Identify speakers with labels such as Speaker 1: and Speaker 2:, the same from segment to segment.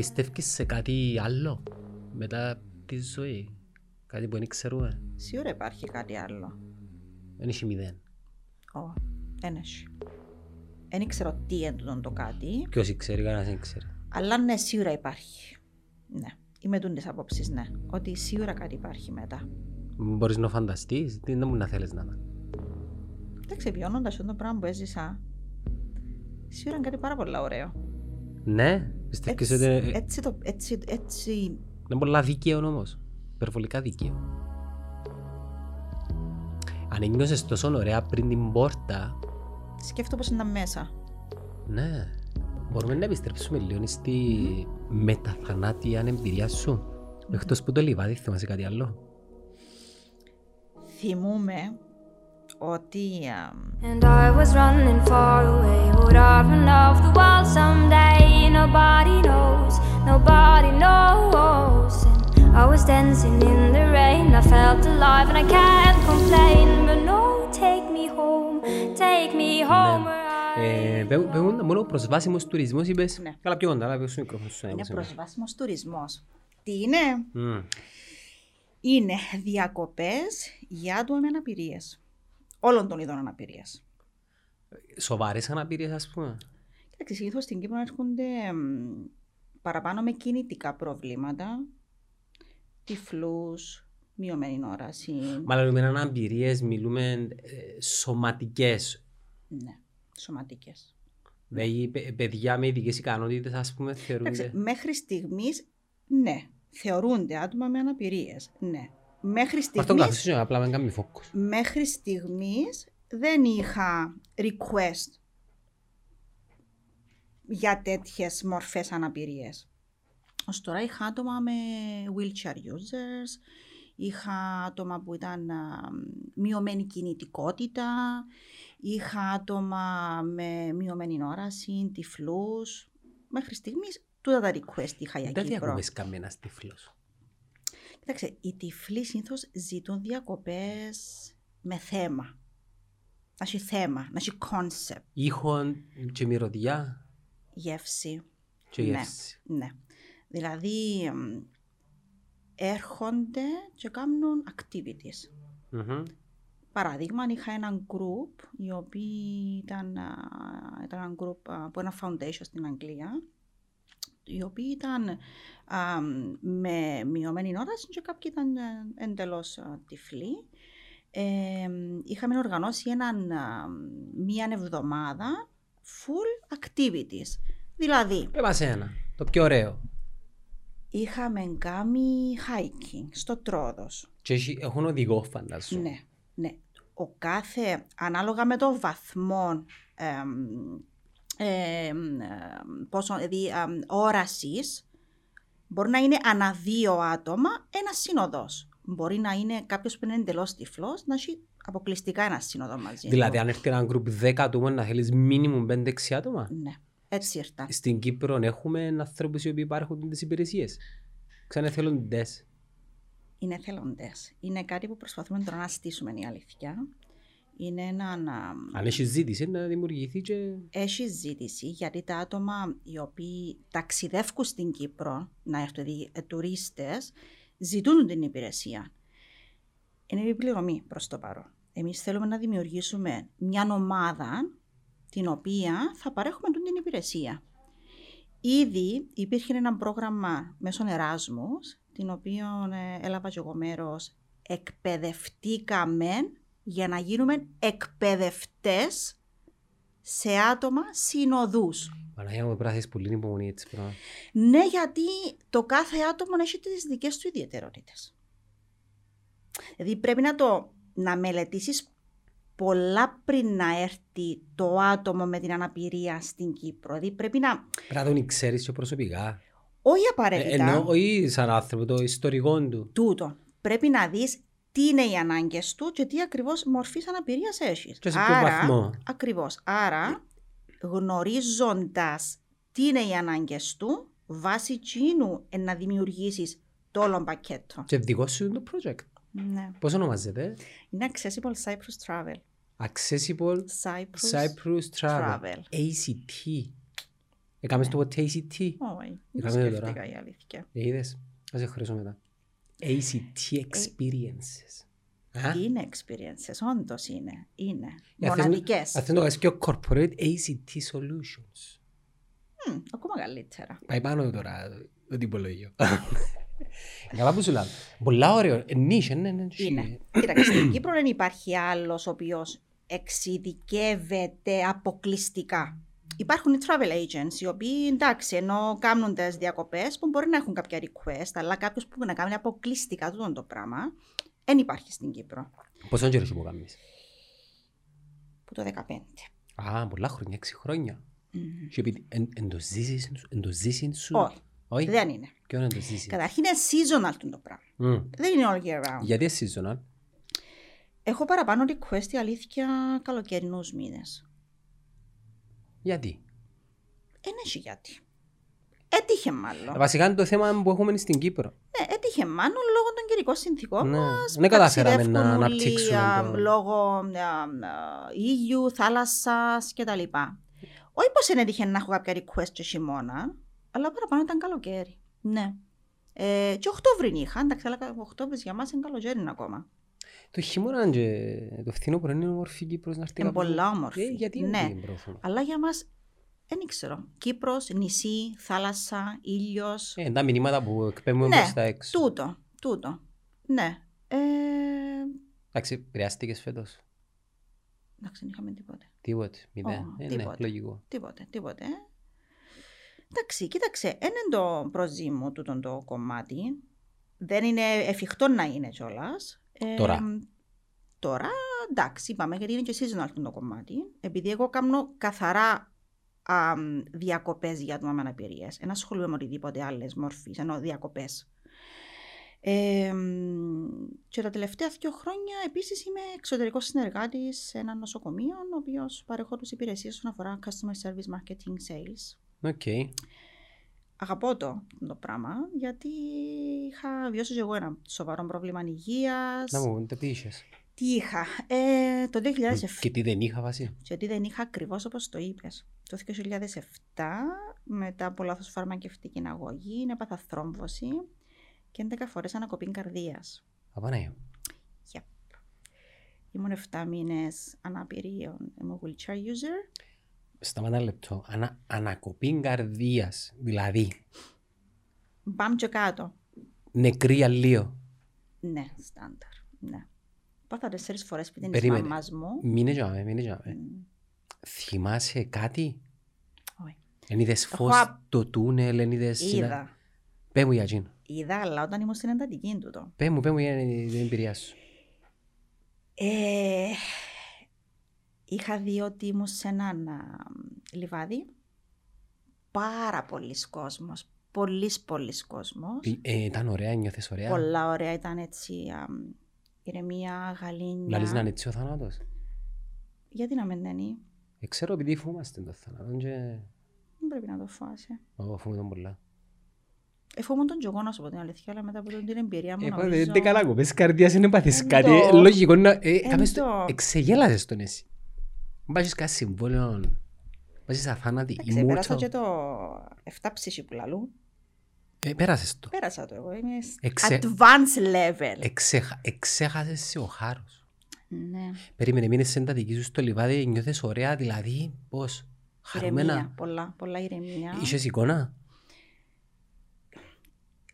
Speaker 1: Πιστεύεις σε κάτι άλλο μετά τη ζωή, κάτι που δεν ξέρουμε,
Speaker 2: Σίγουρα υπάρχει κάτι άλλο.
Speaker 1: δεν έχει μηδέν.
Speaker 2: Ω, δεν έχει. Δεν ξέρω τι είναι τούτον το κάτι,
Speaker 1: Ποιος ξέρει, κανένας δεν ξέρει.
Speaker 2: αλλά ναι, σίγουρα υπάρχει. Ναι, είμαι τούν της απόψης, ναι, ότι σίγουρα κάτι υπάρχει μετά.
Speaker 1: Μπορείς να φανταστείς, τι να μου να θέλεις να ήταν.
Speaker 2: Εντάξει, βιώνοντας αυτό το πράγμα που έζησα, σίγουρα είναι κάτι πάρα πολύ ωραίο.
Speaker 1: Ναι, πιστεύεις
Speaker 2: Έτσι, ε,
Speaker 1: ότι είναι
Speaker 2: έτσι, το, έτσι, έτσι,
Speaker 1: είναι πολλά δίκαιο όμως, υπερβολικά δίκαιο. Αν ένιωσες τόσο ωραία πριν την πόρτα,
Speaker 2: σκέφτομαι πως ήταν μέσα.
Speaker 1: ναι, μπορούμε να επιστρέψουμε λίγο στη μεταθανάτια ανεμπειρία σου. Εκτός που το λιβάδι, θυμάσαι κάτι άλλο.
Speaker 2: Θυμούμαι ότι ε, α,
Speaker 3: And I was running far away. Would I run off the wall someday? Nobody knows, nobody knows. And I was dancing in the rain. I felt alive and I can't complain. But no, take me home, take me home. where
Speaker 1: Ε,
Speaker 3: I
Speaker 1: παί- παίγουν μόνο προσβάσιμος τουρισμός είπες.
Speaker 2: Ναι.
Speaker 1: Καλά πιο κοντά, αλλά πιο στο μικρόφωνο σου.
Speaker 2: είναι
Speaker 1: άκουσα με.
Speaker 2: προσβάσιμος τουρισμός. Τι είναι?
Speaker 1: Μμμ.
Speaker 2: είναι διακοπές για άτομα με αναπηρίες. Όλων των είδων αναπηρίας.
Speaker 1: Σοβαρές αναπηρίες ας πούμε.
Speaker 2: Κοιτάξτε, συνήθως στην Κύπρο έρχονται μ, παραπάνω με κινητικά προβλήματα, τυφλούς, μειωμένη όραση.
Speaker 1: Μάλλον με αναπηρίες μιλούμε ε, σωματικές.
Speaker 2: Ναι, σωματικές.
Speaker 1: Δηλαδή παι- παιδιά με ειδικές ικανότητες ας πούμε
Speaker 2: Εντάξει,
Speaker 1: θεωρούνται.
Speaker 2: μέχρι στιγμής, ναι, θεωρούνται άτομα με αναπηρίες. Ναι. Μέχρι
Speaker 1: Μα τον
Speaker 2: στιγμής,
Speaker 1: καθίσιο απλά με κάνει
Speaker 2: Ναι,
Speaker 1: φόκους.
Speaker 2: μέχρι στιγμής δεν είχα request για τέτοιες μορφές αναπηρίες. Ως τώρα είχα άτομα με wheelchair users, είχα άτομα που ήταν α, μειωμένη κινητικότητα, είχα άτομα με μειωμένη όραση, τυφλούς. Μέχρι στιγμής τούτα τα request είχα για
Speaker 1: Δεν
Speaker 2: Κύπρο.
Speaker 1: διακοπές καμένας τυφλός.
Speaker 2: Κοίταξε, οι τυφλοί συνήθως ζητούν διακοπές με θέμα. Να έχει θέμα, να έχει κόνσεπτ,
Speaker 1: Ήχον και μυρωδιά
Speaker 2: γεύση.
Speaker 1: και
Speaker 2: Ναι.
Speaker 1: γεύση.
Speaker 2: Ναι. Δηλαδή, εμ, έρχονται και κάνουν activities.
Speaker 1: Μμμ.
Speaker 2: Παράδειγμα, είχα ένα group, οι οποίοι ήταν, α, ήταν ένα group α, από ένα foundation στην Αγγλία, οι οποίοι ήταν α, με μειωμένη όραση και κάποιοι ήταν ε, εντελώς α, τυφλοί. Ε, είχαμε οργανώσει έναν, α, μία εβδομάδα full activities. Δηλαδή,
Speaker 1: Πρέπει σε Ε, ένα. Το πιο ωραίο.
Speaker 2: είχαμε κάνει hiking στο Τρόδος.
Speaker 1: Και έχει- έχουν οδηγό φαντάζομαι.
Speaker 2: Ναι, ναι. Ο κάθε, ανάλογα με το βαθμό εμ, εμ, εμ, πόσο, δηλαδή, εμ, όρασης, μπορεί να είναι ανά δύο άτομα ένα σύνοδος. Μπορεί να είναι κάποιος που είναι εντελώς τυφλός, να έχει αποκλειστικά ένα σύνοδο μαζί. του.
Speaker 1: Δηλαδή αν έρθει ένα γκρουπ 10 ατόμων να θέλεις μίνιμουμ 5-6 άτομα.
Speaker 2: Ναι, έτσι ήρθα.
Speaker 1: Στην Κύπρο έχουμε ανθρώπους οι οποίοι υπάρχουν τις υπηρεσίες. Ξανά θέλουν τες.
Speaker 2: είναι θελοντές. Είναι κάτι που προσπαθούμε τώρα να στήσουμε, είναι η αλήθεια. Είναι ένα... εμ,
Speaker 1: Αν έχει ζήτηση να δημιουργηθεί και...
Speaker 2: Έχει ζήτηση γιατί τα άτομα οι οποίοι ταξιδεύουν στην Κύπρο να έρθουν τουρίστες, ζητούν την υπηρεσία. Είναι επιπληρωμή προς το παρόν. Εμείς θέλουμε να δημιουργήσουμε μια ομάδα την οποία θα παρέχουμε τούτη την υπηρεσία. Ήδη υπήρχε ένα πρόγραμμα μέσω Εράσμους, την οποία ε, έλαβα και εγώ μέρος. Εκπαιδευτήκαμε για να γίνουμε εκπαιδευτές σε άτομα συνοδούς.
Speaker 1: Παναγία μου, πρέπει να έχεις πολύ υπομονή έτσι πράγμα.
Speaker 2: Ναι, γιατί το κάθε άτομο έχει τις δικές του ιδιαιτερότητες. Δηλαδή πρέπει να το να μελετήσεις πολλά πριν να έρθει το άτομο με την αναπηρία στην Κύπρο. Δηλαδή πρέπει να...
Speaker 1: Πρέπει να τον ξέρεις και προσωπικά.
Speaker 2: Όχι
Speaker 1: Ε,
Speaker 2: απαραίτητα
Speaker 1: εννοώ, όχι σαν άνθρωπο, το ιστορικό του.
Speaker 2: τούτο. Πρέπει να δεις τι είναι οι ανάγκες του και τι ακριβώς μορφής αναπηρίας έχεις.
Speaker 1: Και σε ποιο βαθμό.
Speaker 2: Ακριβώς. Άρα, γνωρίζοντας τι είναι οι ανάγκες του, βάσει τσίνου ε, να δημιουργήσεις το όλο πακέτο.
Speaker 1: Και δικός σου είναι το project.
Speaker 2: Ναι.
Speaker 1: Πώς ονομάζεται?
Speaker 2: Είναι accessible Cyprus travel.
Speaker 1: Accessible
Speaker 2: Cyprus.
Speaker 1: Cyprus Travel.
Speaker 2: Travel.
Speaker 1: ACT. Έκαμε το ποτέ ACT.
Speaker 2: Όχι, δεν
Speaker 1: Κάμε το τώρα.
Speaker 2: σκέφτηκα η αλήθεια.
Speaker 1: Ε, Είδες, θα σε χρήσω μετά. ACT experiences. Α,
Speaker 2: Είναι experiences, όντως είναι. Είναι.
Speaker 1: Ε, αν θες να-
Speaker 2: Μοναδικές.
Speaker 1: αν θες να το κάνεις πιο corporate, ACT solutions.
Speaker 2: Μμ, Ακόμα καλύτερα.
Speaker 1: Πάει πάνω τώρα το τυπολογείο. Καλά που σου λέω. Πολλά ωραίο. Ε, Niche, ναι, ναι.
Speaker 2: Είναι. Κοίταξε, στην Κύπρο δεν υπάρχει άλλος ο οποίος εξειδικεύεται αποκλειστικά. Υπάρχουν οι travel agents, οι οποίοι εντάξει, ενώ κάνουν τις διακοπές που μπορεί να έχουν κάποια request, αλλά κάποιος που να κάνει αποκλειστικά τούτο το πράγμα, δεν υπάρχει στην Κύπρο.
Speaker 1: Πόσο καιρό σου που κάνεις.
Speaker 2: Που το 15.
Speaker 1: Α, πολλά χρόνια, έξι χρόνια.
Speaker 2: Μμμ.
Speaker 1: Και επειδή εν, εν το ζήσεις σου- εν το ζήσεις σου.
Speaker 2: Όχι,
Speaker 1: Όχι.
Speaker 2: δεν είναι.
Speaker 1: Ποιο είναι το ζήσεις.
Speaker 2: Καταρχήν είναι seasonal τούτο πράγμα.
Speaker 1: Μμ.
Speaker 2: Δεν είναι all year round.
Speaker 1: Γιατί εσύ ζωνάν.
Speaker 2: Έχω παραπάνω request η αλήθεια καλοκαιρινούς μήνες.
Speaker 1: Γιατί.
Speaker 2: Δεν έχει γιατί. Έτυχε μάλλον.
Speaker 1: Βασικά είναι το θέμα που έχουμε στην Κύπρο.
Speaker 2: Ναι, έτυχε μάλλον λόγω των καιρικών συνθήκων.
Speaker 1: Ναι.
Speaker 2: μας.
Speaker 1: Δεν καταφέραμε
Speaker 2: Ταξιδεύκουν
Speaker 1: να
Speaker 2: ουλοί,
Speaker 1: αναπτύξουμε
Speaker 2: α,
Speaker 1: το-
Speaker 2: Λόγω α, α, ήλιου, θάλασσας κτλ. Όχι πως δεν έτυχε να έχω κάποια request και χειμώνα, αλλά παραπάνω ήταν καλοκαίρι. Ναι. Ε, και Οκτώβριν είχα, εντάξει, αλλά Οκτώβρης για μας είναι καλοκαίρι ακόμα.
Speaker 1: Το χειμώνα και το φθινόπωρο είναι όμορφη η Κύπρος να έρθει
Speaker 2: Είναι
Speaker 1: κάποιος.
Speaker 2: πολλά όμορφη.
Speaker 1: Ε, γιατί
Speaker 2: Ναι.
Speaker 1: είναι την πρόφωνα.
Speaker 2: Αλλά για μας, δεν ξέρω. Κύπρος, νησί, θάλασσα, ήλιος.
Speaker 1: Ε, τα μηνύματα που εκπέμπουμε
Speaker 2: Ναι,
Speaker 1: προς τα έξω.
Speaker 2: Τούτο, τούτο. Ναι. Ε,
Speaker 1: Εντάξει, επηρεάστηκες φέτος.
Speaker 2: εντάξει, δεν είχαμε τίποτε.
Speaker 1: Τίποτε, μηδέν.
Speaker 2: Ω,
Speaker 1: Ε, ναι,
Speaker 2: τίποτε.
Speaker 1: λογικό.
Speaker 2: Τίποτε, τίποτε. Εντάξει, κοίταξε, δεν είναι το προζή μου τούτο το κομμάτι. Δεν είναι εφικτό να είναι κιόλας.
Speaker 1: Τώρα.
Speaker 2: Τώρα, εντάξει, είπαμε γιατί είναι και seasonal τούτο το κομμάτι. Επειδή εγώ κάνω καθαρά α, διακοπές για άτομα με αναπηρίες. Δεν ασχολούμαι με οτιδήποτε άλλες μορφές, ενώ διακοπές. Ε, μ, και τα τελευταία δύο χρόνια επίσης είμαι εξωτερικός συνεργάτης σε ένα νοσοκομείο, ο οποίος παρέχω τους υπηρεσίες όσον αφορά customer service marketing sales.
Speaker 1: Οκ.
Speaker 2: Αγαπώ το, το πράγμα, γιατί είχα βιώσει και εγώ ένα σοβαρό πρόβλημα υγείας.
Speaker 1: Να μου τα πήγες.
Speaker 2: Τι είχα, ε, το 2007.
Speaker 1: Και τι δεν είχα βασικά.
Speaker 2: Γιατί δεν είχα ακριβώς όπως το είπες. Το 2007, μετά από λάθος φαρμακευτική αγωγή, έπαθα θρόμβωση και 11 φορές ανακοπή καρδίας.
Speaker 1: Απαναγιο.
Speaker 2: Ήμουν 7 μήνε αναπηρίων. Είμαι wheelchair user.
Speaker 1: Σταμάτα ένα λεπτό. Ανα, ανακοπή καρδίας. Δηλαδή,
Speaker 2: Μπαμ και κάτω.
Speaker 1: νεκρή αλλίω.
Speaker 2: Ναι, στάνταρ. Ναι. Πάθα τέσσερις φορές που ήταν τη
Speaker 1: Περίμενε. Ε,
Speaker 2: μαμάς μου.
Speaker 1: Μείνε τζάμε, μείνε τζάμε.
Speaker 2: Μμ,
Speaker 1: Θυμάσαι κάτι.
Speaker 2: Όχι.
Speaker 1: Εν είδες
Speaker 2: Έχω
Speaker 1: φως
Speaker 2: απ-
Speaker 1: το τούνελ, εν είδες...
Speaker 2: Είδα.
Speaker 1: Πέ μου για εκείνο.
Speaker 2: Είδα, αλλά όταν ήμουν στην εντατική του το.
Speaker 1: Πέ μου, πέ μου για την εμπειρία σου.
Speaker 2: Ε, είχα δει ότι ήμουν σε έναν α, λιβάδι. Πάρα πολλοί κόσμος. Πολλοί πολλοί κόσμος.
Speaker 1: Ε, ήταν ωραία, νιώθες ωραία.
Speaker 2: Πολλά ωραία ήταν έτσι. α, μ, ηρεμία, γαλήνια.
Speaker 1: Λαλείς να είναι έτσι ο θάνατος.
Speaker 2: Γιατί να μην είναι.
Speaker 1: Ε, ξέρω επειδή φοβούμαστε τον θάνατο και...
Speaker 2: Δεν πρέπει να το φάσει.
Speaker 1: Εγώ φοβούμαι τον πολλά.
Speaker 2: Εφόμουν τον τζογό να σου πω την αλήθεια, αλλά μετά από τον- την εμπειρία μου
Speaker 1: Ε,
Speaker 2: νομίζω...
Speaker 1: δεν καλά κοπές καρδίας, δεν πάθεις
Speaker 2: Εν
Speaker 1: κάτι.
Speaker 2: το.
Speaker 1: Ε, Λογικό να... ε, κάμες το-
Speaker 2: το.
Speaker 1: Εξεγέλασες τον εσύ. Μπάζεις κάτι συμβόλαιο. Μπάζεις αθάνατη.
Speaker 2: Εντάξει,
Speaker 1: Η
Speaker 2: Πέρασα
Speaker 1: μούτσα.
Speaker 2: και το 7 ψυχή που λαλού.
Speaker 1: Ε, Πέρασες το.
Speaker 2: Πέρασα το εγώ. Είμαι σ-
Speaker 1: Εξε-
Speaker 2: advanced level.
Speaker 1: Εξέχα- Εξέχασες σε ο χάρος.
Speaker 2: Ναι.
Speaker 1: Περίμενε, μείνες σε εντατική σου στο λιβάδι, νιώθες ωραία, δηλαδή, πώς,
Speaker 2: Ηρεμία.
Speaker 1: χαρούμενα.
Speaker 2: Πολλά, πολλά ηρεμία.
Speaker 1: Είχες εικόνα,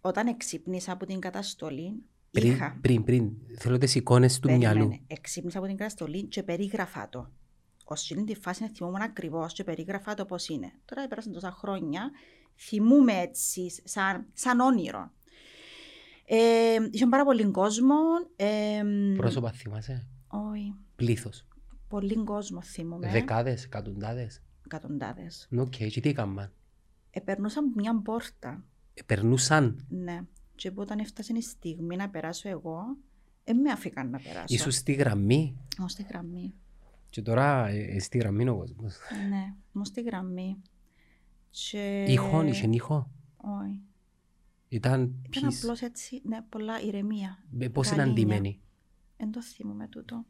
Speaker 2: όταν εξύπνησα από την καταστολή, είχα.
Speaker 1: πριν, πριν, πριν, θέλω τις εικόνες του
Speaker 2: Περίμενε.
Speaker 1: μυαλού.
Speaker 2: Εξύπνησα από την καταστολή και περίγραφα το. Ω εκείνη τη φάση να θυμόμουν ακριβώς και περίγραφα το πώς είναι. Τώρα πέρασαν τόσα χρόνια, θυμούμε έτσι, σαν, σαν όνειρο. Ε, είχε πάρα πολύ κόσμο. Ε,
Speaker 1: Πρόσωπα θυμάσαι,
Speaker 2: Όχι,
Speaker 1: πλήθος.
Speaker 2: πολύ κόσμο θυμούμε.
Speaker 1: Δεκάδες, εκατοντάδες.
Speaker 2: Εκατοντάδες.
Speaker 1: Ναι, Οκ, και τι έκαναν.
Speaker 2: Επερνούσα από μια πόρτα.
Speaker 1: Ε, Περνούσαν.
Speaker 2: Ναι. Και που όταν έφτασε η στιγμή να περάσω εγώ, δεν με αφήκαν να περάσω.
Speaker 1: Ήσουν στη γραμμή.
Speaker 2: Ω τη γραμμή.
Speaker 1: Και τώρα ε, ε, στη γραμμή είναι ο κόσμος.
Speaker 2: Ναι, μου στη γραμμή. Και...
Speaker 1: Ήχον, είχε ήχο.
Speaker 2: Όχι.
Speaker 1: Ήταν
Speaker 2: Ήταν
Speaker 1: ποιες.
Speaker 2: απλώς έτσι, ναι, πολλά ηρεμία.
Speaker 1: με- Πώς
Speaker 2: γαλήνια.
Speaker 1: ήταν ντυμένοι.
Speaker 2: Εν το θυμούμαι τούτο.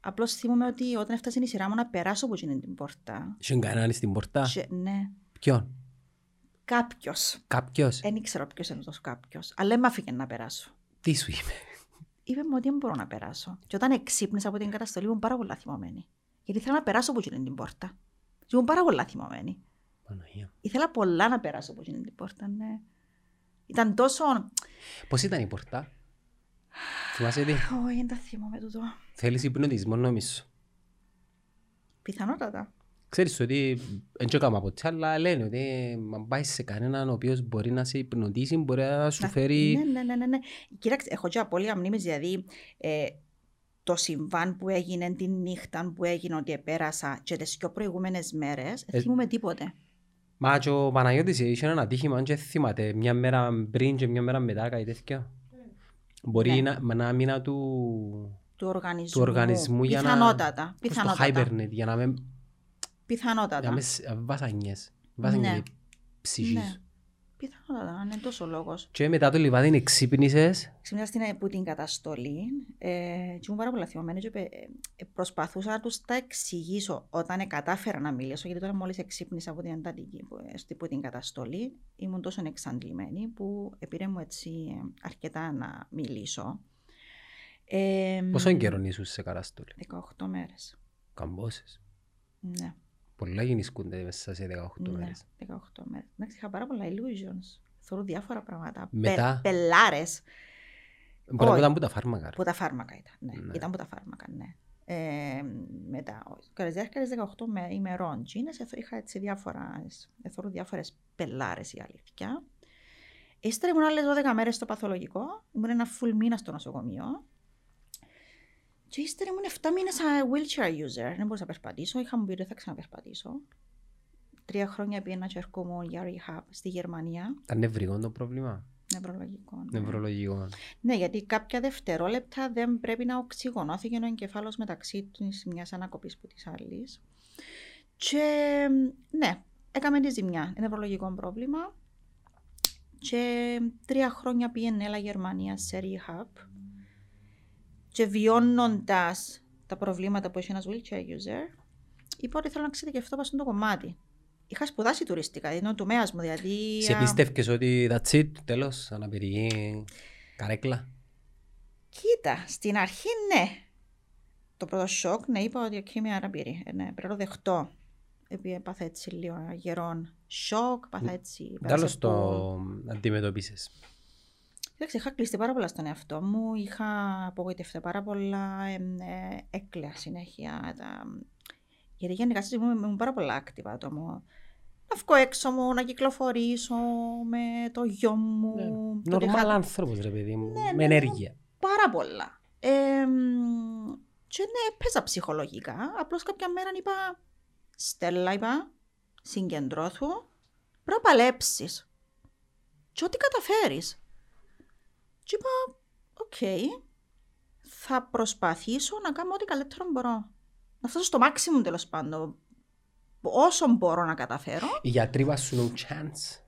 Speaker 2: Απλώ θυμούμαι ότι όταν έφτασε η σειρά μου να περάσω από εκείνη την πόρτα.
Speaker 1: Είχε κανέναν στην πορτά.
Speaker 2: και- ναι,
Speaker 1: Ποιον.
Speaker 2: κάποιος.
Speaker 1: Κάποιος.
Speaker 2: Δεν ήξερα ποιος είναι αυτός κάποιος. Αλλά δεν με άφηγε να περάσω.
Speaker 1: Τι σου είπε.
Speaker 2: Είπε μου ότι δεν μπορώ να περάσω. Και όταν εξύπνησα από την καταστολή ήμουν πάρα πολύ θυμωμένη. Γιατί ήθελα να περάσω από εκείνη την πόρτα. Και ήμουν πάρα πολύ θυμωμένη.
Speaker 1: Παναγία.
Speaker 2: Ήθελα πολλά να περάσω από εκείνη την πόρτα, ναι. Ήταν τόσο.
Speaker 1: Πώς ήταν η πορτά. Θυμάσαι τι.
Speaker 2: Όχι, δεν τα θυμάμαι τούτο.
Speaker 1: Θέλεις υπνοτισμό, νομίζω.
Speaker 2: Πιθανότατα.
Speaker 1: Ξέρεις ότι δεν το έκανα ποτέ, αλλά λένε ότι αν πάει σε κανέναν ο οποίος μπορεί να σε υπνοτίσει, μπορεί να σου
Speaker 2: Να-
Speaker 1: φέρει...
Speaker 2: Ναι, ναι, ναι, ναι, ναι. Κοίταξε, έχω και απώλεια μνήμης, δηλαδή ε, το συμβάν που έγινε, τη νύχτα που έγινε, ότι επέρασα και τις πιο προηγούμενες μέρες,
Speaker 1: Ε,
Speaker 2: δεν θυμούμαι τίποτε.
Speaker 1: Μα και ο Παναγιώτης είχε ένα ατύχημα, αν και θυμάται, μια μέρα πριν και μια μέρα μετά, κάτι τέτοιο. Μπορεί
Speaker 2: Ναι.
Speaker 1: να, να μείνα του,
Speaker 2: Του οργανισμού.
Speaker 1: του οργανισμού για να...
Speaker 2: πιθανότατα,
Speaker 1: Πώς
Speaker 2: πιθανότατα,
Speaker 1: Το hibernate, για να με,
Speaker 2: πιθανότατα.
Speaker 1: να μες σ- βασανιές. Βασανιές
Speaker 2: Ναι.
Speaker 1: ναι. ψυχής.
Speaker 2: Ναι. Πιθανότατα, είναι τόσο λόγος.
Speaker 1: Και μετά το λιβάδι είναι ξύπνησες.
Speaker 2: Ξύπνησα στην- από την καταστολή ε, και ήμουν πάρα πολύ θυμωμένη και πε- ε, προσπαθούσα να τους τα εξηγήσω όταν ε, κατάφερα να μιλήσω γιατί τώρα μόλις εξύπνησα από την αντατική που- ε, στη- από την καταστολή ήμουν τόσο εξαντλημένη που επήρε μου έτσι ε, αρκετά να μιλήσω. Ε,
Speaker 1: Πόσο καιρό ήσουν σε καραστούλη.
Speaker 2: 18 μέρες.
Speaker 1: Καμπόσες.
Speaker 2: Ναι,
Speaker 1: Πολλά γενισκούνται μέσα σε 18
Speaker 2: ναι,
Speaker 1: μέρες.
Speaker 2: 18 μέρες. Εντάξει, είχα πάρα πολλά illusions. Θεωρώ διάφορα πράγματα.
Speaker 1: Μετά.
Speaker 2: Πε, πελάρες.
Speaker 1: Μπορεί να
Speaker 2: Όχι.
Speaker 1: ήταν που τα φάρμακα. ρε.
Speaker 2: Που τα φάρμακα ήταν. Ναι.
Speaker 1: Ναι.
Speaker 2: Ήταν που τα φάρμακα, ναι. Ε, μετά, κατά τη διάρκεια της 18 με, ημερών τζίνες, εθ- είχα έτσι διάφορα, εθώρω διάφορες πελάρες η αλήθεια. Ύστερα ήμουν άλλες 12 μέρες στο παθολογικό, ήμουν ένα full μήνα στο νοσοκομείο. Και ύστερα ήμουν 7 μήνες α, wheelchair user, δεν μπορούσα να περπατήσω, είχα μου πει ότι δεν θα ξαναπερπατήσω. Τρία χρόνια πήγαινα και ερχόμουν για rehab στη Γερμανία,
Speaker 1: Ήταν νευρικό το πρόβλημα.
Speaker 2: νευρολογικό. ναι.
Speaker 1: Νευρολογικό.
Speaker 2: Ναι, γιατί κάποια δευτερόλεπτα δεν πρέπει να οξυγονώθηκε ο εγκεφάλος μεταξύ της μιας ανακοπής που της άλλης. Και ναι, έκαμε τη ζημιά. Είναι νευρολογικό πρόβλημα. Και τρία χρόνια πήγαινε έλα Γερμανία σε rehab. Και βιώνοντας τα προβλήματα που έχει ένας wheelchair user, είπα ότι θέλω να εξειδικευτώ πάνω στο κομμάτι. Είχα σπουδάσει τουριστικά, είναι ο τομέας μου, δηλαδή.
Speaker 1: Σε
Speaker 2: α,
Speaker 1: πίστευκες ότι that's it, τέλος, αναπηρική καρέκλα.
Speaker 2: Κοίτα, στην αρχή ναι. Το πρώτο σοκ, ναι, είπα ότι εκεί είμαι αναπηρή. Ε, ναι, πρέπει να το δεχτώ. Επειδή πάθα έτσι λίγο ένα γερόν σοκ, πάθα έτσι. πέρασα
Speaker 1: Τέλος το
Speaker 2: που-
Speaker 1: αντιμετωπίσες.
Speaker 2: Κοίταξε, είχα κλειστεί πάρα πολλά στον εαυτό μου. Είχα απογοητευτεί πάρα πολλά. εμ, ε, έκλαια συνέχεια. Τα... Γιατί γενικά στη ζωή μου ήμουν πάρα πολλά άκτιβα άτομο. Να βγω έξω μου, να κυκλοφορήσω με το γιο μου. το ότι είχα-
Speaker 1: Νορμάλ άνθρωπος ρε παιδί μου,
Speaker 2: ναι, ναι.
Speaker 1: με ενέργεια.
Speaker 2: πάρα πολλά. Ε, μ, και ναι, παίζα ψυχολογικά. Απλώς κάποια μέρα είπα, Στέλλα, είπα, συγκεντρώθου, πρέπει να παλέψεις. Και ό,τι καταφέρεις. Και είπα, οκ, θα προσπαθήσω να κάνω ό,τι καλύτερο μπορώ. Να φτάσω στο maximum τέλος πάντων. Όσο μπορώ να καταφέρω.
Speaker 1: Οι γιατροί βάσουν no chance.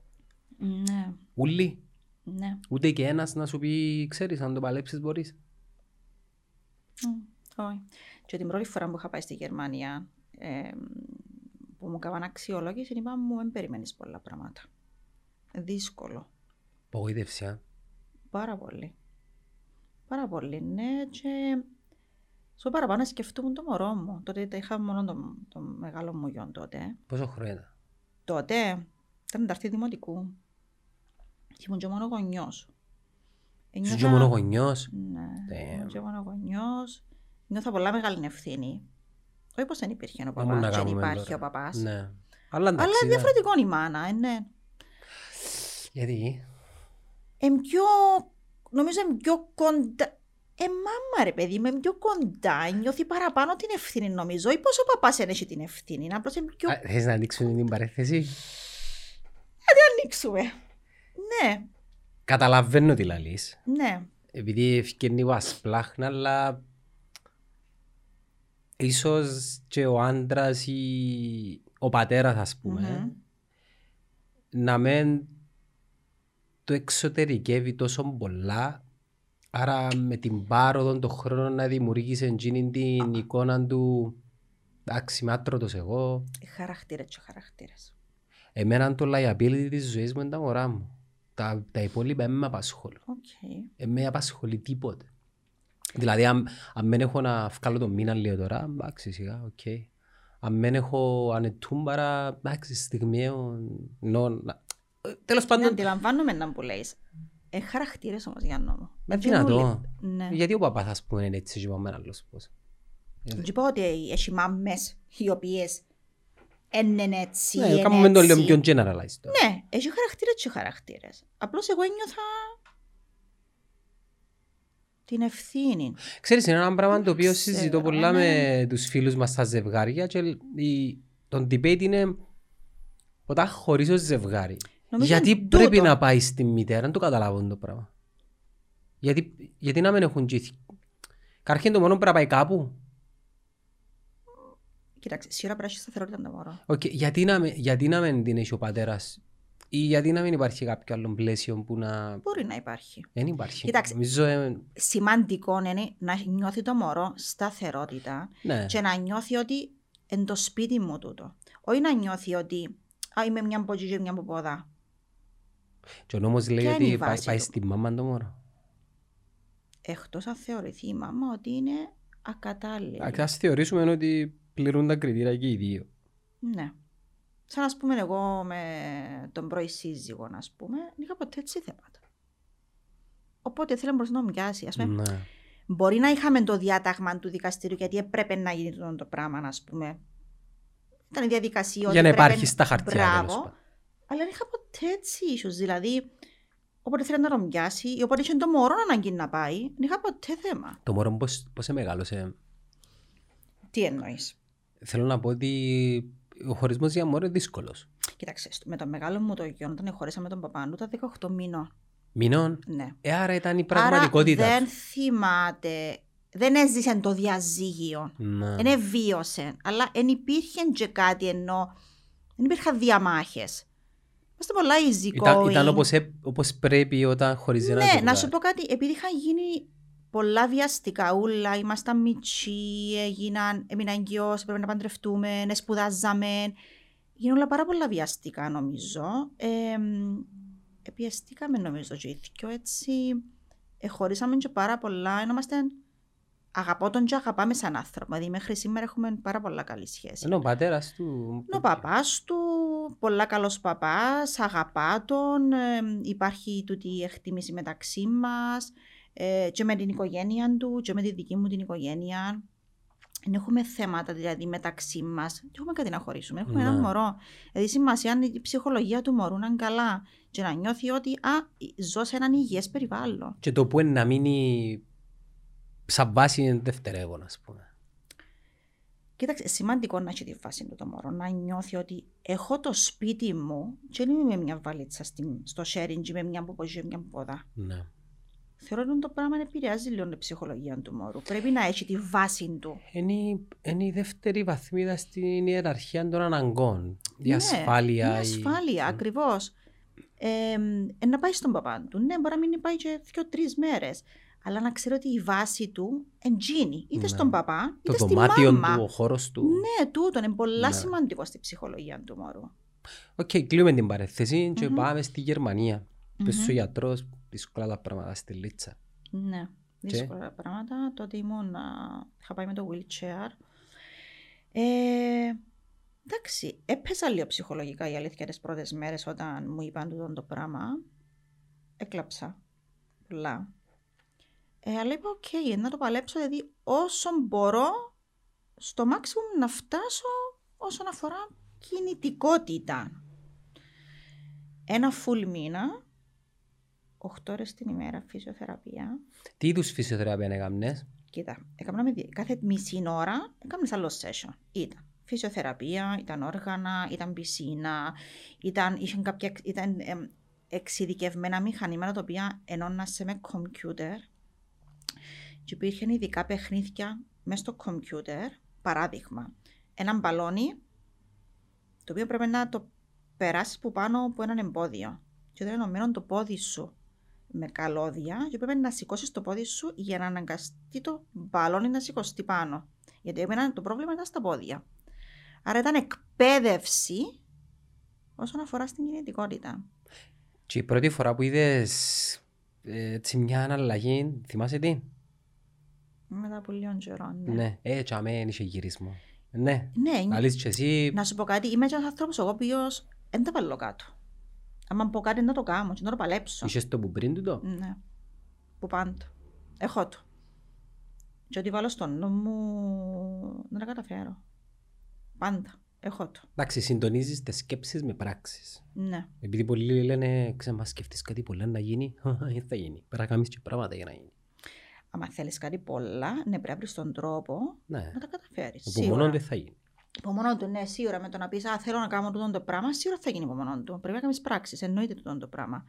Speaker 2: Ναι,
Speaker 1: Ούλοι,
Speaker 2: ναι.
Speaker 1: ούτε και ένας να σου πει, ξέρεις, αν το παλέψεις μπορείς.
Speaker 2: Μμμ, Όχι. Και την πρώτη φορά που είχα πάει στη Γερμανία, ε, που μου έκαναν αξιολόγηση, είπα μου, δεν περιμένεις πολλά πράγματα. Δύσκολο.
Speaker 1: Απογοήτευση, α.
Speaker 2: Πάρα πολύ. Πάρα πολύ, ναι. Και στο παραπάνω σκεφτόμουν το μωρό μου. Τότε τα είχα μόνο το, το μεγάλο μου γιο τότε.
Speaker 1: Πόσο χρόνο ήταν.
Speaker 2: Τότε ήταν ταρτή δημοτικού. Και ήμουν και μόνο γονιός.
Speaker 1: Σου και
Speaker 2: Ένιωθα-
Speaker 1: μόνο γονιός.
Speaker 2: ναι,
Speaker 1: Damn.
Speaker 2: ήμουν και μόνο γονιός. Νιώθω πολλά μεγάλη ευθύνη. Όχι πως δεν υπήρχε ο
Speaker 1: Πάμε να
Speaker 2: παπάς, δεν
Speaker 1: κάνουμε
Speaker 2: υπάρχει
Speaker 1: τώρα.
Speaker 2: ο παπάς.
Speaker 1: Ναι. Αλλά
Speaker 2: Αλλά
Speaker 1: εντάξει. ήταν.
Speaker 2: διαφορετικό η μάνα, ε, ναι.
Speaker 1: Γιατί.
Speaker 2: Εμ πιο, νομίζω εμ πιο κοντά. Ε, μάμα ρε παιδί, με πιο κοντά νιώθει παραπάνω την ευθύνη νομίζω. Ή πως ο παπάς δεν έχει την ευθύνη, απλώς εμ πιο...
Speaker 1: Α, ε. Θες να ανοίξουν την παρέθεση.
Speaker 2: ανοίξουμε. Ναι,
Speaker 1: Καταλαβαίνω τι λαλείς.
Speaker 2: ναι.
Speaker 1: επειδή ευκαινεί ασπλάχνα, αλλά ίσως και ο άντρας ή ο πατέρας ας πουμε
Speaker 2: Μμμ.
Speaker 1: να μην το εξωτερικεύει τόσο πολλά Άρα με την πάροδο των χρόνων να δημιουργήσει εκείνη την εικόνα του εντάξει, είμαι άτρωτος εγώ.
Speaker 2: Ε, Χαρακτήρες και χαρακτήρες.
Speaker 1: Εμένα το liability της ζωής μου είναι τα μωρά μου. Τα, τα υπόλοιπα δεν με απασχολούν.
Speaker 2: Οκ.
Speaker 1: Ε, με απασχολεί τίποτε. Δηλαδή, αν, αν δεν έχω να βγάλω τον μήνα λίγο τώρα, εντάξει, σιγά, οκ. Αν δεν έχω ανετούμπαρα, εντάξει, στιγμιαίο, νο, να... Ε, τέλος
Speaker 2: Ναι,
Speaker 1: πάντων,
Speaker 2: αντιλαμβάνομαι να που λες. Ε, χαρακτήρες όμως για νόμο.
Speaker 1: με δυνατό.
Speaker 2: Ναι.
Speaker 1: Γιατί ο παπάς, ας πούμε, είναι έτσι και ο μαμάς άλλος πώς. Ναι.
Speaker 2: Δεν είπα ότι έχει μάμες οι οποίες είναι έτσι,
Speaker 1: Ναι,
Speaker 2: εν
Speaker 1: κάνουμε το λίγο
Speaker 2: έτσι.
Speaker 1: πιο generalized τώρα.
Speaker 2: Ναι, έχει χαρακτήρες και χαρακτήρες. Απλώς εγώ ένιωθα την ευθύνη.
Speaker 1: Ξέρεις, είναι ένα πράγμα το οποίο
Speaker 2: Ναι. Ξέρω, ε, ναι.
Speaker 1: συζητώ πολλά με τους φίλους μας στα ζευγάρια και η, τον debate είναι όταν χωρίζω ζευγάρι.
Speaker 2: Νομίζω
Speaker 1: γιατί
Speaker 2: είναι τούτο.
Speaker 1: πρέπει να πάει στη μητέρα, να το καταλάβουν το πράγμα. Γιατί, γιατί να μην έχουν τζίθι. Καρχήν το μόνο πρέπει να πάει κάπου.
Speaker 2: Κοίταξε, σίγουρα πρέπει να έχει σταθερότητα το μωρό.
Speaker 1: Οκ, γιατί, να, με- γιατί να μην την έχει ο πατέρας ή γιατί να μην υπάρχει κάποιο άλλο πλαίσιο που να...
Speaker 2: Μπορεί να υπάρχει.
Speaker 1: Δεν υπάρχει.
Speaker 2: Κοιτάξτε.
Speaker 1: Νομίζω, ε,
Speaker 2: Σημαντικό είναι να νιώθει το μωρό σταθερότητα
Speaker 1: ναι.
Speaker 2: και να νιώθει ότι εν το σπίτι μου τούτο. Όχι να νιώθει ότι α, είμαι μια μποτζή και μια μποποδά.
Speaker 1: Και ο νόμος λέει
Speaker 2: Ποια είναι η
Speaker 1: ότι πάει,
Speaker 2: βάση
Speaker 1: πάει
Speaker 2: του?
Speaker 1: στη μάμα το μωρό.
Speaker 2: Εκτός αν θεωρηθεί η μάμα ότι είναι ακατάλληλη.
Speaker 1: Εντάξει, ας θεωρήσουμε ότι πληρούν τα κριτήρια και οι δύο.
Speaker 2: Ναι. Σαν να πούμε εγώ με τον πρώην σύζυγο, να πούμε, δεν είχα ποτέ έτσι θέματα. Οπότε θέλω να μπορούσε να μου πιάσει. Ας πούμε,
Speaker 1: Ναι.
Speaker 2: Μπορεί να είχαμε το διάταγμα του δικαστήριου γιατί έπρεπε να γίνει τούτο το πράγμα, ας πούμε. Ήταν η διαδικασία. ότι
Speaker 1: Για να
Speaker 2: πρέπει-
Speaker 1: υπάρχει στα χαρτιά. τέλος
Speaker 2: Μπράβο.
Speaker 1: πάντων.
Speaker 2: Αλλά δεν είχα ποτέ έτσι issues. Δηλαδή, όποτε θέλει να τον πιάσει, ή όποτε είχε το μωρό ανάγκη να πάει, δεν είχα ποτέ θέμα.
Speaker 1: Το μωρό μου πώς, πώς σε μεγάλωσε.
Speaker 2: Τι εννοείς.
Speaker 1: Θέλω να πω ότι ο χωρισμός για μωρό είναι δύσκολος.
Speaker 2: Κοίταξε, στο- με τον μεγάλο μου το γιο, όταν χωρίσαμε τον παπά του, ήταν 18 μήνων.
Speaker 1: Μηνών.
Speaker 2: Ναι.
Speaker 1: Ε, άρα ήταν η
Speaker 2: Άρα
Speaker 1: πραγματικότητα.
Speaker 2: δεν θυμάται, δεν έζησε το διαζύγιο.
Speaker 1: Ναι.
Speaker 2: Δεν εβίωσε. Αλλά δεν υπήρχε και κάτι ενώ. Δεν υπήρχαν διαμάχες. Είμαστε πολλά easy
Speaker 1: Ήταν,
Speaker 2: going.
Speaker 1: ήταν όπως, ε- όπως πρέπει όταν χωρίζει ένα
Speaker 2: Ναι,
Speaker 1: ζευγάρι.
Speaker 2: να σου πω κάτι. Επειδή είχαν γίνει πολλά βιαστικά ούλα, ήμασταν μητσί, έγιναν, έμειναν γιος, πρέπει να παντρευτούμε, να σπουδάζαμε. Γίνουν όλα πάρα πολλά βιαστικά νομίζω. Ε, επιαστήκαμε νομίζω και οι δυο, έτσι. Ε, χωρίσαμε και πάρα πολλά, ενώ είμαστε αγαπώ τον και αγαπάμε σαν άνθρωπο. Δηλαδή μέχρι σήμερα έχουμε πάρα πολλά καλή σχέση.
Speaker 1: Ενώ Ε, ναι, ο πατέρας του...
Speaker 2: Είναι Ναι, ο παπάς του, πολλά καλός παπάς, αγαπά τον. ε, υπάρχει τούτη η εκτίμηση μεταξύ μας ε, και με την οικογένεια του και με τη δική μου την οικογένεια. Δεν έχουμε θέματα δηλαδή μεταξύ μας. Δεν έχουμε κάτι να χωρίσουμε. Έχουμε
Speaker 1: Ναι.
Speaker 2: έναν μωρό. Δηλαδή, σημασία είναι η ψυχολογία του μωρού να είναι καλά και να νιώθει ότι α, ζω σε έναν υγιές περιβάλλον.
Speaker 1: Και το που είναι να μείνει σαν βάση είναι δευτερεύον, ας πούμε.
Speaker 2: Κοίταξε, σημαντικό να έχει τη φάση του το μωρό, να νιώθει ότι έχω το σπίτι μου και δεν είμαι με μια βαλίτσα στη- στο sharing ή με μια που και μια ποδά.
Speaker 1: Ναι.
Speaker 2: Θεωρώ ότι το πράγμα επηρεάζει λίγο την ψυχολογία του μωρού. Πρέπει να έχει τη βάση του.
Speaker 1: Είναι, η- είναι η δεύτερη βαθμίδα στην ιεραρχία των αναγκών. Η ασφάλεια.
Speaker 2: Ναι, η
Speaker 1: η-
Speaker 2: ασφάλεια, ακριβώ. Ε, ε, να πάει στον παπά του. Ναι, μπορεί να μην πάει και δύο-τρει μέρες. Αλλά να ξέρει ότι η βάση του εντζίνει. Είτε
Speaker 1: Ναι.
Speaker 2: στον παπά,
Speaker 1: Το
Speaker 2: είτε στη
Speaker 1: δωμάτιο
Speaker 2: μάμα.
Speaker 1: του, ο χώρος του.
Speaker 2: Ναι, τούτο είναι πολύ
Speaker 1: Ναι.
Speaker 2: σημαντικό στη ψυχολογία του μωρου
Speaker 1: Οκ, κλείουμε την παρένθεση και
Speaker 2: Μμμ.
Speaker 1: πάμε στη Γερμανία.
Speaker 2: Μμμ.
Speaker 1: Πες ο γιατρός, δύσκολα τα πράγματα στη Λίτσα.
Speaker 2: Ναι, δύσκολα τα πράγματα. Τότε ήμουν, α, είχα πάει με το wheelchair. Ε, εντάξει, έπαιζα λίγο ψυχολογικά η αλήθεια τις πρώτες μέρες όταν μου είπαν τούτο το πράγμα. Έκλαψα πολλά. Ε, αλλά είπα, οκ, να το παλέψω, δηλαδή όσο μπορώ, στο maximum να φτάσω όσον αφορά κινητικότητα. Ένα full μήνα, 8 ώρες την ημέρα φυσιοθεραπεία,
Speaker 1: Τι είδους φυσιοθεραπεία έκαμνες.
Speaker 2: Κοίτα, έκανα με, δι- κάθε μισή ώρα έκανα άλλο session. Ήταν φυσιοθεραπεία, ήταν όργανα, ήταν πισίνα, ήταν, είχαν κάποια, εξ- ήταν εμ, εξειδικευμένα μηχανήματα τα οποία ενώναν σε με κομπιούτερ και υπήρχαν ειδικά παιχνίδια μέσα στο κομπιούτερ, παράδειγμα, ένα μπαλόνι το οποίο πρέπει να το περάσεις που πάνω από έναν εμπόδιο και όταν είναι ενωμένο το πόδι σου με καλώδια και πρέπει να σηκώσεις το πόδι σου για να αναγκαστεί το μπαλόνι να σηκωστεί πάνω. Γιατί εμένα το πρόβλημα ήταν στα πόδια. Άρα ήταν εκπαίδευση όσον αφορά στην κινητικότητα.
Speaker 1: Και η πρώτη φορά που είδες έτσι μια αναλλαγή, θυμάσαι τι.
Speaker 2: Μετά από λίγο καιρό. Ναι.
Speaker 1: Ναι, ε, τσαμέ, είχε γυρισμό. Ναι,
Speaker 2: Ναι, είναι-
Speaker 1: αλήθεια και εσύ.
Speaker 2: να σου πω κάτι. Είμαι ένας άνθρωπος εγώ ο οποίος δεν τα βάλω κάτω. Αν πω κάτι, να το κάνω, και να το παλέψω.
Speaker 1: Είσαι το που πριν του το.
Speaker 2: Ναι. Που πάντο. Έχω το. Και ό,τι βάλω στον νου μου, δεν τα καταφέρω. Πάντα. Έχω το.
Speaker 1: Εντάξει, συντονίζεις τις σκέψεις με πράξεις.
Speaker 2: Ναι.
Speaker 1: Επειδή πολλοί λένε, ξέρω, μα σκεφτεί κάτι πολλά να γίνει, δεν θα γίνει. Πρέπει να κάνεις και πράγματα για να γίνει.
Speaker 2: Άμα θέλεις κάτι πολλά, ναι, πρέπει να βρεις τον τρόπο
Speaker 1: Ναι.
Speaker 2: να τα καταφέρεις.
Speaker 1: Όπου μόνο δεν θα γίνει.
Speaker 2: Υπομονών του, ναι, σίγουρα με το να πεις Α, θέλω να κάνω τούτο το πράγμα, σίγουρα θα γίνει υπομονών του. Πρέπει να κάνεις πράξεις, εννοείται τούτο το πράγμα.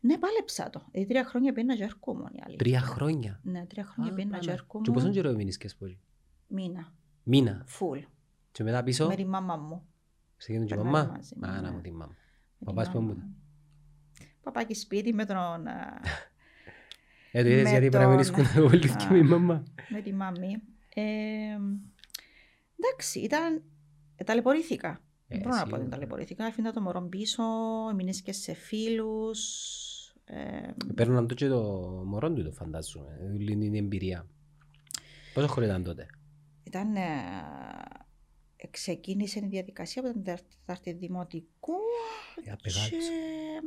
Speaker 2: Ναι, πάλεψα το. Δηλαδή τρία χρόνια πήγαινα και ερχόμουν η αλήθεια.
Speaker 1: Τρία χρόνια.
Speaker 2: Ναι, τρία χρόνια
Speaker 1: Α,
Speaker 2: πήγαινα
Speaker 1: πάμε.
Speaker 2: και
Speaker 1: Και πόσο
Speaker 2: ερχόμουν.
Speaker 1: καιρό μείνεις και σπορεί.
Speaker 2: Μήνα.
Speaker 1: Μήνα.
Speaker 2: Φουλ.
Speaker 1: Και μετά πίσω,
Speaker 2: Με τη μάμα μου.
Speaker 1: σε γίνουν και η
Speaker 2: Περνάμε
Speaker 1: μαμά.
Speaker 2: μαζί,
Speaker 1: Μάνα
Speaker 2: ναι.
Speaker 1: μου τη μάμα.
Speaker 2: Με τη
Speaker 1: Παπάς που
Speaker 2: μάμα
Speaker 1: ήμουν.
Speaker 2: μου. Παπάκι σπίτι με τον. α,
Speaker 1: Ε, το είδες
Speaker 2: Με
Speaker 1: γιατί πρέπει να μείνεις
Speaker 2: τον-
Speaker 1: κοντά όλοι και με η μαμά.
Speaker 2: με τη μάμη. Ε, εντάξει, ήταν. ε, ταλαιπωρήθηκα.
Speaker 1: Ε,
Speaker 2: Δεν μπορώ να πω ότι
Speaker 1: σίγουρα.
Speaker 2: ταλαιπωρήθηκα. Αφήνα το μωρό πίσω, έμεινες και σε φίλους. Ε,
Speaker 1: Παίρναν το και το μωρό του το φαντάζομαι. Ε, Όλη είναι η εμπειρία. Πόσο χρόνο ήταν τότε.
Speaker 2: ήταν, ε, ε, ξεκίνησε η διαδικασία από την Τετάρτη Δημοτικού
Speaker 1: Ε,
Speaker 2: και
Speaker 1: μεγάλος.
Speaker 2: ε,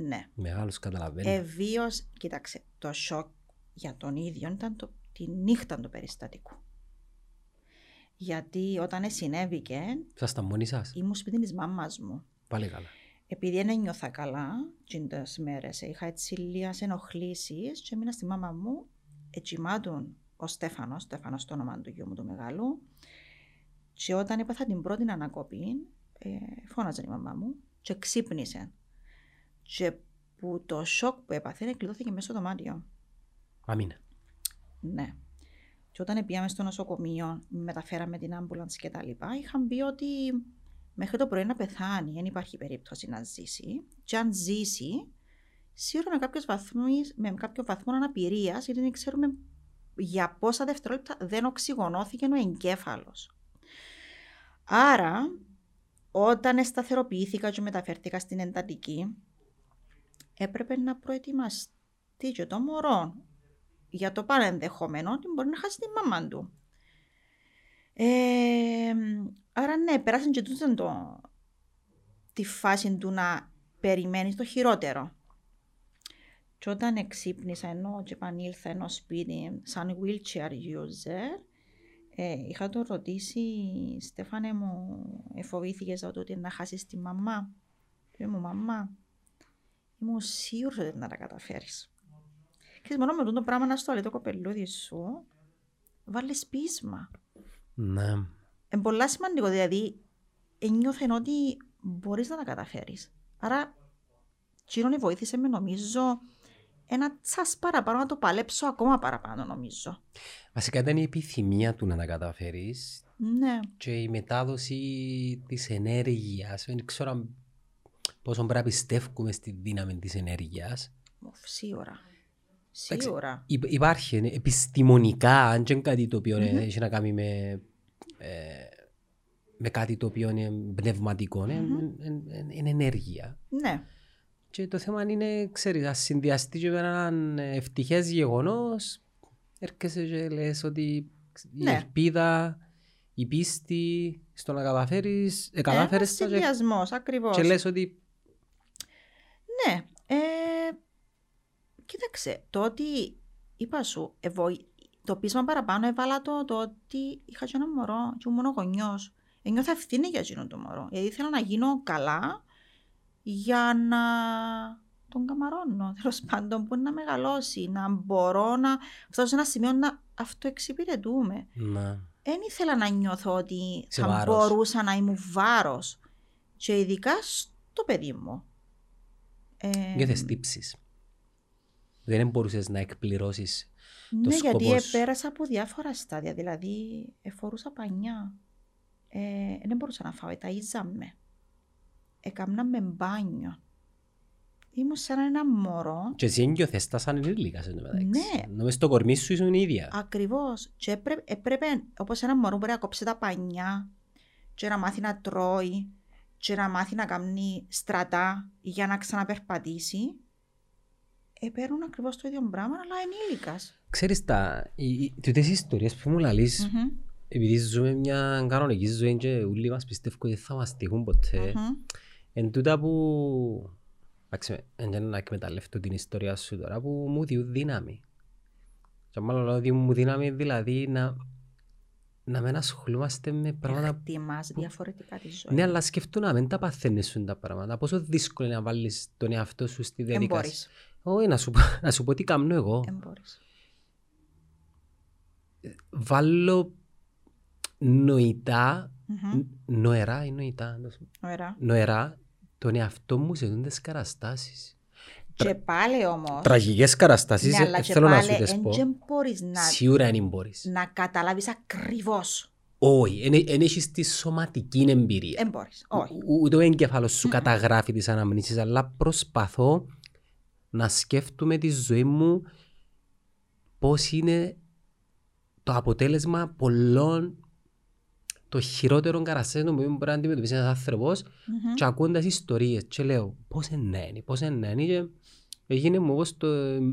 Speaker 2: ναι,
Speaker 1: Μεγάλος
Speaker 2: Ε,
Speaker 1: καταλαβαίνω.
Speaker 2: ευίως, κοίταξε, το σοκ για τον ίδιο ήταν το, τη νύχτα του περιστατικού. Γιατί όταν ε, συνέβηκε,
Speaker 1: Σας τα μόνοι σας.
Speaker 2: ήμουν σπίτι της μάμας μου.
Speaker 1: Πάλι καλά.
Speaker 2: Επειδή δεν ένιωθα καλά τις μέρες, είχα έτσι λίγες ενοχλήσεις και έμεινα στη μάμα μου ετσιμάτων ο Στέφανος, Στέφανος το όνομα του γιού μου του μεγάλου και όταν έπαθα την πρώτη ανακοπή ε, φώναζε η μαμά μου και ξύπνησε και που το σοκ που έπαθε εκλειδώθηκε μέσα στο δωμάτιο.
Speaker 1: Αμήνα.
Speaker 2: Ναι. Και όταν πήγαμε στο νοσοκομείο, μεταφέραμε την άμπουλανς και τα λοιπά, είχαν πει ότι μέχρι το πρωί να πεθάνει, δεν υπάρχει περίπτωση να ζήσει. Και αν ζήσει, σίγουρα με, κάποιους βαθμούς, με κάποιο βαθμό αναπηρίας, γιατί δεν ξέρουμε για πόσα δευτερόλεπτα δεν οξυγονώθηκε ο εγκέφαλος. Άρα, όταν σταθεροποιήθηκα και μεταφέρθηκα στην εντατική, έπρεπε να προετοιμαστεί και το μωρό για το παρενδεχόμενο ότι μπορεί να χάσει τη μαμά του. Ε, άρα ναι, πέρασαν και τούτον το, τη φάση του να περιμένεις το χειρότερο. Και όταν εξύπνησα ενώ και επανήλθα ενώ σπίτι σαν wheelchair user, ε, είχα τον ρωτήσει, Στέφανε μου, εφοβήθηκες από το ότι να χάσεις τη μαμά. Και μου, μαμά, ήμουν σίγουρος ότι να τα καταφέρεις. Ξέρεις, μόνο με το πράγμα να στο αλετό κοπελούδι σου, βάλεις πείσμα.
Speaker 1: Ναι.
Speaker 2: Είναι πολύ σημαντικό, δηλαδή, νιώθεν ότι μπορείς να τα καταφέρεις. Άρα, τσίνον βοήθησε με, νομίζω, ένα τσάς παραπάνω, να το παλέψω ακόμα παραπάνω, νομίζω.
Speaker 1: Βασικά ήταν η επιθυμία του να τα καταφέρεις
Speaker 2: Ναι,
Speaker 1: και η μετάδοση της ενέργειας. Δεν ξέρω αν- πόσο πρέπει να πιστεύουμε στη δύναμη της ενέργειας.
Speaker 2: οφ, σίγουρα. Σίγουρα.
Speaker 1: Υ- Υπάρχει ε, επιστημονικά, αν και είναι κάτι το οποίο ε, έχει να κάνει με, ε, με κάτι το οποίο είναι πνευματικό, ε, ε, ε, ε, είναι ενέργεια.
Speaker 2: Ναι,
Speaker 1: Και το θέμα είναι, ξέρεις, αν συνδυαστεί και με έναν ευτυχές γεγονός, έρχεσαι και λες ότι η
Speaker 2: Ναι.
Speaker 1: ελπίδα, η πίστη στο να καταφέρεις, ε, κατάφερες τα και,
Speaker 2: συνδυασμός, ακριβώς.
Speaker 1: και λες ότι
Speaker 2: Ναι. Ε, κοίταξε, το ότι είπα σου, ε, βοη- το πείσμα παραπάνω έβαλα το, το ότι είχα και ένα μωρό και ήμουν γονιός. Ένιωθα ευθύνη για εκείνο το μωρό. Γιατί ήθελα να γίνω καλά για να τον καμαρώνω. Τέλος πάντων, που να μεγαλώσει, να μπορώ να φτάσω σε ένα σημείο να αυτοεξυπηρετούμε.
Speaker 1: να,
Speaker 2: Δεν ήθελα να νιώθω ότι
Speaker 1: Σε
Speaker 2: θα
Speaker 1: βάρος.
Speaker 2: μπορούσα να ήμουν βάρος. Και ειδικά στο παιδί μου. Ε,
Speaker 1: νιώθες τύψεις. Δεν μπορούσες να εκπληρώσεις
Speaker 2: Ναι,
Speaker 1: το
Speaker 2: γιατί
Speaker 1: σκοπός.
Speaker 2: ε, πέρασα από διάφορα στάδια. Δηλαδή, εφορούσα πανιά. Ε, δεν μπορούσα να φάω, εταΐζα με. Έκανα με μπάνιο. Ήμουν σαν ένα μωρό.
Speaker 1: Και εσύ ένιωθες τα σαν ενήλικα σε το μεταξύ.
Speaker 2: Ναι.
Speaker 1: Νομίζω στο κορμί σου ήσουν η ίδια.
Speaker 2: Ακριβώς. Και έπρεπε, έπρεπε όπως ένα μωρό μπορεί να κόψει τα πανιά, και να μάθει να τρώει, και να μάθει να κάνει στρατά για να ξαναπερπατήσει. Επέρουν ακριβώς το ίδιο πράγμα, αλλά ενήλικας.
Speaker 1: Ξέρεις τα, οι- οι- τούτες οι ιστορίες που μου λαλείς, επειδή ζούμε μια κανονική ζωή και όλοι μας πιστεύω ότι δεν θα μας τύχουν ποτέ, εν τούτα που... Εντάξει, δεν να εκμεταλλευτώ την ιστορία σου τώρα, που μου διούν δύναμη. Και μάλλον λέω ότι μου δύναμη δηλαδή να, να μην ασχολούμαστε με πράγματα
Speaker 2: Πράγμα... Χτιμά Ε, διαφορετικά τη ζωή.
Speaker 1: Ναι, αλλά σκεφτούν να μην τα παθαίνεις σου τα πράγματα. Πόσο δύσκολο είναι να βάλεις τον εαυτό σου στη
Speaker 2: δεν μπορεί.
Speaker 1: διαδικασία. Όχι, να σου, πω- να σου πω τι κάνω εγώ.
Speaker 2: Δεν μπορεί.
Speaker 1: Βάλω νοητά, ν- νοερά ή νοητά, να σου-
Speaker 2: Ωραία.
Speaker 1: νοερά τον εαυτό μου σε δούντες καραστάσεις.
Speaker 2: Και πάλι όμως.
Speaker 1: Τραγικές καραστάσεις,
Speaker 2: Ναι, αλλά
Speaker 1: ε,
Speaker 2: και
Speaker 1: θέλω να σου
Speaker 2: πάλι
Speaker 1: τις πω.
Speaker 2: δεν μπορείς να, Ναι.
Speaker 1: Σίγουρα δεν μπορείς.
Speaker 2: να καταλάβεις ακριβώς.
Speaker 1: Όχι, δεν έχεις τη σωματική εμπειρία.
Speaker 2: Δεν μπορεί. Όχι.
Speaker 1: Ο- ούτε ο εγκέφαλος σου καταγράφει τις αναμνήσεις, αλλά προσπαθώ να σκέφτομαι τη ζωή μου πώς είναι το αποτέλεσμα πολλών των χειρότερων καρασέντων που μπορεί να αντιμετωπίσει ένας άνθρωπος
Speaker 2: Μμμ.
Speaker 1: και ακούντα ιστορίες. Και λέω, πώς είναι, είναι, πώ είναι, είναι, και έγινε μου όπως το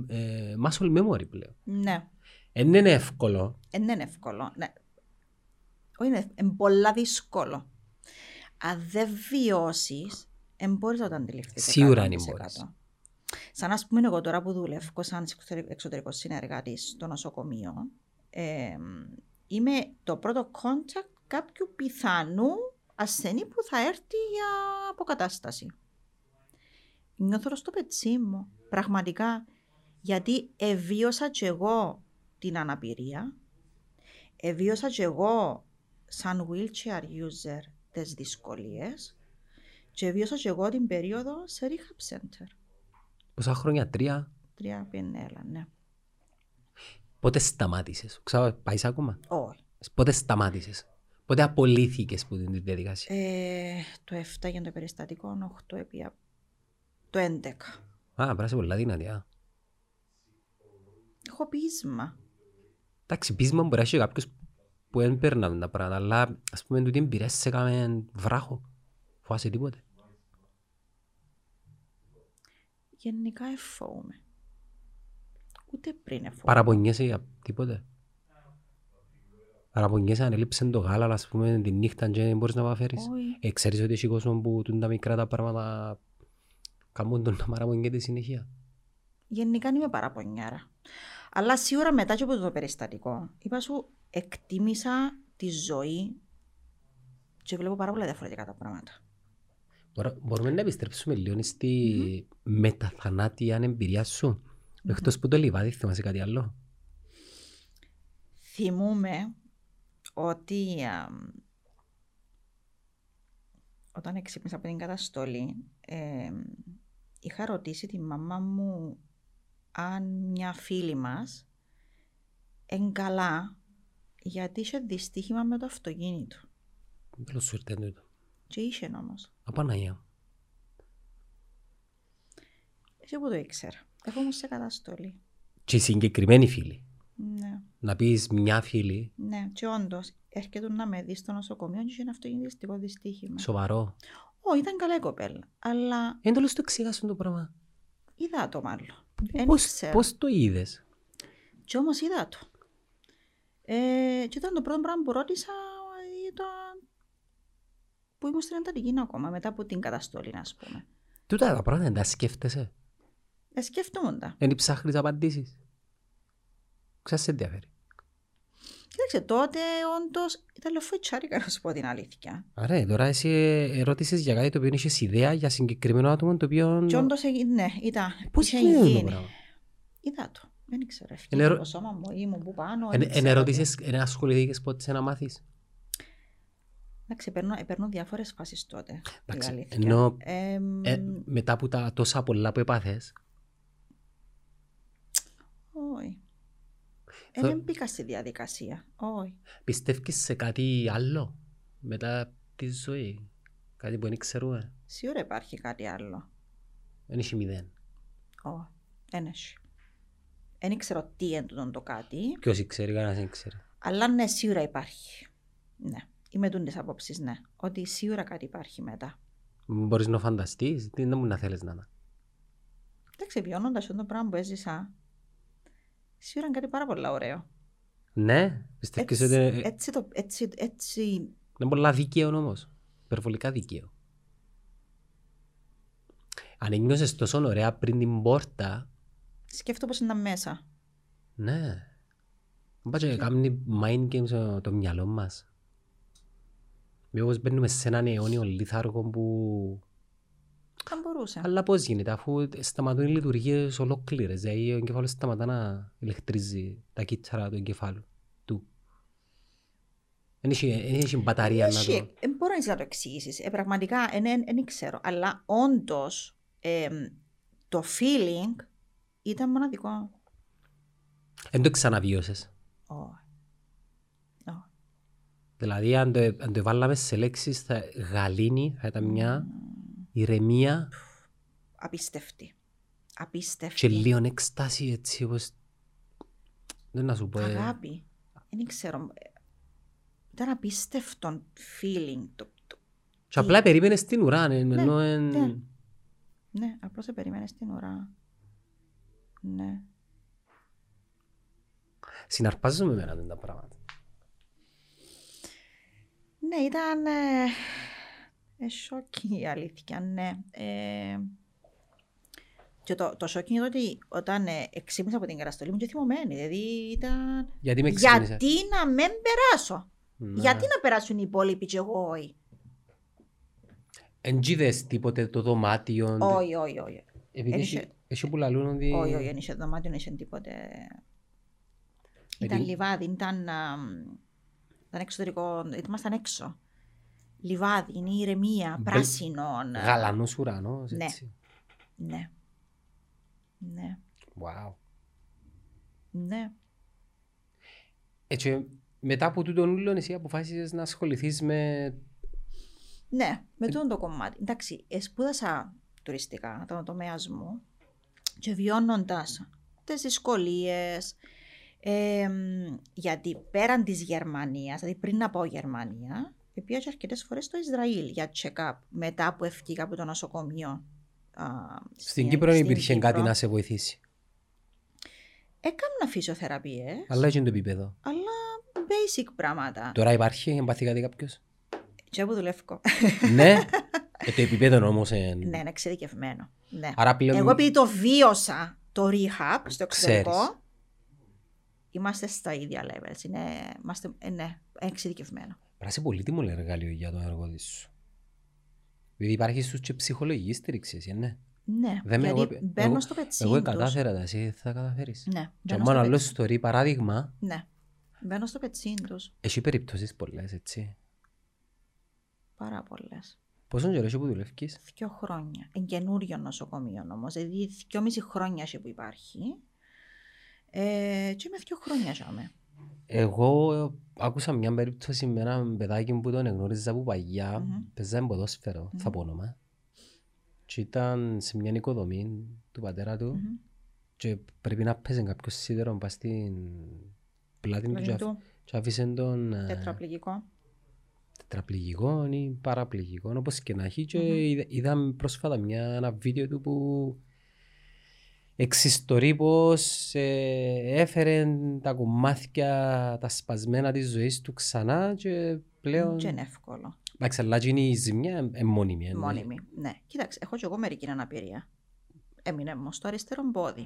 Speaker 1: ε, muscle memory πλέον.
Speaker 2: Ναι.
Speaker 1: Εν είναι εύκολο.
Speaker 2: Ε, δεν είναι εύκολο. Ναι. Όχι, είναι, είναι πολλά δύσκολο. Αν δεν βιώσεις, δεν μπορείς να το αντιληφθείς.
Speaker 1: Σίγουρα εν μπορείς.
Speaker 2: Σαν να πούμε, εγώ τώρα που δουλεύω σαν εξωτερικός συνεργάτης στο νοσοκομείο, ε, είμαι το πρώτο contact κάποιου πιθανού ασθενή που θα έρθει για αποκατάσταση. Νιώθω στο πετσί μου, πραγματικά. Γιατί εβίωσα και εγώ την αναπηρία, εβίωσα και εγώ σαν wheelchair user τις δυσκολίες και εβίωσα και εγώ την περίοδο σε rehab center.
Speaker 1: Πόσα χρόνια, τρία,
Speaker 2: Τρία πινέλα, ναι.
Speaker 1: πότε σταμάτησες. Ξέρω, πάεις ακόμα.
Speaker 2: Όχι.
Speaker 1: Πότε σταμάτησες, Πότε απολύθηκες που την διαδικασία.
Speaker 2: Ε, το 7 για το περιστατικό, 8 επί α- το 11.
Speaker 1: Α, πράσε πολλά δυνατή. α.
Speaker 2: Έχω πείσμα.
Speaker 1: Εντάξει, πείσμα μπορεί να έχει κάποιος που δεν περνάνε τα πράγματα, αλλά ας πούμε τούτη εμπειρία σε έκαμε βράχο. Φοβάσαι τίποτε.
Speaker 2: Γενικά εφόουμε. Ούτε πριν εφόουμε.
Speaker 1: Παραπονιέσαι για τίποτε. Παραπονιέσαι αν έλειψε το γάλα, αλλά, ας πούμε τη νύχτα και δεν μπορείς να παραφέρεις.
Speaker 2: Όχι.
Speaker 1: Ε, ξέρεις ότι έχει κόσμο που τούν τα μικρά τα πράγματα κάνουν τον να παραπονιέται συνέχεια.
Speaker 2: Γενικά είμαι παραπονιάρα. Αλλά σίγουρα μετά και από το περιστατικό, είπα σου, εκτίμησα τη ζωή και βλέπω πάρα πολλά διαφορετικά τα πράγματα.
Speaker 1: Μπορώ- Μπορούμε να επιστρέψουμε λίγο στη μεταθανάτια εμπειρία σου. Εκτός που το λιβάδι, θυμάσαι κάτι άλλο.
Speaker 2: Θυμούμε ότι α, όταν εξύπνησα από την καταστολή, ε, είχα ρωτήσει τη μαμά μου αν μια φίλη μας εγκαλά γιατί είχε δυστύχημα με το αυτοκίνητο.
Speaker 1: Τέλος σου ήρθε τούτο.
Speaker 2: Και είχε όμως.
Speaker 1: Απαναγία. μου.
Speaker 2: Εσύ που το ήξερα. Εγώ όμως σε καταστολή.
Speaker 1: Και οι συγκεκριμένοι φίλοι.
Speaker 2: Ναι,
Speaker 1: Να πεις μια φίλη,
Speaker 2: ναι. Και όντως έρχεται να με δει στο νοσοκομείο και είχε ένα αυτοκινητιστικό δυστύχημα.
Speaker 1: σοβαρό.
Speaker 2: Όχι, ήταν καλά η κοπέλα. Αλλά
Speaker 1: Εν τέλος το εξήγασαν το πράγμα.
Speaker 2: είδα το μάλλον. Εν
Speaker 1: Ε, Πώς,
Speaker 2: ήξερα.
Speaker 1: πώς το είδες.
Speaker 2: Και όμως είδα το. Ε, και ήταν το πρώτο πράγμα που ρώτησα ε, ήταν που ήμουν στην εντατική ακόμα, μετά από την καταστολή, ας πούμε.
Speaker 1: Τούτα τα πράγματα δεν τα σκέφτεσαι.
Speaker 2: Ε, σκεφτόμουν τα.
Speaker 1: Δεν ψάχνεις απαντήσεις. Ξέρεις σε ενδιαφέρει.
Speaker 2: Κοίταξε, τότε όντως ήταν λεφοϊτσάρικα, να σου πω την αλήθεια.
Speaker 1: Άρα, τώρα εσύ ερώτησες για κάτι το οποίο είχες ιδέα για συγκεκριμένο άτομο το οποίο...
Speaker 2: Και όντως, ναι, ήταν.
Speaker 1: Πώς
Speaker 2: είχε
Speaker 1: γίνεται το
Speaker 2: γίνει.
Speaker 1: πράγμα.
Speaker 2: Είδα το. Δεν ήξερα.
Speaker 1: Εν
Speaker 2: Ευκαιρία
Speaker 1: ερω-
Speaker 2: το σώμα μου ήμουν που πάνω.
Speaker 1: Εν-
Speaker 2: δεν
Speaker 1: Εν
Speaker 2: ήξερα τι.
Speaker 1: ερώτησες, εν ασχοληθήκες πότε σε να μάθεις.
Speaker 2: Εντάξει, παίρνω, παίρνω διάφορες φάσεις τότε.
Speaker 1: Εντάξει,
Speaker 2: η αλήθεια.
Speaker 1: ενώ
Speaker 2: Εμ,
Speaker 1: ε, μετά από τα τόσα πολλά που έπαθες,
Speaker 2: Όχι. Ε,
Speaker 1: Θα-
Speaker 2: δεν μπήκα στη διαδικασία. Όχι.
Speaker 1: πιστεύεις σε κάτι άλλο μετά τη ζωή. Κάτι που δεν ξέρουμε.
Speaker 2: Σίγουρα υπάρχει κάτι άλλο.
Speaker 1: Δεν είχε μηδέν.
Speaker 2: Ω, ένα. Δεν ξέρω τι είναι τούτον το κάτι,
Speaker 1: Ποιος ξέρει, κανένας δεν ξέρει.
Speaker 2: αλλά ναι, σίγουρα υπάρχει. Ναι. Είμαι τούν τη άποψη, ναι. Ότι σίγουρα κάτι υπάρχει μετά.
Speaker 1: Μπορείς να φανταστείς, τι να μου να θέλεις να είναι.
Speaker 2: Εντάξει, βιώνοντας αυτό το πράγμα που έζησα, σίγουρα είναι κάτι πάρα πολύ ωραίο.
Speaker 1: Ναι, πιστεύεις
Speaker 2: Έτσι,
Speaker 1: ότι είναι είναι
Speaker 2: έτσι, το, έτσι, έτσι,
Speaker 1: πολλά δίκαιο όμως. Υπερβολικά δίκαιο. Αν ένιωσες τόσο ωραία πριν την πόρτα,
Speaker 2: σκέφτομαι πως είναι μέσα.
Speaker 1: ναι. Μην
Speaker 2: Ναι.
Speaker 1: πάτε να κάνει mind games το- το μυαλό μας. Μήπως μπαίνουμε σε έναν αιώνιο λίθαργο που
Speaker 2: Θα μπορούσε.
Speaker 1: Αλλά πώς γίνεται, αφού σταματούν οι λειτουργίες ολόκληρες. Δηλαδή, ο εγκεφάλος σταματά να ηλεκτρίζει τα κύτταρα του εγκεφάλου του. Δεν έχει, δεν έχει μπαταρία να
Speaker 2: Όχι,
Speaker 1: το.
Speaker 2: δεν Ε, μπορώ να το εξηγήσεις. Ε, πραγματικά δεν ξέρω. Αλλά όντως το feeling ήταν μοναδικό.
Speaker 1: Δεν το ξαναβιώσει.
Speaker 2: Ω. Ω.
Speaker 1: Δηλαδή, αν το, αν το βάλαμε σε λέξεις, θα γαλήνη, θα ήταν μια ηρεμία
Speaker 2: Απίστευτη.
Speaker 1: και
Speaker 2: Απίστευτη.
Speaker 1: λίγο έκσταση έτσι όπως... Δεν να σου πω. ε.
Speaker 2: Αγάπη. Δεν ξέρω. Ε, Ήταν απίστευτο feeling. Το, το-
Speaker 1: Και απλά περίμενε στην ουρά, ε, ενώ. ε,
Speaker 2: ναι. Ναι, απλώς σε περιμένει την ώρα. Ναι.
Speaker 1: Συναρπάζομαι με έναν τα πράγματα.
Speaker 2: Ναι, ήταν ε, ε, σοκ η αλήθεια, ναι. Ε, και το, το σοκ είναι ότι όταν ε, εξήμισα από την καταστολή μου και θυμωμένη, δηλαδή ήταν...
Speaker 1: Γιατί με ξύπνησε.
Speaker 2: Γιατί να μην περάσω.
Speaker 1: Ναι.
Speaker 2: Γιατί να περάσουν οι υπόλοιποι και εγώ όχι.
Speaker 1: Εν τζίδες τίποτε το δωμάτιο.
Speaker 2: Όχι, όχι, όχι.
Speaker 1: Επειδή
Speaker 2: Ένιωσε-
Speaker 1: έχει- έχει που λαλούν ότι...
Speaker 2: Όχι, όχι, δεν είχε δωμάτιο, δεν είχε τίποτε. Ήταν
Speaker 1: Γιατί-
Speaker 2: λιβάδι, ήταν, α, μ, ήταν εξωτερικό, ήμασταν έξω. Λιβάδι, είναι ηρεμία,
Speaker 1: Μπελ-
Speaker 2: πράσινο. ναι.
Speaker 1: Γαλανός ουρανός,
Speaker 2: Ναι.
Speaker 1: έτσι.
Speaker 2: Ναι. Ναι.
Speaker 1: Wow.
Speaker 2: Ναι.
Speaker 1: Έτσι, μετά από τούτον ούλον εσύ αποφάσισες να ασχοληθείς με...
Speaker 2: Ναι,
Speaker 1: Ε,
Speaker 2: με τούτο το κομμάτι. Εντάξει, ε, σπούδασα τουριστικά, τον τομέας μου και βιώνοντας τις δυσκολίες. γιατί πέραν της Γερμανίας, δηλαδή πριν να πάω Γερμανία, πήγα και αρκετές φορές στο Ισραήλ για check-up μετά που έφυγα από το νοσοκομείο. α,
Speaker 1: Στην Κύπρο δεν
Speaker 2: στην
Speaker 1: υπήρχε κάτι
Speaker 2: Κύπρο.
Speaker 1: να σε βοηθήσει.
Speaker 2: Έκανα φυσιοθεραπείες,
Speaker 1: Αλλά έγινε το επίπεδο.
Speaker 2: αλλά basic πράγματα.
Speaker 1: Τώρα υπάρχει, εμπαθεί κάτι κάποιος.
Speaker 2: Και όπου δουλεύω.
Speaker 1: ναι. Ε, το επίπεδο όμως... ε,
Speaker 2: Ναι, είναι εξειδικευμένο. Ναι.
Speaker 1: Άρα πλέον...
Speaker 2: Εγώ επειδή το βίωσα το rehab στο εξωτερικό,
Speaker 1: Ξέρεις.
Speaker 2: είμαστε στα ίδια levels. Είναι, είμαστε, ε, ναι, εξειδικευμένο.
Speaker 1: Πράσι πολύτιμο λέει, εργαλείο για το έργο της σου. Επειδή υπάρχει στους και ψυχολογική στήριξη, εσύ, ναι.
Speaker 2: Ναι,
Speaker 1: Δεν με-
Speaker 2: γιατί
Speaker 1: εγώ-
Speaker 2: μπαίνω
Speaker 1: εγώ-
Speaker 2: στο πετσί
Speaker 1: Εγώ
Speaker 2: τους.
Speaker 1: κατάφερα τα, εσύ θα καταφέρεις.
Speaker 2: Ναι,
Speaker 1: Και
Speaker 2: μπαίνω
Speaker 1: αν
Speaker 2: στο,
Speaker 1: άλλο
Speaker 2: πετσί-
Speaker 1: story, παράδειγμα,
Speaker 2: ναι, μπαίνω στο πετσί τους.
Speaker 1: έχει περιπτώσεις πολλές, έτσι.
Speaker 2: Πάρα πολλές.
Speaker 1: Πόσο καιρό είσαι που δουλεύεις?
Speaker 2: Δυο χρόνια. Εν καινούριο νοσοκομείο όμως. Δηλαδή, δυόμιση χρόνια έχει που υπάρχει. Ε, και είμαι δυο χρόνια ζάμε.
Speaker 1: Εγώ ε, άκουσα μια περίπτωση με έναν παιδάκι που τον εγνώριζα από παγιά.
Speaker 2: Μμμ.
Speaker 1: Παίζαμε ποδόσφαιρο, θα πω όνομα. Και ήταν σε μια νοικοδομή του πατέρα του
Speaker 2: Μμμ.
Speaker 1: και πρέπει να παίζει κάποιος σίδερο να πάει στην πλάτη του
Speaker 2: Δηλαδή,
Speaker 1: και αφ-
Speaker 2: του
Speaker 1: και άφησε τον ε,
Speaker 2: Τετραπληγικό.
Speaker 1: τετραπληγικό ή παραπληγικό όπως και να έχει και είδα- είδα πρόσφατα μια, ένα βίντεο του που εξιστορεί πως ε, έφερε τα κομμάτια τα σπασμένα της ζωής του ξανά και πλέον
Speaker 2: Και ναι. είναι εύκολο.
Speaker 1: εντάξει αλλά και είναι η ζημιά ε, μόνιμη εννοώ.
Speaker 2: Μόνιμη. Ναι. Κοίταξε, έχω και εγώ μερική αναπηρία. Έμεινε μου στο αριστερό πόδι.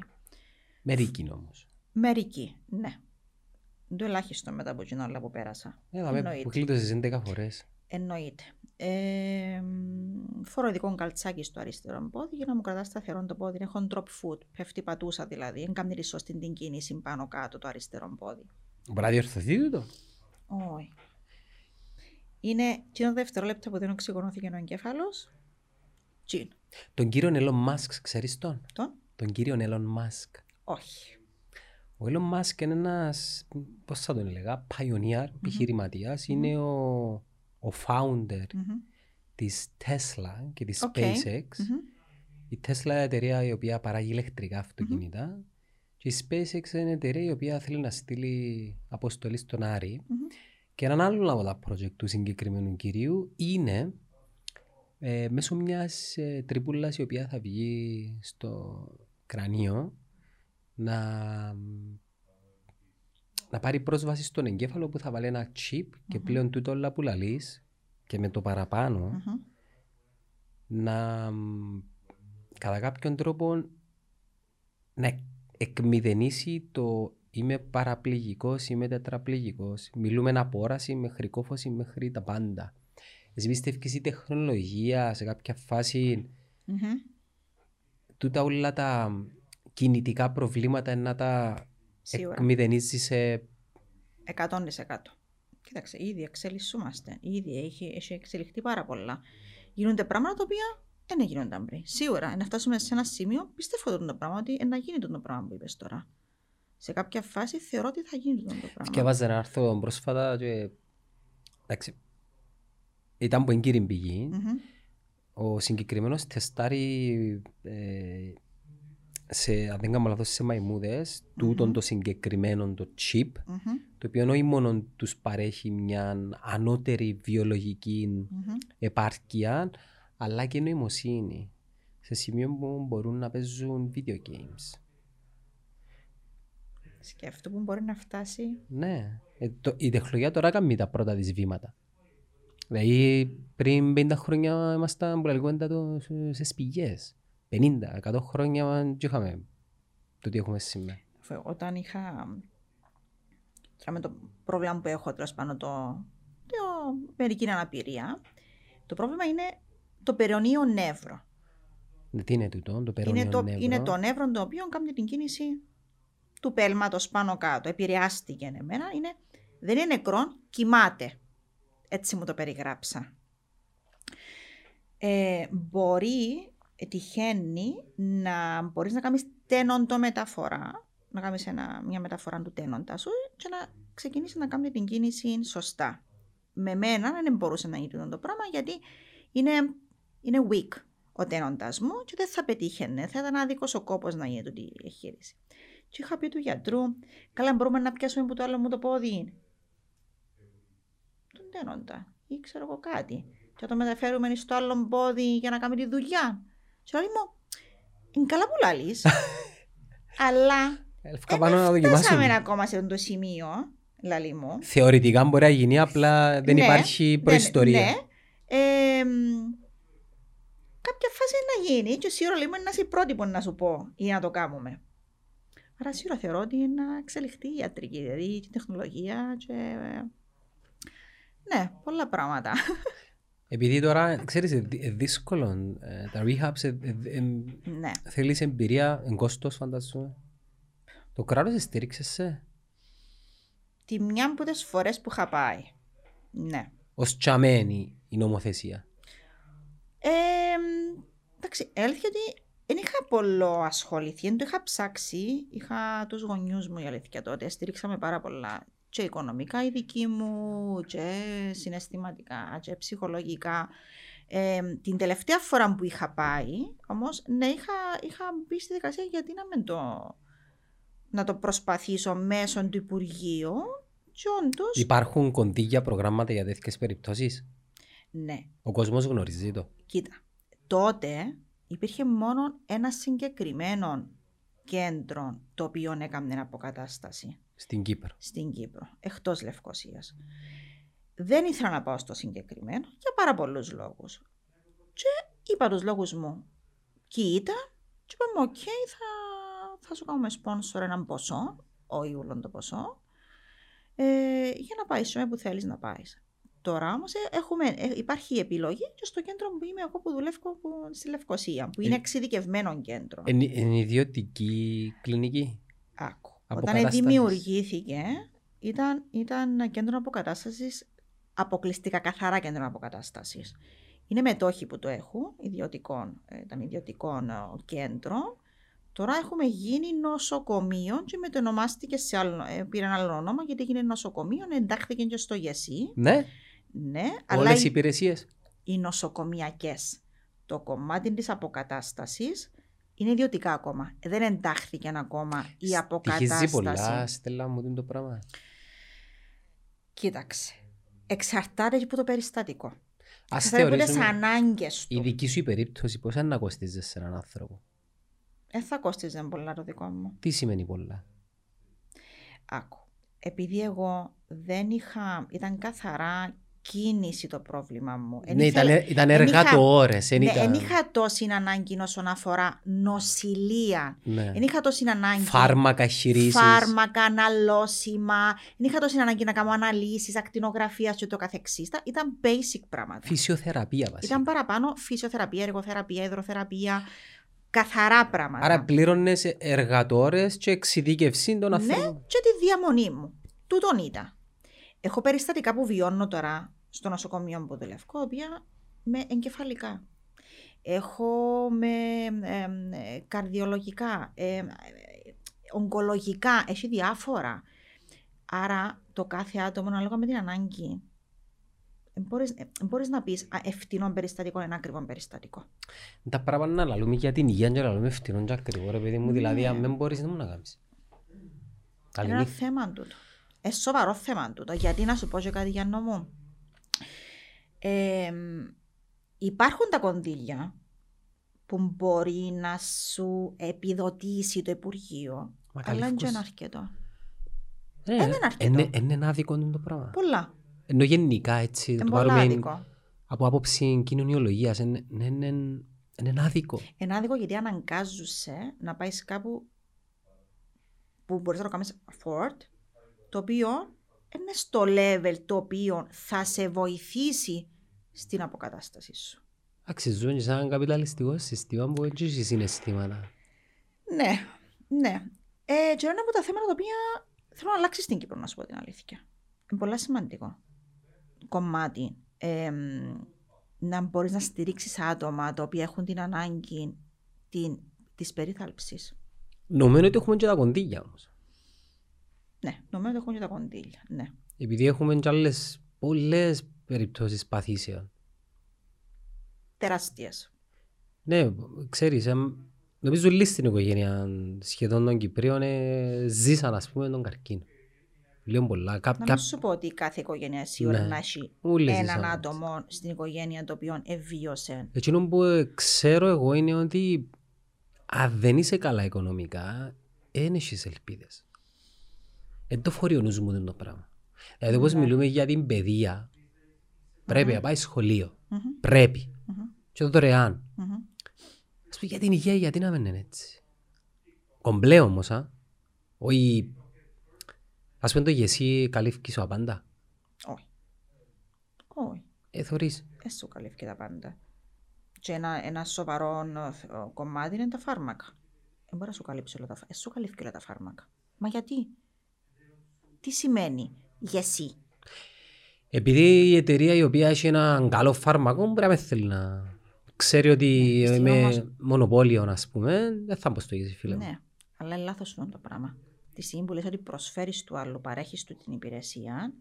Speaker 1: μερική όμως
Speaker 2: Μερική, ναι. Το ελάχιστο μετά από την όλα που πέρασα.
Speaker 1: Είδαμε
Speaker 2: Εννοείται.
Speaker 1: που κλείτωσες 11 φορές
Speaker 2: Εννοείται. Ε, μ, φορώ ειδικό καλτσάκι στο αριστερό πόδι για να μου κρατάς σταθερό το πόδι. Είναι drop foot. Πέφτει πατούσα δηλαδή. Δεν κάνει ρησό στην την κίνηση πάνω κάτω το αριστερό πόδι.
Speaker 1: Μπορεί να διορθωθεί τούτο
Speaker 2: Όχι. Είναι τσίνο δευτερόλεπτα που δεν οξυγονώθηκε ο εγκέφαλος. Τσιν.
Speaker 1: Τον κύριο Elon Musk ξέρεις τον
Speaker 2: Τον.
Speaker 1: Τον κύριο Elon Musk
Speaker 2: Όχι.
Speaker 1: Ο Elon Musk είναι ένας, πώς θα τον έλεγα, pioneer επιχειρηματία. Είναι ο, ο founder
Speaker 2: Μμμ.
Speaker 1: της Tesla και της
Speaker 2: Οκ.
Speaker 1: SpaceX.
Speaker 2: Μμμ.
Speaker 1: Η Tesla είναι εταιρεία η οποία παράγει ηλεκτρικά αυτοκίνητα και η SpaceX είναι εταιρεία η οποία θέλει να στείλει αποστολή στον Άρη. Και έναν άλλο από τα project του συγκεκριμένου κυρίου είναι ε, μέσω μιας ε, τρυπούλας η οποία θα βγει στο κρανίο να, να πάρει πρόσβαση στον εγκέφαλο που θα βάλει ένα chip και πλέον τούτο όλα που λαλείς και με το παραπανω
Speaker 2: Μμμ.
Speaker 1: να μ, κατά κάποιον τρόπο να εκμηδενήσει το είμαι παραπληγικός, είμαι τετραπληγικός. Μιλούμε από όραση μέχρι κόφωση μέχρι τα πάντα. Εσύ πιστεύεις η τεχνολογία σε κάποια φάση
Speaker 2: Μμμ.
Speaker 1: τούτα όλα τα κινητικά προβλήματα να τα
Speaker 2: Σίγουρα.
Speaker 1: εκμηδενίζει σε
Speaker 2: 100%. Κοίταξε, ήδη εξελισσούμαστε. Ήδη έχει, έχει εξελιχθεί πάρα πολλά. Γίνονται πράγματα τα οποία δεν γίνονταν πριν. Σίγουρα, να φτάσουμε σε ένα σημείο, πιστεύω ότι το πράγμα ότι ε, να γίνει το πράγμα που είπες τώρα. Σε κάποια φάση θεωρώ ότι θα γίνει το πράγμα.
Speaker 1: Διαβάζα ένα άρθρο πρόσφατα και εντάξει, ήταν από εγκύρη πηγή.
Speaker 2: Μμμ.
Speaker 1: Ο συγκεκριμένος τεστάρει ε, σε, αν δεν κάνω λάθος, σε μαϊμούδες τούτον το συγκεκριμένο το chip,
Speaker 2: Μμμ.
Speaker 1: το οποίο όχι μόνο τους παρέχει μια ανώτερη βιολογική
Speaker 2: Μμμ.
Speaker 1: επάρκεια, αλλά και νοημοσύνη. Σε σημείο που μπορούν να παίζουν video games.
Speaker 2: Σκέφτομαι που μπορεί να φτάσει.
Speaker 1: Ναι. Ε, το, η τεχνολογία τώρα κάνει τα πρώτα της βήματα. Δηλαδή πριν 50 χρόνια ήμασταν που λαλικόντα το σε- σε σπηγές. 50, 100 χρόνια δεν είχαμε το τι έχουμε σήμερα.
Speaker 2: Φε- Όταν είχα. Τώρα με το πρόβλημα που έχω τέλος πάνω το, το μερική αναπηρία, το πρόβλημα είναι το περαιωνίο νεύρο.
Speaker 1: Ναι, Τι είναι τούτο, το περώνιο
Speaker 2: είναι το,
Speaker 1: νεύρο.
Speaker 2: είναι το νεύρο το οποίο κάνει την κίνηση του πέλματος πάνω κάτω. Επηρεάστηκε εμένα. Είναι, δεν είναι νεκρό, κοιμάται. Έτσι μου το περιγράψα. Ε, μπορεί, ε, τυχαίνει, να μπορείς να κάνεις τένοντο μεταφορά, να κάνεις ένα, μια μεταφορά του τένοντα σου και να ξεκινήσεις να κάνεις την κίνηση σωστά. Με μένα δεν μπορούσε να γίνει το πράγμα γιατί είναι, είναι weak ο τένοντας μου και δεν θα πετύχαινε. Θα ήταν άδικος ο κόπος να γίνει τούτη η εγχείρηση. Και είχα πει του γιατρού, καλά μπορούμε να πιάσουμε που το άλλο μου το πόδι. Τον τένοντα, ή ξέρω εγώ κάτι. Και να το μεταφέρουμε στο άλλο πόδι για να κάνουμε τη δουλειά. Και λέει μου, είναι καλά που λαλείς, αλλά
Speaker 1: Ελφκά
Speaker 2: δεν
Speaker 1: Ε, πάνω να
Speaker 2: Ε, φτάσαμε
Speaker 1: δοκιμάσουμε.
Speaker 2: ακόμα σε αυτό το σημείο, λαλή μου.
Speaker 1: Θεωρητικά μπορεί να γίνει, απλά δεν
Speaker 2: Ναι,
Speaker 1: υπάρχει
Speaker 2: δεν-
Speaker 1: προϊστορία.
Speaker 2: ναι. Ε, μ, κάποια φάση να γίνει και σίγουρα λέμε να είσαι η πρώτη που να σου πω ή να το κάνουμε. Άρα σίγουρα θεωρώ ότι είναι να εξελιχθεί η ιατρική, δηλαδή και η τεχνολογία και... ε, Ναι, πολλά πράγματα.
Speaker 1: Επειδή τώρα, ξέρεις, ε, δυ- ε, δύσκολο. ε, τα rehabs ε, ε, ε,
Speaker 2: ναι.
Speaker 1: θέλεις εμπειρία, εν κόστος φαντάζομαι. Το κράτος στήριξε σε.
Speaker 2: Τη μια από τις φορές που είχα πάει. Ναι.
Speaker 1: ως τσαμένη η νομοθεσία.
Speaker 2: Ε, μ, εντάξει, έλθει ότι δεν είχα πολλό ασχοληθεί, δεν το είχα ψάξει. Είχα τους γονιούς μου η αλήθεια τότε, στηρίξαμε πάρα πολλά. Και οικονομικά η δική μου, και συναισθηματικά, και ψυχολογικά. Ε, μ, την τελευταία φορά που είχα πάει, όμως, ναι, είχα, είχα μπει στη δικασία γιατί να μην το, να το προσπαθήσω μέσω του Υπουργείου. Και όντως,
Speaker 1: Υπάρχουν κονδύλια προγράμματα για τέτοιες περιπτώσεις.
Speaker 2: ναι,
Speaker 1: Ο κόσμος γνωρίζει το.
Speaker 2: Κοίτα, τότε υπήρχε μόνο ένα συγκεκριμένο κέντρο το οποίο έκανε την αποκατάσταση
Speaker 1: Στην Κύπρο.
Speaker 2: στην Κύπρο, εκτός Λευκοσίας. Δεν ήθελα να πάω στο συγκεκριμένο για πάρα πολλούς λόγους. Και είπα τους λόγους μου και ήταν και είπαμε οκ, θα, θα σου κάνουμε sponsor έναν ποσό, όχι όλον το ποσό, ε, για να πάεις σε που θέλεις να πάεις. Τώρα όμως έχουμε, ε, υπάρχει η επιλογή και στο κέντρο που είμαι εγώ που δουλεύω που, στη Λευκοσία, που είναι
Speaker 1: Ε,
Speaker 2: εξειδικευμένο κέντρο.
Speaker 1: Εν, εν ιδιωτική κλινική.
Speaker 2: Άκου. Όταν
Speaker 1: Αποκατάστασης.
Speaker 2: δημιουργήθηκε, ήταν, ήταν κέντρο αποκατάστασης, αποκλειστικά καθαρά κέντρο αποκατάστασης. Είναι μετόχοι που το έχουν, ιδιωτικών, ε, ήταν ιδιωτικών ε, κέντρο. Τώρα έχουμε γίνει νοσοκομείο και μετονομάστηκε σε άλλο, ε, πήρε ένα άλλο όνομα γιατί έγινε νοσοκομείο, εντάχθηκε και στο ΓΕΣΥ.
Speaker 1: Ναι,
Speaker 2: Ναι,
Speaker 1: όλες οι
Speaker 2: η-
Speaker 1: υπηρεσίες.
Speaker 2: οι νοσοκομιακές. Το κομμάτι της αποκατάστασης είναι ιδιωτικά ακόμα. Ε, Δεν εντάχθηκε ακόμα η αποκατάσταση.
Speaker 1: Τυχίζει πολλά, Στέλλα μου, τι είναι το πράγμα.
Speaker 2: Κοίταξε. Εξαρτάται και από το περιστατικό.
Speaker 1: Ας
Speaker 2: Εξαρτάται από τις
Speaker 1: θεωρήσουμε-
Speaker 2: ανάγκες
Speaker 1: Η
Speaker 2: του.
Speaker 1: δική σου η περίπτωση πώς είναι να κοστίζεις σε έναν άνθρωπο.
Speaker 2: Δεν Ε, θα κόστιζε πολλά το δικό μου.
Speaker 1: Τι σημαίνει πολλά.
Speaker 2: Άκου. Επειδή εγώ δεν είχα, ήταν καθαρά κίνηση το πρόβλημα μου. Εν
Speaker 1: ναι,
Speaker 2: ήθελα-
Speaker 1: ήταν, ήταν
Speaker 2: εν είχα-
Speaker 1: εργάτο ώρες. Εν
Speaker 2: ναι,
Speaker 1: ήταν...
Speaker 2: εν είχα τόση ανάγκη όσον αφορά νοσηλεία.
Speaker 1: ναι.
Speaker 2: Δεν είχα τόση ανάγκη.
Speaker 1: Φάρμακα χειρίσεις.
Speaker 2: Φάρμακα, αναλώσιμα. Δεν είχα τόση ανάγκη να κάνω αναλύσεις, ακτινογραφίας και το καθεξή. Ήταν basic πράγματα.
Speaker 1: Φυσιοθεραπεία βασικά.
Speaker 2: Ήταν παραπάνω φυσιοθεραπεία, εργοθεραπεία, υδροθεραπεία. Καθαρά πράγματα.
Speaker 1: Άρα πλήρωνες εργατόρες και εξειδίκευση των
Speaker 2: ναι,
Speaker 1: ανθρώπων.
Speaker 2: και τη διαμονή μου. Τούτον ήταν. Έχω περιστατικά που βιώνω τώρα στο νοσοκομείο που δουλεύω, οποία με εγκεφαλικά. Έχω με εμ, ε, καρδιολογικά, εμ, ε, ογκολογικά, έχει διάφορα. Άρα το κάθε άτομο ανάλογα με την ανάγκη. Εν μπορείς, ε, εν μπορείς να πεις α, ευθυνών περιστατικό, ένα ακριβό περιστατικό.
Speaker 1: Τα πράγματα να λαλούμε για την υγεία και να λαλούμε φτηνών και ακριβό ρε παιδί μου. Δηλαδή αν δεν μπορείς δεν μου να κάνεις.
Speaker 2: Είναι ένα
Speaker 1: Καληνύχτα.
Speaker 2: θέμα τούτο. Ε, σοβαρό θέμα τούτο. Γιατί να σου πω και κάτι για νόμο. Ε, υπάρχουν τα κονδύλια που μπορεί να σου επιδοτήσει το Υπουργείο,
Speaker 1: Μα
Speaker 2: αλλά είναι και
Speaker 1: καλύφκους.
Speaker 2: ένα αρκετό.
Speaker 1: Ναι,
Speaker 2: δεν είναι αρκετό.
Speaker 1: Είναι, είναι ένα άδικο είναι το πράγμα.
Speaker 2: Πολλά.
Speaker 1: Ενώ γενικά έτσι,
Speaker 2: Είναι
Speaker 1: το
Speaker 2: πολλά
Speaker 1: πάρουμε
Speaker 2: άδικο.
Speaker 1: από άποψη κοινωνιολογίας, είναι, είναι, είναι, είναι άδικο.
Speaker 2: Είναι άδικο γιατί αναγκάζουσε να πάεις κάπου που μπορείς να το κάνεις afford, το οποίο είναι στο level το οποίο θα σε βοηθήσει στην αποκατάστασή σου.
Speaker 1: Αξιζούν και σαν καπιταλιστικό σύστημα που έτσι έχει συναισθήματα.
Speaker 2: Ναι, ναι. Ε, και ένα από τα θέματα τα οποία θέλω να αλλάξεις στην Κύπρο, να σου πω την αλήθεια. Είναι πολύ σημαντικό κομμάτι. Ε, να μπορείς να στηρίξεις άτομα τα οποία έχουν την ανάγκη την, της περίθαλψης.
Speaker 1: Νομίζω ότι έχουμε και τα κονδύλια όμως.
Speaker 2: Ναι, νομίζω ότι έχουν και τα κονδύλια. Ναι.
Speaker 1: Επειδή έχουμε και άλλες πολλές περιπτώσεις παθήσεων.
Speaker 2: Τεράστιες.
Speaker 1: Ναι, ξέρεις, εμ, νομίζω όλοι στην οικογένεια σχεδόν των Κυπρίων ε, ζήσαν ας πούμε τον καρκίνο. Λέω πολλά. Κά,
Speaker 2: Να
Speaker 1: κά,
Speaker 2: μην σου πω ότι κάθε οικογένεια σίγουρα
Speaker 1: Ναι.
Speaker 2: να έχει
Speaker 1: όλοι
Speaker 2: έναν
Speaker 1: ζήσαν.
Speaker 2: άτομο στην οικογένεια το οποίο εβίωσε.
Speaker 1: Εκείνο που ε, ξέρω εγώ είναι ότι αν δεν είσαι καλά οικονομικά, δεν έχεις ελπίδες. Δεν το φοριονίζουμε το πράγμα. Δηλαδή
Speaker 2: Ναι.
Speaker 1: όπως μιλούμε για την παιδεία, πρέπει να πάει σχολείο.
Speaker 2: Μμμ.
Speaker 1: Πρέπει.
Speaker 2: Μμμ.
Speaker 1: Και το δωρεάν.
Speaker 2: Μμμ.
Speaker 1: Ας πούμε για την υγεία, γιατί να μην είναι έτσι. Κομπλέ όμως, α. Όχι... Ας πούμε το γεσί καλύφκεις ο απάντα.
Speaker 2: Όχι. Όχι.
Speaker 1: Ε, θωρείς.
Speaker 2: Έσου καλύφθηκε τα πάντα. Και ένα, ένα σοβαρό ε, ε, κομμάτι είναι τα φάρμακα. Δεν μπορεί να σου καλύψει όλα τα φάρμακα. Σου καλύφθηκε όλα τα φάρμακα. Μα γιατί. Τι σημαίνει γεσί.
Speaker 1: Επειδή η εταιρεία η οποία έχει έναν καλό φάρμακο μπορεί να με θέλει να ξέρει ότι
Speaker 2: Στην όμως.
Speaker 1: είμαι μονοπόλιο, ας πούμε, δεν θα μπω στο ίδιο φίλε μου.
Speaker 2: Ναι, αλλά είναι λάθος σου το πράγμα. Τη στιγμή που λες ότι προσφέρεις του άλλου, παρέχεις του την υπηρεσία,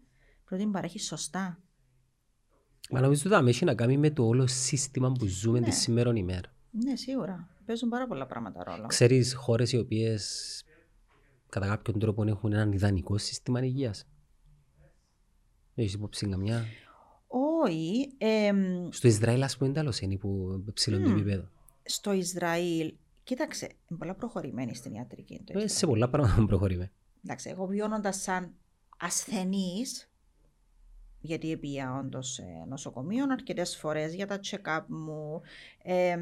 Speaker 2: πρέπει να την παρέχεις σωστά.
Speaker 1: Μα νομίζω ότι έχει να κάνει με το όλο σύστημα που ζούμε
Speaker 2: Ναι.
Speaker 1: τη σήμερα ημέρα.
Speaker 2: Ναι, σίγουρα. Παίζουν πάρα πολλά πράγματα ρόλο.
Speaker 1: Ξέρεις χώρες οι οποίες κατά κάποιον τρόπο έχουν έναν ιδανικό σύστημα υγείας. Έχεις υπόψη καμιά.
Speaker 2: Όχι, εμ,
Speaker 1: Στο Ισραήλ, ας πούμε, είναι τα λοσένη που ψηλώνει το
Speaker 2: Μμμ.
Speaker 1: επίπεδο.
Speaker 2: στο Ισραήλ, κοίταξε, είναι πολλά προχωρημένοι στην ιατρική. το
Speaker 1: Ε,
Speaker 2: Ισραήλ.
Speaker 1: Σε πολλά πράγματα ε. προχωρούμε.
Speaker 2: Εντάξει, εγώ βιώνοντας σαν ασθενής, γιατί ε, πήγα όντω νοσοκομείο αρκετές φορές για τα check-up μου. εμ,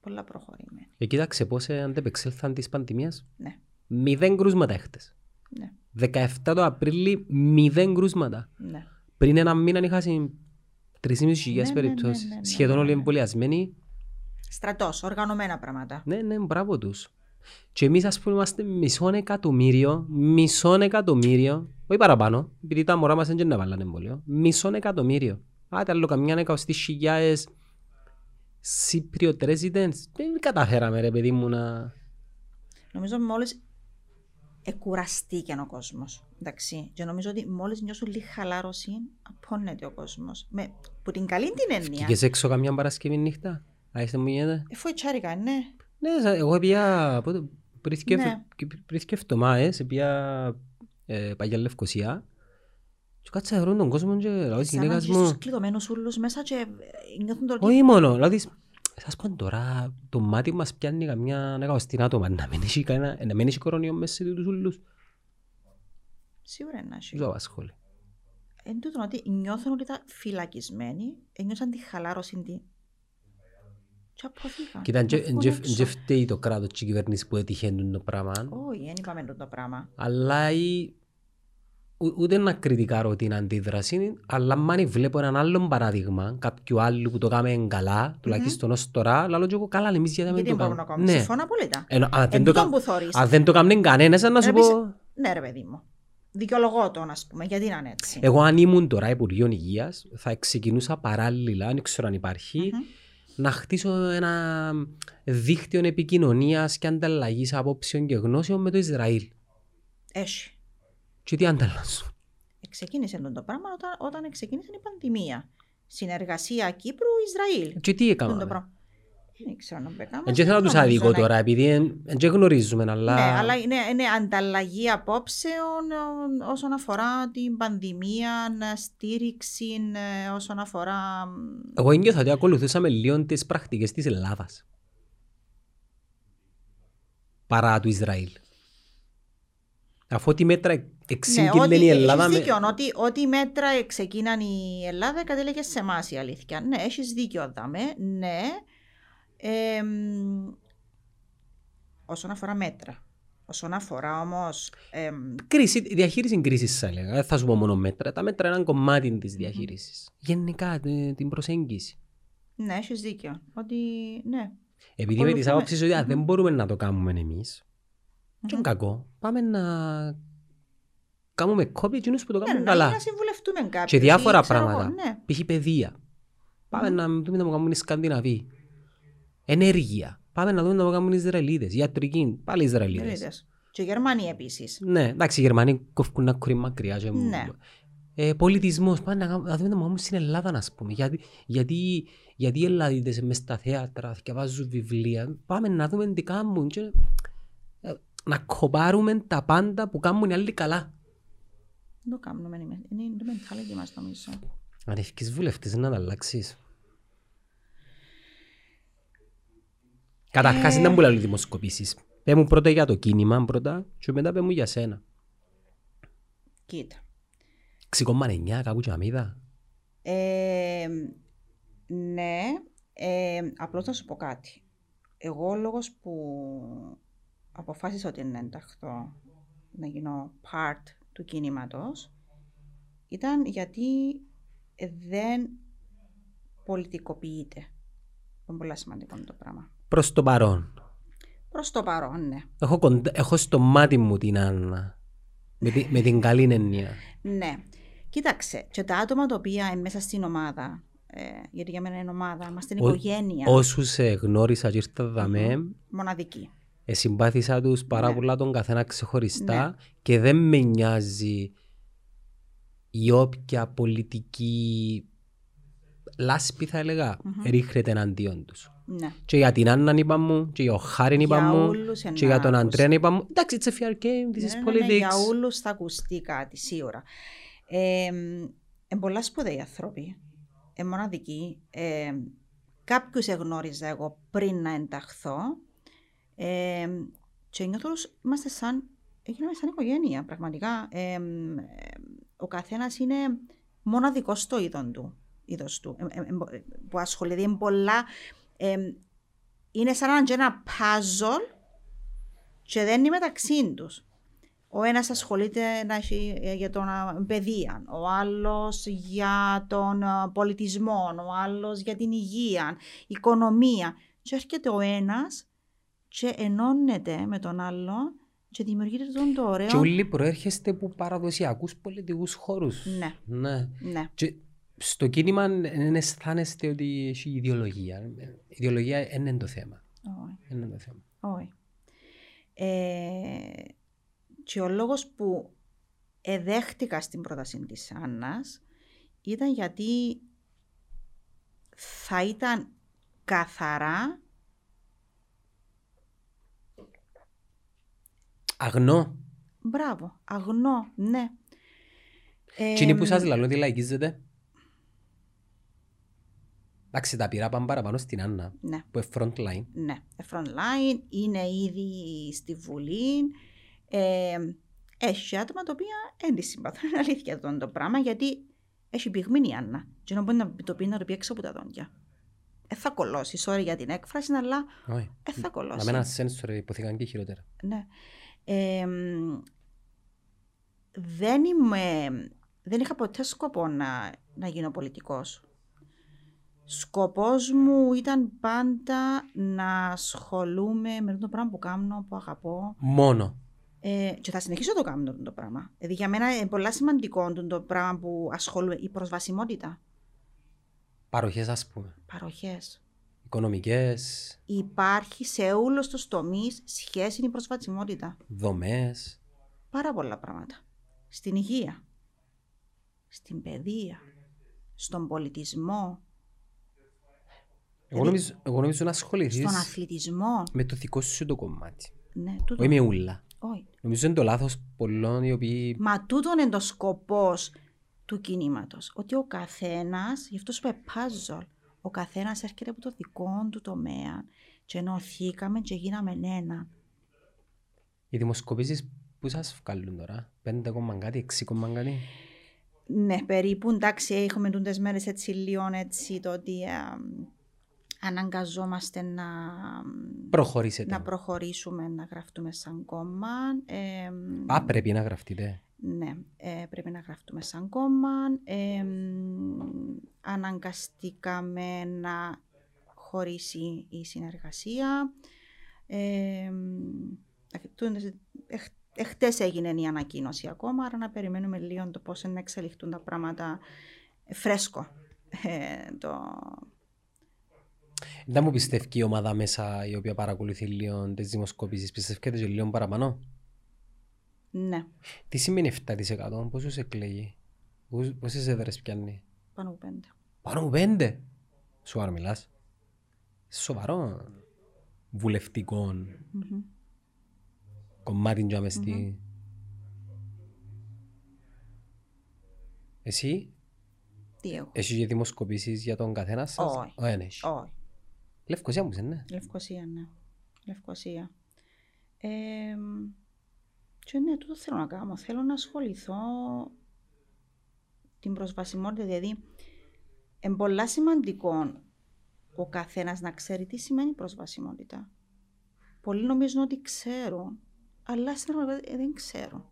Speaker 2: πολλά προχωρημένα.
Speaker 1: Ε, κοίταξε πώς αντεπεξέλθαν της πανδημίας.
Speaker 2: Ναι,
Speaker 1: Μηδέν κρούσματα έχτες.
Speaker 2: ναι,
Speaker 1: 17 το Απρίλη, μηδέν κρούσματα.
Speaker 2: ναι.
Speaker 1: Πριν ένα μήνα είχα συν 3.500
Speaker 2: Ναι, ναι,
Speaker 1: περιπτώσεις.
Speaker 2: ναι, ναι, ναι,
Speaker 1: Σχεδόν
Speaker 2: ναι,
Speaker 1: όλοι
Speaker 2: ναι.
Speaker 1: εμβολιασμένοι.
Speaker 2: Στρατός, οργανωμένα πράγματα.
Speaker 1: Ναι, ναι, μπράβο τους. Και εμείς ας πούμε είμαστε μισόν εκατομμύριο, μισόν εκατομμύριο, όχι παραπάνω, επειδή τα μωρά μας δεν να βάλανε εμβόλιο, μισόν εκατομμύριο. Άρα άλλο καμιά εκατοστή χιλιάες Cypriot residents. Δεν καταφέραμε ρε παιδί μου να...
Speaker 2: Νομίζω μόλις εκουραστήκε ο κόσμος. Εντάξει. Και νομίζω ότι μόλις νιώσουν λίγη χαλάρωση, απώνεται ο κόσμος. Που την καλή την έννοια.
Speaker 1: Πήγες έξω καμιά Παρασκευή νύχτα. Άιστε μου γίνεται.
Speaker 2: Εφού ετσάρικα, ναι.
Speaker 1: Ναι, σα- εγώ πια πριν και
Speaker 2: Ναι.
Speaker 1: πριν και εβδομάδες, πια ε, παγιά Λευκοσία και κάτσα να βρουν τον κόσμο και λαός της
Speaker 2: Σαν να
Speaker 1: γυναίκας
Speaker 2: έχεις τους
Speaker 1: μου.
Speaker 2: κλειδωμένους ούλους μέσα και ε, νιώθουν το ότι
Speaker 1: Όχι μόνο, δηλαδή, σας πω τώρα, το μάτι μας πιάνει καμιά ανακαωστήν άτομα, να μην έχει κανένα, να μην έχει κορονοϊό μέσα σε τούτους ούλους.
Speaker 2: σίγουρα να έχει.
Speaker 1: Τους απασχολεί.
Speaker 2: Εν τούτον ότι νιώθουν ότι ήταν φυλακισμένοι, ένιωσαν τη χαλάρωση τη. Και αποφύγαν.
Speaker 1: Κοίτα,
Speaker 2: Να βγουν έξω.
Speaker 1: δεν φταίει το κράτος και η κυβέρνηση που έτυχε το πράγμα.
Speaker 2: Όχι, δεν είπαμε τούτο το πράγμα.
Speaker 1: αλλά η... ο- ούτε να κριτικάρω την αντίδραση, αλλά αν βλέπω έναν άλλον παράδειγμα κάποιου άλλου που το κάμε καλά, τουλάχιστον ως τώρα, λαλώ και εγώ καλά, εμείς γιατί δεν
Speaker 2: Γιατί
Speaker 1: το
Speaker 2: δεν μπορούμε να
Speaker 1: κάνουμε. Ναι.
Speaker 2: κάνουμε. Συμφωνώ απόλυτα.
Speaker 1: Ενώ, αν,
Speaker 2: Εν
Speaker 1: δεν το,
Speaker 2: τούτον
Speaker 1: κα-
Speaker 2: που θωρείς.
Speaker 1: αν δεν το κάμνε κανένας, να σου
Speaker 2: Έπεισε-
Speaker 1: πω...
Speaker 2: Ναι ρε παιδί μου. Δικαιολογώ τον ας πούμε, γιατί να είναι έτσι.
Speaker 1: Εγώ αν ήμουν τώρα Υπουργείο Υγείας, θα ξεκινούσα παράλληλα, αν ξέρω αν υπαρχει να χτίσω ένα δίκτυο επικοινωνίας και ανταλλαγής απόψεων και γνώσεων με το Ισραήλ.
Speaker 2: Έχει.
Speaker 1: Και τι ανταλλάσσουν.
Speaker 2: Ξεκίνησε τούτο το πράγμα όταν, όταν ξεκίνησε η πανδημία. Συνεργασία Κύπρου-Ισραήλ.
Speaker 1: Και τι
Speaker 2: Τούτο το
Speaker 1: έκαναν.
Speaker 2: πράγμα. Δεν ξέρω να μπεκάμε.
Speaker 1: Δεν ναι. θέλω να τους αδικώ τώρα, επειδή δεν γνωρίζουμε, αλλά...
Speaker 2: Ναι, αλλά είναι, είναι ανταλλαγή απόψεων ε, όσον αφορά την πανδημία, ε, στήριξη, ε, όσον αφορά... μ,
Speaker 1: Εγώ ένιωθα ότι ακολουθούσαμε λίγο τις πρακτικές της Ελλάδας. Παρά του Ισραήλ. Αφού τη μέτρα εξήγηλε
Speaker 2: Ναι, ότι
Speaker 1: η Ελλάδα...
Speaker 2: έχεις
Speaker 1: με-
Speaker 2: δίκιο, ότι, ό,τι μέτρα ξεκίναν η Ελλάδα κατέληγε σε εμάς η αλήθεια. Ναι, έχεις δίκιο, δάμε, ναι. Ε, μ, όσον αφορά μέτρα. Όσον αφορά όμως... Ε, μ,
Speaker 1: Κρίση, διαχείριση κρίσης θα έλεγα. Δεν θα σου πω μόνο μέτρα. Τα μέτρα είναι ένα κομμάτι της διαχείρισης. Γενικά τε- την προσέγγιση.
Speaker 2: ναι, έχεις δίκιο. Ότι, ναι.
Speaker 1: Επειδή με τις
Speaker 2: Ακολουθούμε.
Speaker 1: άποψεις ότι α, δεν
Speaker 2: Μμμ.
Speaker 1: μπορούμε να το κάνουμε εμείς, και είναι
Speaker 2: Μμμ.
Speaker 1: κακό, πάμε να κάνουμε κόπη εκείνους που το
Speaker 2: Ναι,
Speaker 1: κάνουν
Speaker 2: να,
Speaker 1: καλά.
Speaker 2: να συμβουλευτούμε κάποιον.
Speaker 1: Και διάφορα
Speaker 2: ή ξέρω εγώ,
Speaker 1: πράγματα.
Speaker 2: ναι.
Speaker 1: Π.χ. παιδεία. Πάμε να δούμε να μου κάνουν οι Σκανδιναβοί. Ενέργεια. Πάμε να δούμε να μου κάνουν οι Ισραηλίδε. Ιατρική. Πάλι Ισραηλίδε.
Speaker 2: Λίδες. Και οι Γερμανοί επίσης.
Speaker 1: Ναι, εντάξει, οι Γερμανοί κόφκουν να κουρεί μακριά. Και...
Speaker 2: Ναι.
Speaker 1: Ε, Πολιτισμός. Πάμε να, κάνουμε- να δούμε να μου κάνουν στην Ελλάδα, ας πούμε. Γιατί, γιατί, γιατί οι Ελλάδες μες στα θέατρα διαβάζουν βιβλία. Πάμε να δούμε τι κάνουν. Και... ε, Να κοπάρουμε τα πάντα που κάνουν οι άλλοι καλά.
Speaker 2: Δεν το κάνουμε. ναι, Είναι είναι το mentality μας νομίζω.
Speaker 1: Αν ευκείς βουλευτής να τα αλλάξεις. Καταρχάς
Speaker 2: Ε.
Speaker 1: ήταν πολλά λίγο δημοσκοπήσεις. Πέ μου πρώτα για το κίνημα πρώτα και μετά πέ μου για σένα.
Speaker 2: Κοίτα.
Speaker 1: 6,9 κάπου και αμίδα.
Speaker 2: Ε, ναι, ε, απλώς θα σου πω κάτι. Εγώ ο λόγος που αποφάσισα ότι να ενταχθώ, να γίνω part του κινήματος, ήταν γιατί δεν πολιτικοποιείται. Είναι πολύ σημαντικό το πράγμα.
Speaker 1: Προς το παρόν.
Speaker 2: Προς το παρόν, ναι.
Speaker 1: Έχω, κοντα- έχω στο μάτι μου την Άννα. Με, τη- με την καλή έννοια.
Speaker 2: Ναι. Κοίταξε, και τα άτομα τα οποία είναι μέσα στην ομάδα, ε, γιατί για μένα είναι ομάδα, είμαστε
Speaker 1: Ο-
Speaker 2: οικογένεια
Speaker 1: Όσους σε γνώρισα και ήρθα δαμέ,
Speaker 2: Mm-hmm. μοναδική.
Speaker 1: ε, συμπάθησα τους πάρα
Speaker 2: Ναι.
Speaker 1: πολλά τον καθένα ξεχωριστά και δεν με νοιάζει η όποια πολιτική λάσπη θα ελεγα
Speaker 2: Μμμ.
Speaker 1: ρίχνεται εναντίον τους.
Speaker 2: Ναι.
Speaker 1: Και για την Άννα είπα μου, και για ο Χάριν είπα
Speaker 2: Για
Speaker 1: μου,
Speaker 2: όλους
Speaker 1: και για τον
Speaker 2: ενάπους.
Speaker 1: Αντρέν είπα μου. Εντάξει, it's a fair game, this
Speaker 2: Ναι,
Speaker 1: is
Speaker 2: ναι, ναι, για
Speaker 1: politics.
Speaker 2: όλους θα ακουστεί κάτι, σίγουρα. Ε, μ, εν πολλά σπουδαίοι άνθρωποι, ε, μοναδικοί. Ε, κάποιους εγνώριζα εγώ πριν να ενταχθώ ε, και νιώθω ότι είμαστε σαν, έγιναμε σαν οικογένεια πραγματικά. Ε, μ, ε, ο καθένας είναι μοναδικός στο είδον του, είδος του, ε, ε, ε, που ασχολείται με πολλά... ε, είναι σαν να είναι ένα puzzle και δεν είναι μεταξύ τους. Ο ένας ασχολείται να έχει, ε, για τον α, παιδεία, ο άλλος για τον α, πολιτισμό, ο άλλος για την υγεία, οικονομία. Και έρχεται ο ένας και ενώνεται με τον άλλον και δημιουργείται τον το ωραίο.
Speaker 1: Και όλοι προέρχεστε από παραδοσιακούς πολιτικούς χώρους.
Speaker 2: Ναι,
Speaker 1: Ναι.
Speaker 2: ναι.
Speaker 1: Και στο κίνημα δεν αισθάνεστε ότι έχει ιδεολογία. Η ιδεολογία δεν είναι το θέμα.
Speaker 2: Ω,
Speaker 1: Δεν είναι το θέμα.
Speaker 2: Όχι. Ε, και ο λόγος που εδέχτηκα στην πρόταση της Άννας ήταν γιατί θα ήταν καθαρά
Speaker 1: Αγνώ.
Speaker 2: Μπράβο, αγνό, ναι. Ε,
Speaker 1: Τι είναι που σας λαλώ ότι λαϊκίζετε. Εντάξει, τα πειρά πάμε παραπάνω στην Άννα,
Speaker 2: Ναι,
Speaker 1: που είναι front line.
Speaker 2: ναι. Ε, Frontline είναι ήδη στη Βουλή. Ε, έχει άτομα τα οποία δεν τη συμπαθούν. Είναι αλήθεια αυτό το πράγμα γιατί έχει πυγμένη η Άννα. Και να μπορεί να το πει να το πει έξω από τα δόντια. Ε, θα κολώσει, sorry για την έκφραση, αλλά
Speaker 1: Όχι.
Speaker 2: ε, θα
Speaker 1: Να με
Speaker 2: κολώσει.
Speaker 1: ένα sensor υποθήκαν και χειρότερα.
Speaker 2: Ναι. Ε, μ, δεν είμαι, δεν είχα ποτέ σκοπό να, να γίνω πολιτικός. Σκοπός μου ήταν πάντα να ασχολούμαι με το πράγμα που κάνω, που αγαπώ.
Speaker 1: Μόνο.
Speaker 2: Ε, και θα συνεχίσω να το κάνω το πράγμα. Δηλαδή για μένα είναι πολύ σημαντικό το- το πράγμα που ασχολούμαι, η προσβασιμότητα,
Speaker 1: Παροχές, ας πούμε.
Speaker 2: παροχές.
Speaker 1: Οικονομικές,
Speaker 2: Υπάρχει σε όλους τους τομείς σχέση με η προσβασιμότητα.
Speaker 1: δομές.
Speaker 2: πάρα πολλά πράγματα. Στην υγεία, στην παιδεία, στον πολιτισμό,
Speaker 1: Εγώ νομίζω, εγώ νομίζω να ασχοληθείς
Speaker 2: στον αθλητισμό.
Speaker 1: με το δικό σου το κομμάτι.
Speaker 2: Ναι, τούτο.
Speaker 1: Όχι με ούλα.
Speaker 2: Όχι.
Speaker 1: Νομίζω είναι το λάθος πολλών οι οποίοι...
Speaker 2: Μα τούτον είναι το σκοπός του κινήματος. Ότι ο καθένας, γι' αυτό σου είπε puzzle, ο καθένας έρχεται από το δικό του τομέα. Και ενωθήκαμε και γίναμε ένα.
Speaker 1: Οι δημοσκοπήσεις που σας βγάλουν τώρα, 5, κάτι, 6, κάτι.
Speaker 2: Ναι, περίπου. Εντάξει, έχουμε τούντες μέρες έτσι λίγο έτσι το ότι α, μ, αναγκαζόμαστε να, μ,
Speaker 1: Προχωρήσετε.
Speaker 2: να προχωρήσουμε να γραφτούμε σαν κόμμα. Ε, μ,
Speaker 1: Α, πρέπει να γραφτείτε.
Speaker 2: ναι, ε, πρέπει να γραφτούμε σαν κόμμα. Ε, μ, αναγκαστήκαμε να χωρίσει η συνεργασία. Ε, μ, τούντες- εχ- εχτες έγινε η ανακοίνωση ακόμα, άρα να περιμένουμε λίγο το πώς να εξελιχθούν τα πράγματα φρέσκο ε, το,
Speaker 1: Δεν μου πιστεύει η ομάδα μέσα η οποία παρακολουθεί λίγο τις δημοσκοπήσεις. Πιστεύετε και λίγο παραπάνω.
Speaker 2: Ναι,
Speaker 1: Τι σημαίνει 7% πόσους εκλέγει. Πόσους- Πόσες έδρες πιάνει.
Speaker 2: πάνω από πέντε.
Speaker 1: Πάνω από πέντε. Σοβαρά μιλάς. Σοβαρό. Βουλευτικών.
Speaker 2: Μμμ.
Speaker 1: Κομμάτι τζάμε στη... Εσύ,
Speaker 2: Τι έχω.
Speaker 1: εσύ και δημοσκοπήσεις για τον καθένα σας.
Speaker 2: Όχι.
Speaker 1: Ο ένας.
Speaker 2: Όχι.
Speaker 1: Λευκοσία μου, ναι.
Speaker 2: Λευκοσία, ναι. Λευκοσία. Ε, μ, και ναι, τούτο θέλω να κάνω. Θέλω να ασχοληθώ την προσβασιμότητα, δηλαδή είναι πολλά σημαντικό ο καθένας να ξέρει τι σημαίνει προσβασιμότητα. Πολλοί νομίζουν ότι ξέρουν, αλλά στην πραγματικότητα ε, δεν ξέρουν.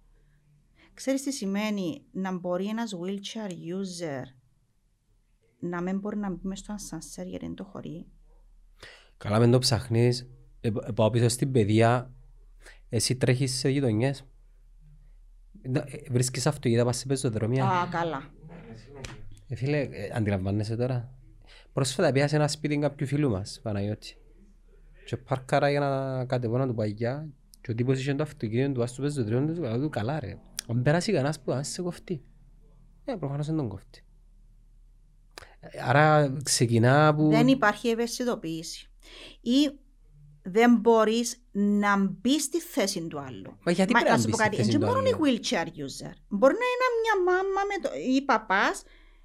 Speaker 2: Ξέρεις τι σημαίνει να μπορεί ένας wheelchair user να μην μπορεί να μπει μες στο ασανσέρ γιατί δεν το χωρεί.
Speaker 1: Καλά με το ψαχνείς. Ε, π- πάω πίσω στην παιδεία. Εσύ τρέχεις σε γειτονιές. Ε, ε, Βρίσκεις αυτοκίνητα, πας σε πεζοδρομία.
Speaker 2: Α, καλά.
Speaker 1: Ε, φίλε, ε, αντιλαμβάνεσαι τώρα. Πρόσφατα πήγα σε ένα σπίτι κάποιου φίλου μας, Παναγιώτη. Και πάρκαρα για να κατεβώ να του παγιά και ο τύπος είχε το αυτοκίνητο του, ας του παίζω τριών του, καλά του, καλά ρε. Αν περάσει κανένας που να σε κοφτεί. Ε, προφανώς δεν τον κοφτεί. Ε, Άρα ξεκινά που...
Speaker 2: Δεν υπάρχει ευαισθητοποίηση. Ή δεν μπορείς να μπει στη θέση του άλλου.
Speaker 1: Μα γιατί Ε, πρέπει να
Speaker 2: να σου
Speaker 1: μπεις
Speaker 2: πω
Speaker 1: στη
Speaker 2: κάτι.
Speaker 1: θέση
Speaker 2: Δεν
Speaker 1: του
Speaker 2: μπορούν οι
Speaker 1: άλλου.
Speaker 2: wheelchair user. Μπορεί να είναι μια μάμα με το, ή παπάς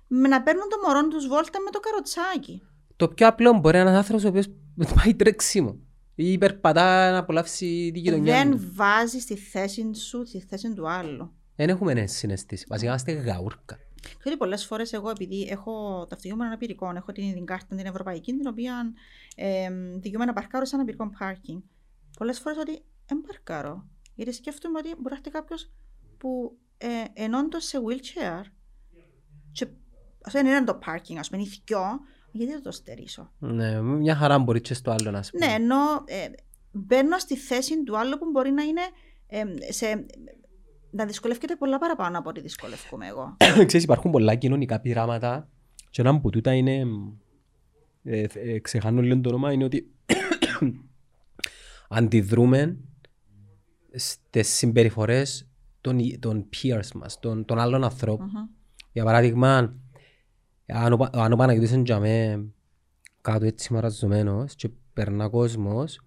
Speaker 2: να παίρνουν το μωρό τους βόλτα με το καροτσάκι.
Speaker 1: Το πιο απλό μπορεί ένας άνθρωπος ο οποίος πάει τρέξιμο ή περπατά να απολαύσει τη γειτονιά
Speaker 2: Δεν
Speaker 1: του.
Speaker 2: βάζει στη θέση σου τη θέση του άλλου.
Speaker 1: Δεν έχουμε ένα συναισθήση. Βασικά είμαστε γαούρκα.
Speaker 2: Ξέρετε, πολλές φορές εγώ, επειδή έχω ταυτιούμενο αναπηρικό, έχω την την κάρτα την ευρωπαϊκή, την οποία ε, δικαιούμαι να παρκάρω σαν αναπηρικό πάρκινγκ. Πολλές φορές ότι δεν παρκάρω. Γιατί σκέφτομαι ότι μπορεί να έρθει κάποιος που ε, ενώντω σε wheelchair. Και, α πούμε, είναι το πάρκινγκ, ας πούμε, είναι θκιό, γιατί δεν το στερήσω.
Speaker 1: Ναι, μια χαρά μπορεί και στο άλλο να σου
Speaker 2: Ναι, ενώ ε, μπαίνω στη θέση του άλλου που μπορεί να είναι ε, σε, να δυσκολεύεται πολλά παραπάνω από ό,τι δυσκολεύομαι εγώ.
Speaker 1: ξέρεις, υπάρχουν πολλά κοινωνικά πειράματα και ένα από τούτα είναι, ε, ε, ξεχάνω λίγο το όνομα, είναι ότι αντιδρούμε στις συμπεριφορές των, των peers μας, των, των άλλων ανθρώπων.
Speaker 2: Μμμ.
Speaker 1: Για παράδειγμα, αν ο, Πα- αν ο Παναγιώτης είναι για μέ, κάτω έτσι μαραζωμένος και περνά κόσμος,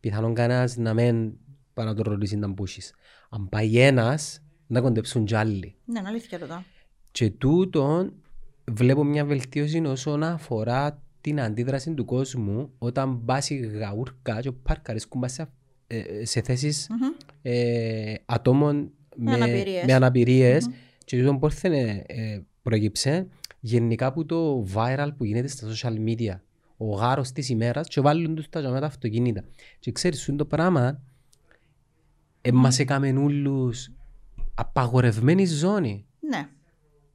Speaker 1: πιθανόν κανένας να μην πάει να τον ρωτήσει να μπούσεις. Αν πάει ένας, να κοντεψούν κι άλλοι.
Speaker 2: Ναι, είναι αλήθεια τούτο.
Speaker 1: Και τούτον βλέπω μια βελτίωση όσον αφορά την αντίδραση του κόσμου όταν πάσει γαούρκα και πάρκαρες κουμπάς σε, ε, σε θέσεις
Speaker 2: Μμμ.
Speaker 1: ε, ατόμων
Speaker 2: Με
Speaker 1: με,
Speaker 2: αναπηρίες.
Speaker 1: με αναπηρίες. και τούτον που ήρθε ε, προέκυψε γενικά που το viral που γίνεται στα social media ο γάρος της ημέρας και βάλουν τους τα ζωμένα αυτοκίνητα και ξέρεις σου είναι το πράγμα ε, μας έκαμε όλους απαγορευμένη ζώνη
Speaker 2: Ναι.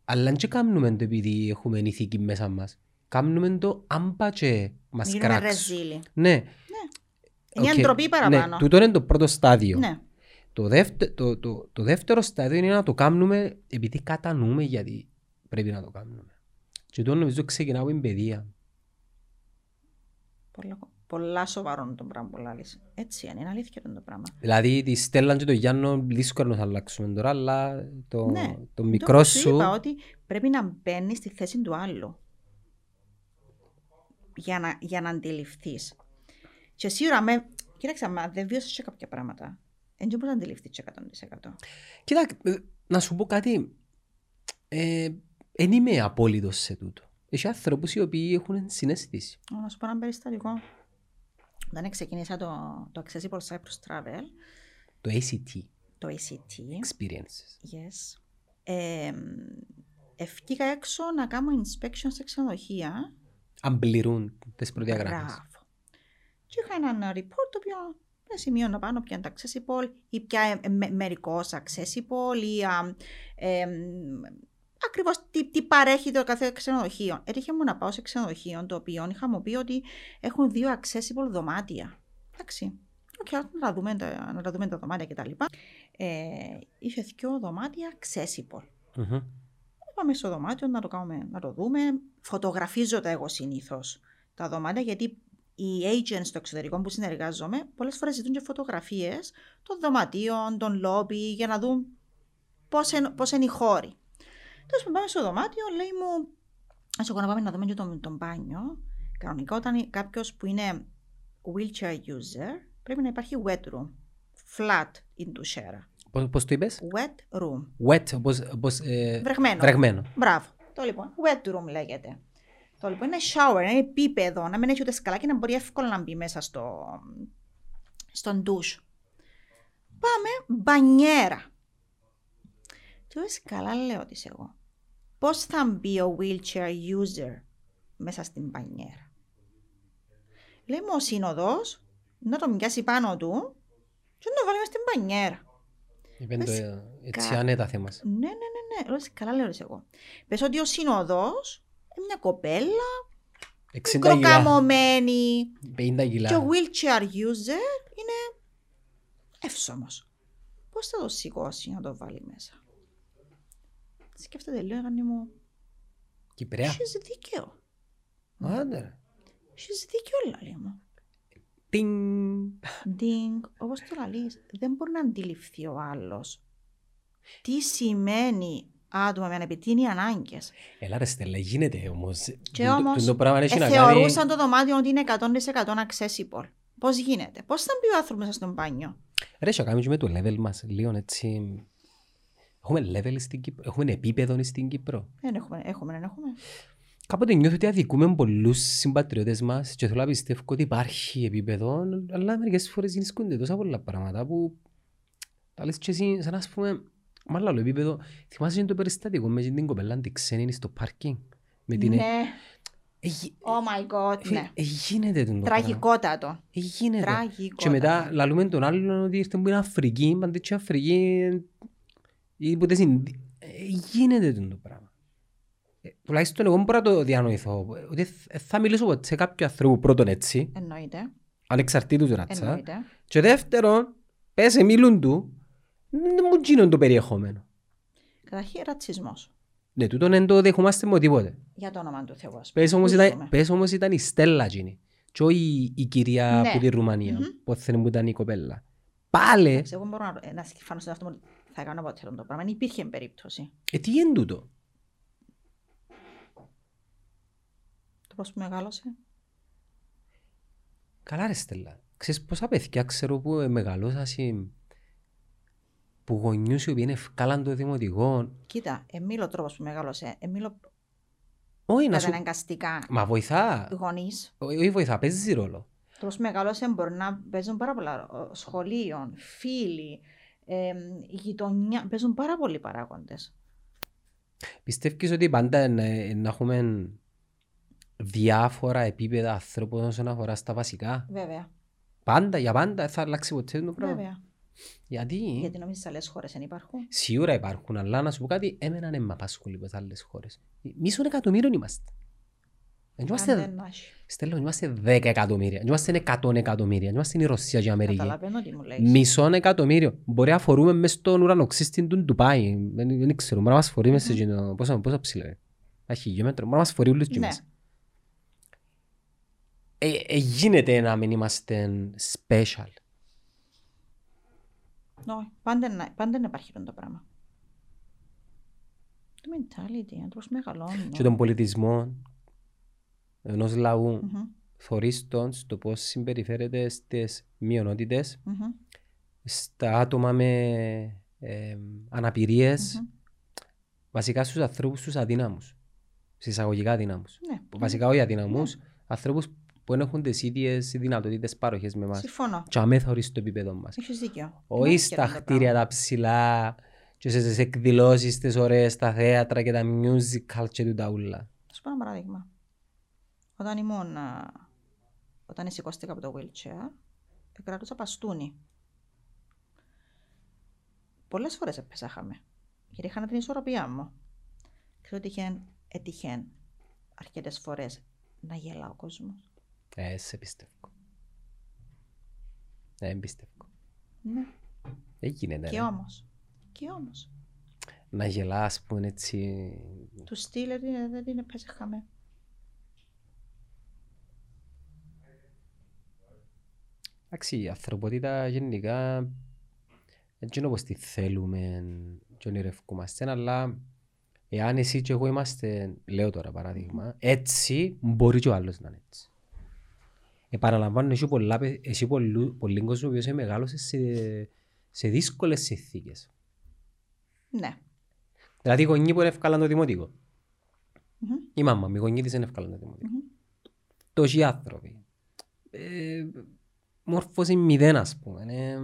Speaker 1: αλλά δεν και κάνουμε το επειδή έχουμε ηθική μέσα μας κάνουμε το άμπα και μας
Speaker 2: Γίνουμε
Speaker 1: κράξουν
Speaker 2: ρεζίλοι.
Speaker 1: ναι.
Speaker 2: Είναι
Speaker 1: Οκ.
Speaker 2: μια ντροπή παραπάνω.
Speaker 1: Ναι, τούτο είναι το πρώτο στάδιο.
Speaker 2: Ναι.
Speaker 1: Το, δεύτε- το, το, το δεύτερο στάδιο είναι να το κάνουμε επειδή κατανοούμε γιατί πρέπει να το κάνουμε. Και το νομίζω ξεκινάω την παιδεία.
Speaker 2: Πολλά, πολλά σοβαρό είναι το πράγμα που λάλλεις. Έτσι είναι, είναι αλήθεια το πράγμα.
Speaker 1: Δηλαδή τη Στέλλα και το Γιάννο δύσκολο να τα αλλάξουμε τώρα, αλλά το,
Speaker 2: Ναι.
Speaker 1: το
Speaker 2: Το
Speaker 1: μικρό
Speaker 2: που
Speaker 1: σου...
Speaker 2: είπα ότι πρέπει να μπαίνεις στη θέση του άλλου. Για να, για να αντιληφθείς. Και σίγουρα με. Κοίταξε, μα δεν βίωσες σε κάποια πράγματα. Δεν μπορεί να αντιληφθεί 100%.
Speaker 1: Κοίτα, ε, να σου πω κάτι. Ε, εν είμαι απόλυτος σε τούτο. Έχει άνθρωπους οι οποίοι έχουν συνέστηση.
Speaker 2: Να σου πω ένα περιστατικό. Όταν ξεκίνησα το, το Accessible Cyprus Travel,
Speaker 1: Το ACT,
Speaker 2: το ACT,
Speaker 1: experiences.
Speaker 2: yes, ε, ευκήκα έξω να κάνω inspection σε ξενοδοχεία
Speaker 1: Αν πληρούν τις προδιαγραφές.
Speaker 2: Μπράβο. Και είχα έναν report το οποίο με σημείωνα πάνω ποια είναι τα accessible ή ποια ε, με, μερικώς accessible ή α, ε, μ, ακριβώς τι, τι παρέχει το κάθε ξενοδοχείο. Έτυχε μου να πάω σε ξενοδοχείο το οποίο είχα μου πει ότι έχουν δύο accessible δωμάτια. Εντάξει. Οκ, ας να, τα δούμε, τα- να τα δούμε τα δωμάτια κτλ. Ε, είχε δύο δωμάτια accessible.
Speaker 1: Μμμ.
Speaker 2: Πάμε στο δωμάτιο να το, κάνουμε, να το δούμε. Φωτογραφίζω τα εγώ συνήθως τα δωμάτια, γιατί οι agents στο εξωτερικό που συνεργάζομαι πολλές φορές ζητούν και φωτογραφίες των δωματίων, των λόμπι, για να δουν πώς είναι οι χώροι. Τέλος πάντων, πάμε στο δωμάτιο, λέει μου, Ας εγώ να πάμε να δούμε και τον, τον μπάνιο. Κανονικά, όταν κάποιος που είναι wheelchair user, πρέπει να υπάρχει wet room. Flat in share.
Speaker 1: Πώς, πώς το είπες?
Speaker 2: Wet room.
Speaker 1: Wet, όπως... όπως ε,
Speaker 2: Βρεγμένο.
Speaker 1: βρεγμένο.
Speaker 2: Μπράβο. Το λοιπόν, wet room λέγεται. Το λοιπόν είναι shower, είναι επίπεδο, να μην έχει ούτε σκαλάκι, να μπορεί εύκολα να μπει μέσα στο, στον ντους. Πάμε μπανιέρα. Του είσαι καλά, λέω της εγώ. Πώς θα μπει ο wheelchair user μέσα στην μπανιέρα. Λέει μου ο σύνοδος να τον πιάσει πάνω του και να τον βάλει μέσα στην μπανιέρα.
Speaker 1: Είπεν το, ε, έτσι
Speaker 2: κα-
Speaker 1: ανέτα θέμα. σου.
Speaker 2: Ναι, ναι, ναι, ναι. Ρώτησε, καλά λέω ρώτησε εγώ. Πες ότι ο σύνοδος, είναι μια κοπέλα,
Speaker 1: 60 κιλά,
Speaker 2: μικροκαμωμένη
Speaker 1: 50
Speaker 2: και ο
Speaker 1: κιλά.
Speaker 2: wheelchair user είναι εύσωμος. Πώς θα το σηκώσει να το βάλει μέσα. Σκέφτεται, λέω, έκανε μου,
Speaker 1: Κυπρέα.
Speaker 2: έχεις δίκαιο.
Speaker 1: Άντε ρε.
Speaker 2: Έχεις δίκαιο, λέει μου.
Speaker 1: Τινγκ.
Speaker 2: Ντινγκ, όπως το λαλείς, δεν μπορεί να αντιληφθεί ο άλλος. Τι σημαίνει άτομα με ανεπιτείνει ανάγκες.
Speaker 1: Έλα ρε Στέλλα, γίνεται όμως.
Speaker 2: Και
Speaker 1: Τούτο-
Speaker 2: όμως,
Speaker 1: τούτο πράγμα έχει
Speaker 2: Ε,
Speaker 1: να κάνει-
Speaker 2: θεωρούσαν το δωμάτιο ότι είναι 100% accessible. Πώς γίνεται, πώς θα μπει ο άνθρωπος μέσα στον μπάνιο.
Speaker 1: Ρε, σε κάνουμε και με το level μας, λίγο έτσι... Έχουμε level στην Κύπρο, έχουμε επίπεδο στην Κύπρο.
Speaker 2: Δεν έχουμε, έχουμε, δεν έχουμε.
Speaker 1: Κάποτε νιώθω ότι αδικούμε πολλούς συμπατριώτες μας και θέλω να πιστεύω ότι υπάρχει επίπεδο, αλλά μερικές φορές γίνονται τόσα πολλά πράγματα που τα λες και εσύ σαν να ας πούμε με άλλο επίπεδο. Θυμάσαι το περιστατικό με την κοπέλα την ξένη στο πάρκινγκ. Με την...
Speaker 2: Ναι,
Speaker 1: Ε, γι-
Speaker 2: oh my god,
Speaker 1: φίλε,
Speaker 2: ναι.
Speaker 1: ε, γίνεται το πράγμα.
Speaker 2: Τραγικότατο.
Speaker 1: Ε, γίνεται.
Speaker 2: Τραγικότατο.
Speaker 1: Και
Speaker 2: ναι.
Speaker 1: μετά λαλούμε τον άλλον ότι ήρθε που είναι Αφρική, παντέ και Αφρική ή που δεν συνδυ- Ε, Γίνεται τούτο το πράγμα. Ε, Τουλάχιστον εγώ μπορώ να το διανοηθώ. ε, Ότι θ- ε, θα μιλήσω ποτέ σε κάποιο ανθρώπου πρώτον έτσι,
Speaker 2: Εννοείται.
Speaker 1: ανεξαρτήτως ράτσα.
Speaker 2: Εννοείται.
Speaker 1: Και δεύτερον, πες σε μιλούν του, δεν μου γίνουν το περιεχόμενο.
Speaker 2: Καταρχήν ρατσισμός.
Speaker 1: Ναι, τούτον δεν το δεχόμαστε με τίποτε.
Speaker 2: Για το όνομα του Θεού, ας πούμε.
Speaker 1: Πες όμως,
Speaker 2: Πού
Speaker 1: ήταν,
Speaker 2: ζούμε.
Speaker 1: πες όμως ήταν η Στέλλα εκείνη. Και όχι η, η κυρία
Speaker 2: Ναι.
Speaker 1: από τη Ρουμανία,
Speaker 2: Μμμ.
Speaker 1: που θέλει που ήταν η κοπέλα. Πάλε,
Speaker 2: Εγώ μπορώ να, ε, να σκεφτώ στον εαυτό μου ότι θα κάνω ποτέ το πράγμα. Δεν υπήρχε περίπτωση.
Speaker 1: ε, τι είναι τούτο.
Speaker 2: Το πώς που μεγάλωσε.
Speaker 1: Καλά ρε Στέλλα. Ξέρεις πόσα παιδιά ξέρω που μεγαλώσασαν που γονιούς οι οποίοι είναι ευκάλαν το δημοτικό.
Speaker 2: Κοίτα, εμίλω τρόπος που μεγάλωσε. Εμίλω
Speaker 1: Όχι να σου...
Speaker 2: καταναγκαστικά
Speaker 1: Μα βοηθά.
Speaker 2: γονείς.
Speaker 1: Όχι βοηθά, παίζει ρόλο.
Speaker 2: Τρόπο που μεγάλωσε μπορεί να παίζουν πάρα πολλά. ρο- Σχολείων, φίλοι, ε, γειτονιά. Παίζουν πάρα πολλοί παράγοντες.
Speaker 1: Πιστεύεις ότι πάντα να, να έχουμε διάφορα επίπεδα ανθρώπων όσον αφορά στα βασικά.
Speaker 2: Βέβαια.
Speaker 1: Πάντα, για πάντα, δεν θα αλλάξει ποτέ το πράγμα.
Speaker 2: Βέβαια.
Speaker 1: Γιατί,
Speaker 2: Γιατί νομίζει άλλες χώρες δεν υπάρχουν.
Speaker 1: σίγουρα υπάρχουν, αλλά να σου πω κάτι, έμεναν εμ' απασχολεί με άλλες χώρες. Μίσον εκατομμύριο είμαστε. Εν
Speaker 2: Αν
Speaker 1: Είμαστε,
Speaker 2: δεν έχει.
Speaker 1: Στέλλα, εν είμαστε δέκα εκατομμύρια, εν είμαστε εκατόν εκατομμύρια, εν είμαστε η Ρωσία και η Αμερική.
Speaker 2: Καταλαβαίνω τι μου λέει.
Speaker 1: Μισόν εκατομμύριο. Μπορεί να φορούμε μέσα στον ουρανοξύστη του Ντουπάι. Δεν, δεν ξέρω, μπορεί να μας φορεί μέσα σε
Speaker 2: Μμμ.
Speaker 1: εκείνο. Πόσο, πόσο ψηλό είναι. Τα χιλιόμετρα. Μπορεί να μας φορεί όλους και
Speaker 2: Ναι.
Speaker 1: μέσα. Ε, ε, γίνεται να μην είμαστε special.
Speaker 2: Ναι. No, πάντα, να- πάντα να υπάρχει αυτό το πράγμα. Το mentality, ο τρόπο μεγαλώνει.
Speaker 1: Και τον πολιτισμό ενός λαού
Speaker 2: Μμμ,
Speaker 1: φορείς τον στο πώς συμπεριφέρεται στις μειονότητες,
Speaker 2: μμμ,
Speaker 1: στα άτομα με ε, αναπηρίες,
Speaker 2: μμμ.
Speaker 1: βασικά στους ανθρώπους τους αδύναμους, στις εισαγωγικά αδύναμους.
Speaker 2: Ναι.
Speaker 1: Βασικά όχι αδύναμους, ανθρώπους που δεν έχουν τις ίδιες δυνατότητες παροχές με εμάς.
Speaker 2: Συμφωνώ.
Speaker 1: Και αμέθοροι στο επίπεδο μας.
Speaker 2: Έχεις δίκιο.
Speaker 1: Όχι
Speaker 2: Είναι
Speaker 1: στα
Speaker 2: άσχετα τα
Speaker 1: χτίρια
Speaker 2: πράγματα.
Speaker 1: τα ψηλά και στις εκδηλώσεις, τις ωραίες, τα θέατρα και τα musical και του ταούλα.
Speaker 2: Θα σου πω ένα παράδειγμα. Όταν ήμουν. α, Όταν σηκώστηκα από το wheelchair, κρατούσα παστούνι. Πολλές φορές επεσάχαμε. Γιατί είχα την ισορροπία μου. Ξέρω ότι είχε- έτυχε αρκετές φορές να γελά ο κόσμος.
Speaker 1: Ε, σε πιστεύω. Ε, δεν πιστεύω.
Speaker 2: Ναι.
Speaker 1: Δεν γίνεται
Speaker 2: Και
Speaker 1: ρε.
Speaker 2: όμως. Και όμως.
Speaker 1: να γελάς, ας πούμε, έτσι.
Speaker 2: Του στείλε δεν την επέσαχαμε.
Speaker 1: Εντάξει, η ανθρωπότητα γενικά δεν ξέρω πώς τη θέλουμε και ονειρευκόμαστε, αλλά εάν εσύ και εγώ είμαστε, λέω τώρα παράδειγμα, έτσι μπορεί και ο άλλος να είναι έτσι. Επαναλαμβάνω, εσύ, πολλά, παι- εσύ πολλού, πολλοί κόσμο ο οποίος σε μεγάλωσες σε, σε δύσκολες συνθήκες.
Speaker 2: Ναι.
Speaker 1: Δηλαδή οι γονείς που έφκαλαν το δημοτικό.
Speaker 2: Μμμ.
Speaker 1: Η μάμα μου, οι γονείς της δεν έφκαλαν το δημοτικό.
Speaker 2: Μμμ.
Speaker 1: Τόσοι άνθρωποι. Ε, μόρφωση μηδέν ας πούμε. Ε,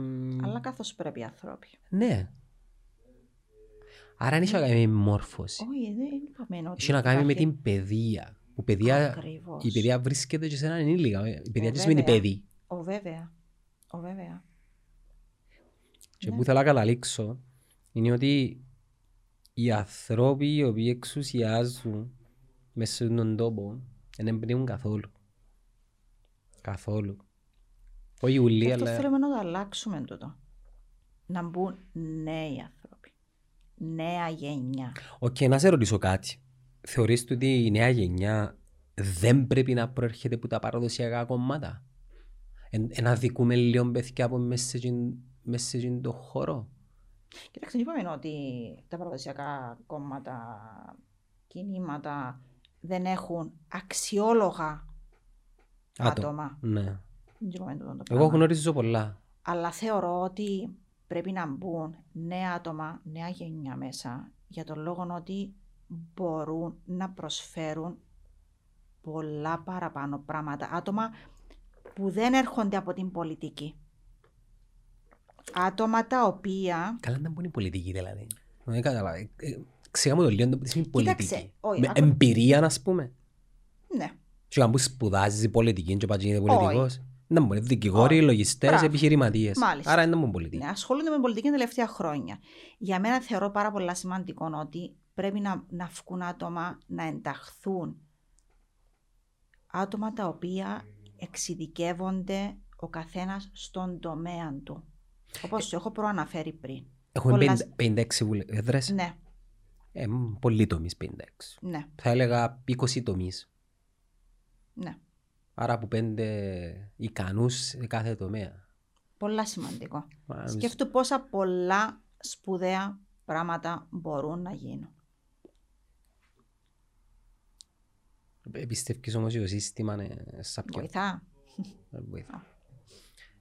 Speaker 2: Αλλά καθώς πρέπει οι άνθρωποι.
Speaker 1: Ναι. Άρα δεν έχει να κάνει με μόρφωση.
Speaker 2: Όχι, δεν είπαμε ότι.
Speaker 1: Έχει να κάνει με
Speaker 2: υπάρχει-
Speaker 1: την παιδεία. Που παιδεία,
Speaker 2: Ακριβώς.
Speaker 1: η παιδεία βρίσκεται και σε έναν ενήλικα. ε. Η παιδεία
Speaker 2: Ε,
Speaker 1: τι σημαίνει
Speaker 2: βέβαια.
Speaker 1: παιδί.
Speaker 2: Ο βέβαια. Ο βέβαια.
Speaker 1: Και
Speaker 2: Ναι.
Speaker 1: που θέλω να καταλήξω είναι ότι οι ανθρώποι οι οποίοι εξουσιάζουν μέσα σε αυτόν τον τόπο δεν εμπνέουν καθόλου. Καθόλου. Όχι
Speaker 2: Γι'
Speaker 1: ουλή,
Speaker 2: αυτό
Speaker 1: αλλά...
Speaker 2: θέλουμε να το αλλάξουμε τούτο. Να μπουν νέοι άνθρωποι. Νέα γενιά.
Speaker 1: Οκ, να σε ρωτήσω κάτι. Θεωρείς του ότι η νέα γενιά δεν πρέπει να προέρχεται από τα παραδοσιακά κομμάτα. Εν, εν αδικούμε λίγο παιδιά από μέσα σε τζιν- μέσα σε τζιν το χώρο.
Speaker 2: Κοιτάξτε, είπαμε ότι τα παραδοσιακά κόμματα, κινήματα δεν έχουν αξιόλογα
Speaker 1: Άτομα.
Speaker 2: άτομα.
Speaker 1: Ναι.
Speaker 2: Δεν είπαμε τούτο το
Speaker 1: Εγώ
Speaker 2: πράγμα.
Speaker 1: γνωρίζω πολλά.
Speaker 2: Αλλά θεωρώ ότι πρέπει να μπουν νέα άτομα, νέα γενιά μέσα, για τον λόγο ότι μπορούν να προσφέρουν πολλά παραπάνω πράγματα. Άτομα που δεν έρχονται από την πολιτική. Άτομα τα οποία...
Speaker 1: Καλά να μπουν οι πολιτικοί δηλαδή. Δεν κατάλαβα. Ε, ε, Ξηγάμε το λίγο, το τι σημαίνει πολιτική.
Speaker 2: Κοίταξε, όχι,
Speaker 1: Με
Speaker 2: άκου-
Speaker 1: εμπειρία, να πούμε.
Speaker 2: Ναι,
Speaker 1: Και αν που σπουδάζει πολιτική και πάει και είναι
Speaker 2: Όχι.
Speaker 1: πολιτικός. Να μπουν δικηγόροι,
Speaker 2: Όχι.
Speaker 1: λογιστές,
Speaker 2: Μπράβο.
Speaker 1: επιχειρηματίες.
Speaker 2: Μάλιστα.
Speaker 1: Άρα να μπουν πολιτικοί.
Speaker 2: ναι, ασχολούνται με πολιτική τα τελευταία χρόνια. Για μένα θεωρώ πάρα πολλά σημαντικό ότι πρέπει να, να βγουν άτομα να ενταχθούν. Άτομα τα οποία εξειδικεύονται ο καθένας στον τομέα του. Όπως σου έχω προαναφέρει πριν.
Speaker 1: Έχουμε
Speaker 2: πολλά-
Speaker 1: 50 56 βουλευτές.
Speaker 2: Ναι,
Speaker 1: Ε, μ, πολλοί τομείς 56.
Speaker 2: ναι,
Speaker 1: Θα έλεγα 20 τομείς.
Speaker 2: ναι.
Speaker 1: Άρα από πέντε ικανούς σε κάθε τομέα.
Speaker 2: Πολλά σημαντικό.
Speaker 1: Μα,
Speaker 2: Σκέφτομαι πόσα πολλά σπουδαία πράγματα μπορούν να γίνουν.
Speaker 1: ε, Πιστεύεις όμως ότι το σύστημα είναι σαπιο.
Speaker 2: Βοηθά.
Speaker 1: Δεν βοηθά.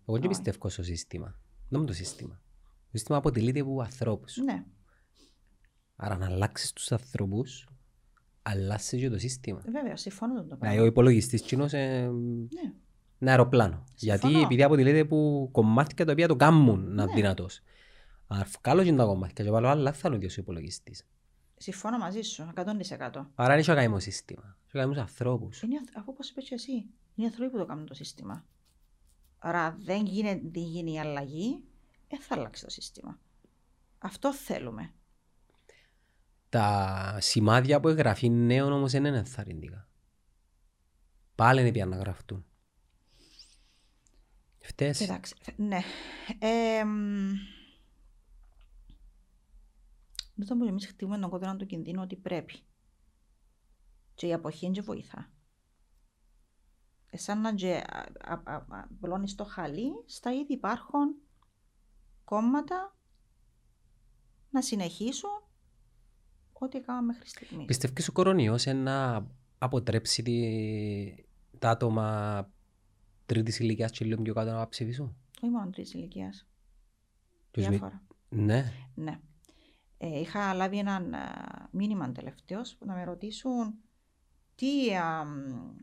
Speaker 1: Εγώ δεν πιστεύω στο σύστημα. Δεν μου το σύστημα. Το σύστημα αποτελείται από ανθρώπους.
Speaker 2: Ναι,
Speaker 1: Άρα, να αλλάξεις τους ανθρώπους, αλλάζει και το σύστημα.
Speaker 2: βέβαια, συμφωνώ με το
Speaker 1: Δηλαδή,
Speaker 2: πράγμα.
Speaker 1: ο υπολογιστής κοινό ε,
Speaker 2: Ναι,
Speaker 1: ένα αεροπλάνο. Γιατί επειδή αποτελείται από κομμάτια τα οποία το κάνουν να δυνατός. Αν βγάλω και τα κομμάτια και βάλω άλλα, θα είναι ο ίδιος ο υπολογιστής.
Speaker 2: συμφωνώ μαζί σου, 100%.
Speaker 1: Άρα, είναι και καημό σύστημα. Και καημό ανθρώπους.
Speaker 2: Είναι, αθ- αφού όπως είπες και εσύ, είναι οι άνθρωποι που το κάνουν το σύστημα. Άρα δεν γίνεται, δεν γίνει η αλλαγή, ε, θα αλλάξει το σύστημα. Αυτό θέλουμε.
Speaker 1: Τα σημάδια που εγγραφεί νέων όμως δεν είναι ενθαρρυντικά. Πάλι είναι πια να γραφτούν. Φταίει.
Speaker 2: Κοιτάξτε, ναι. Ε, μ, Τούτο που εμείς χτυπούμε τον κόδωνα του κινδύνου ότι πρέπει. Και η αποχή είναι και βοηθά. Ε, σαν να και α- α- α- α- απλώνεις το χαλί στα ήδη υπάρχουν κόμματα να συνεχίσουν ό,τι έκαναμε μέχρι στιγμής.
Speaker 1: Πιστεύεις ο κορονοϊός είναι να αποτρέψει τη... τα άτομα τρίτης ηλικίας και λίγο πιο κάτω να ψηφίσουν.
Speaker 2: Όχι μόνο τρεις ηλικίας.
Speaker 1: Τους μι-
Speaker 2: Διάφορα.
Speaker 1: Ναι.
Speaker 2: Ναι. Ε, είχα λάβει ένα μήνυμα τελευταίος που να με ρωτήσουν τι, α, μ,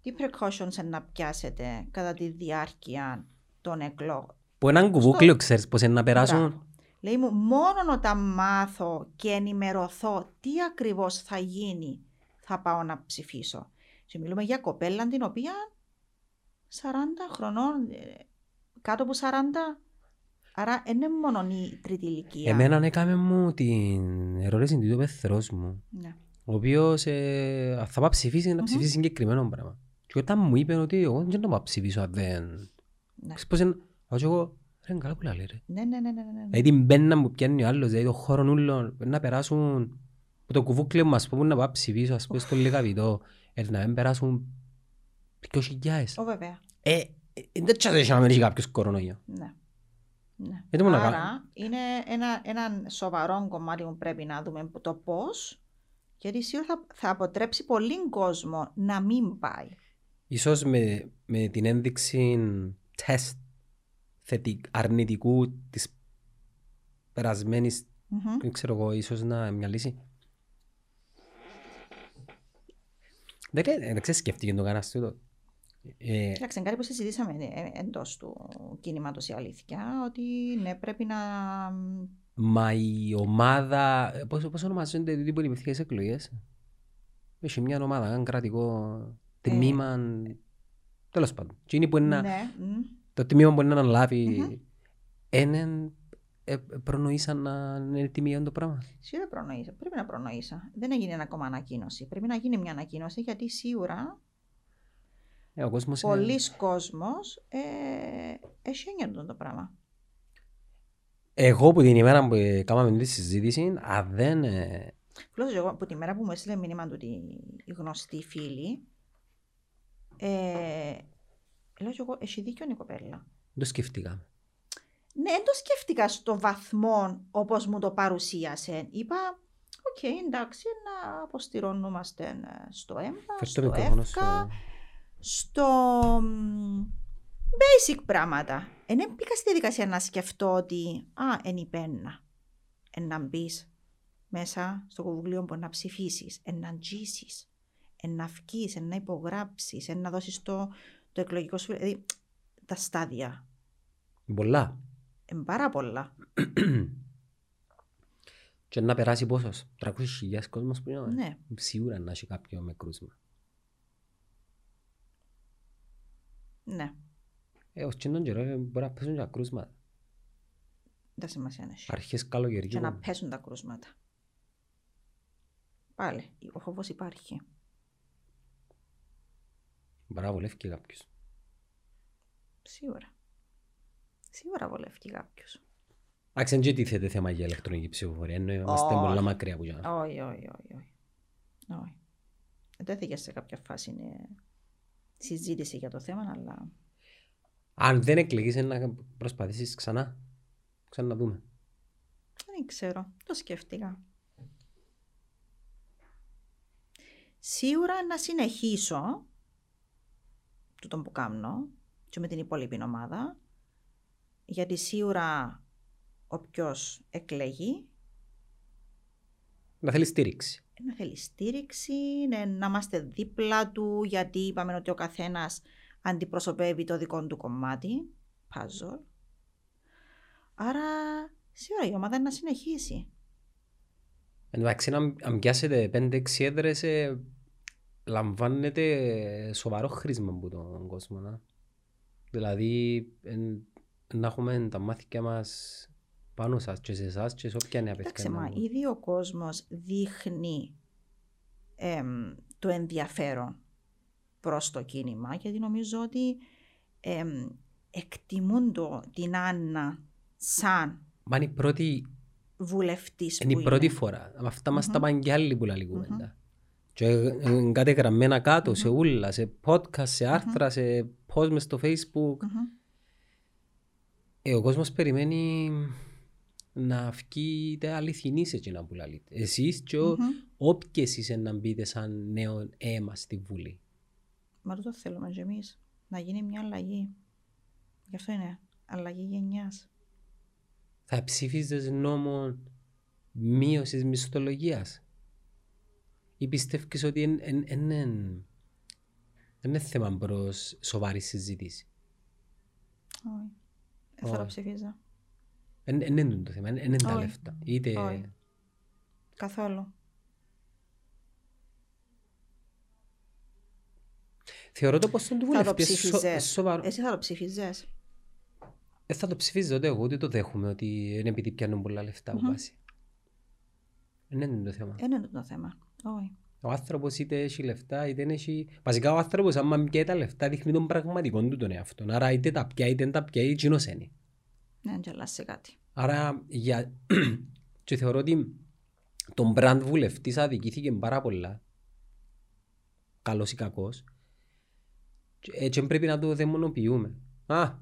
Speaker 2: τι precautions να πιάσετε κατά τη διάρκεια των εκλογών.
Speaker 1: Που έναν κουβούκλιο ξέρεις πως είναι να περάσουν.
Speaker 2: Μπράβο. Λέει μου, μόνο όταν μάθω και ενημερωθώ τι ακριβώς θα γίνει, θα πάω να ψηφίσω. Και μιλούμε για κοπέλα την οποία 40 χρονών, ε, κάτω από 40. Άρα δεν είναι μόνο η τρίτη ηλικία.
Speaker 1: Εμένα έκαμε μου την ερώτηση του πεθρός μου,
Speaker 2: Ναι.
Speaker 1: ο οποίος ε, αν θα πάει ψηφίσει να
Speaker 2: Μμμ.
Speaker 1: ψηφίσει συγκεκριμένο πράγμα. Και όταν μου είπε ότι εγώ δεν θα πάω ψηφίσω αν δεν...
Speaker 2: Ναι.
Speaker 1: Ξέρεις πως είναι... Άρα και εγώ, ρε είναι καλά που λέει ρε.
Speaker 2: Ναι, ναι, ναι, ναι, ναι. ναι.
Speaker 1: Δηλαδή την πένα που πιάνει ο άλλος, δηλαδή το χώρο νουλό, να περάσουν που το κουβούκλιο μας που να πάω ψηφίσω, ας πούμε στο λιγαβιτό, ε, να μην περάσουν δυο χιλιάες.
Speaker 2: Ω, βέβαια.
Speaker 1: Ε, ε, δεν τσάζεσαι να μην έχει κάποιος κορονοϊό.
Speaker 2: Ναι. ναι.
Speaker 1: Γιατί μου να κάνω.
Speaker 2: Άρα είναι ένα, ένα σοβαρό κομμάτι που πρέπει να δούμε που- το πώς. Γιατί σίγουρα θα, θα αποτρέψει πολύ κόσμο να μην πάει.
Speaker 1: Ίσως με, με την ένδειξη τεστ θετι, αρνητικού της περασμένης,
Speaker 2: Μμμ.
Speaker 1: δεν ξέρω εγώ, ίσως να είναι μια λύση. Δεν, κα- δεν ξέρω σκέφτηκε το κανένας τούτο. Ε,
Speaker 2: Κοιτάξτε, είναι κάτι που συζητήσαμε εντός του κινήματος η αλήθεια, ότι ναι, πρέπει να.
Speaker 1: Μα η ομάδα. Πώς πώς ονομάζονται τούτοι που υπηρεσίε εκλογές. Έχει μια ομάδα, ένα κρατικό τμήμα. Τέλος πάντων. Τι είναι που είναι να-
Speaker 2: Ναι, μμ.
Speaker 1: Το τμήμα που είναι να αναλάβει.
Speaker 2: Μμμ.
Speaker 1: έναν ε, προνοήσαν να είναι τιμή το πράγμα.
Speaker 2: Σίγουρα προνοήσα. Πρέπει να προνοήσα. Δεν έγινε ακόμα ανακοίνωση. Πρέπει να γίνει μια ανακοίνωση γιατί σίγουρα
Speaker 1: Ε, ο κόσμος.
Speaker 2: πολλοί κόσμος ε, έχει ένιωτο το πράγμα.
Speaker 1: Εγώ που την ημέρα που ε, κάναμε τη συζήτηση, αν δεν. ε,
Speaker 2: Πλώς εγώ από τη μέρα που μου έστειλε μήνυμα του τη η γνωστή φίλη, ε, λέω και εγώ, έχει δίκιο η κοπέλα.
Speaker 1: το σκεφτήκαμε.
Speaker 2: Ναι, δεν το σκέφτηκα στο βαθμό όπως μου το παρουσίασε. Είπα, οκ, εντάξει, να αποστηρωνόμαστε ε, στο ΕΜΠΑ,
Speaker 1: Φέρ' το
Speaker 2: στο
Speaker 1: μικρόφωνο
Speaker 2: ΕΦΚΑ,
Speaker 1: στο.
Speaker 2: στο μ, basic πράγματα. Εν εν μπήκα στη διαδικασία να σκεφτώ ότι α, εν υπένα. Εν να μπεις μέσα στο κουβουλίο που να ψηφίσεις, εν να τζήσει, εν να βγει, εν να υπογράψεις, εν να δώσεις το, το εκλογικό σου. Δηλαδή, τα στάδια.
Speaker 1: Πολλά.
Speaker 2: Εν πάρα πολλά.
Speaker 1: Και να περάσει πόσος. 300.000 κόσμος που είναι.
Speaker 2: Ναι.
Speaker 1: Σίγουρα να έχει κάποιο με κρούσμα.
Speaker 2: Ναι,
Speaker 1: Ε, ως τσιν τον καιρό ε, μπορεί να πέσουν και τα κρούσματα.
Speaker 2: δεν σημασία έχει.
Speaker 1: Αρχές καλοκαιριού.
Speaker 2: Και να πέσουν τα κρούσματα. Πάλι, ο φόβος υπάρχει.
Speaker 1: Μπορεί να βολεύει και κάποιος.
Speaker 2: Σίγουρα. Σίγουρα βολεύει κάποιο.
Speaker 1: Εντάξει, δεν τίθεται θέμα για ηλεκτρονική ψηφοφορία. ενώ Είμαστε
Speaker 2: Όχι.
Speaker 1: πολλά μακριά από γι'αυτό.
Speaker 2: Όχι, όχι, όχι. όχι. όχι. Εντέθηκε σε κάποια φάση είναι συζήτηση για το θέμα, αλλά
Speaker 1: Αν δεν εκλεγείς ε, να προσπαθήσεις ξανά. Ξαναδούμε.
Speaker 2: δεν ξέρω. Το σκέφτηκα. Σίγουρα να συνεχίσω τούτο που κάνω και με την υπόλοιπη ομάδα, γιατί σίγουρα όποιος εκλεγεί
Speaker 1: Να θέλει στήριξη.
Speaker 2: να θέλει στήριξη, ναι, να είμαστε δίπλα του, γιατί είπαμε ότι ο καθένας αντιπροσωπεύει το δικό του κομμάτι, puzzle. Άρα, σίγουρα η ομάδα είναι να συνεχίσει.
Speaker 1: Εντάξει, αν, αν πιάσετε 5-6 έδρες, ε, λαμβάνετε σοβαρό χρήσμα από τον κόσμο. Να. Δηλαδή, εν, να έχουμε τα μάθηκια μας πάνω σας και σε εσάς και σε όποια νέα
Speaker 2: Κοίταξε,
Speaker 1: παιδιά. να
Speaker 2: μα
Speaker 1: βγουν.
Speaker 2: ήδη ο κόσμος δείχνει εμ, το ενδιαφέρον προς το κίνημα γιατί νομίζω ότι εμ, εκτιμούν το, την Άννα σαν
Speaker 1: Μα είναι η πρώτη,
Speaker 2: βουλευτής
Speaker 1: είναι
Speaker 2: που
Speaker 1: η πρώτη φορά. Μα αυτά μας τα πάνε και άλλοι που λαλεί κουβέντα. Και ε, ε, κάτι γραμμένα κάτω, σε ούλα, σε podcast, σε άρθρα, σε post μες στο facebook.
Speaker 2: Μμμ.
Speaker 1: Ε, ο κόσμος περιμένει να βγει τα αληθινή σε εκείνα που λαλείτε. Εσείς και ο- όποιοι εσείς είναι να μπείτε σαν νέο αίμα στη Βουλή.
Speaker 2: Μα το θέλουμε κι εμείς να γίνει μια αλλαγή. Γι' αυτό είναι αλλαγή γενιάς.
Speaker 1: Θα ψήφιζες νόμο μείωσης μισθολογίας. Ή πιστεύεις ότι είναι θέμα προς σοβαρή συζήτηση.
Speaker 2: Όχι. Ε, θα το
Speaker 1: Όχι.
Speaker 2: ψηφίζα.
Speaker 1: Δεν είναι το θέμα, δεν είναι τα
Speaker 2: Όχι.
Speaker 1: λεφτά. Είτε
Speaker 2: Όχι. Καθόλου.
Speaker 1: θεωρώ το ποσό του
Speaker 2: Θα το
Speaker 1: βουλευτή σο-
Speaker 2: ψήφιζες.
Speaker 1: σοβαρό.
Speaker 2: Εσύ θα το ψήφιζες.
Speaker 1: Ε, θα το ψηφίζω ούτε εγώ, ούτε το δέχομαι ότι είναι επειδή πιάνουν πολλά λεφτά από
Speaker 2: Μμμ.
Speaker 1: βάση. Δεν είναι το θέμα.
Speaker 2: Ε, είναι το θέμα. Όχι.
Speaker 1: Ο άνθρωπος είτε έχει λεφτά είτε δεν έχει. Βασικά ο άνθρωπος, άμα πιάει τα λεφτά, δείχνει τον πραγματικό του τον εαυτό. Άρα είτε τα πιάει είτε δεν τα πιάει, τσινό είναι.
Speaker 2: Ναι, αν και αλλάζει κάτι.
Speaker 1: Άρα για... και θεωρώ ότι τον brand βουλευτής αδικήθηκε πάρα πολλά. Καλός ή κακός. Και, ε, και πρέπει να το δαιμονοποιούμε. Α,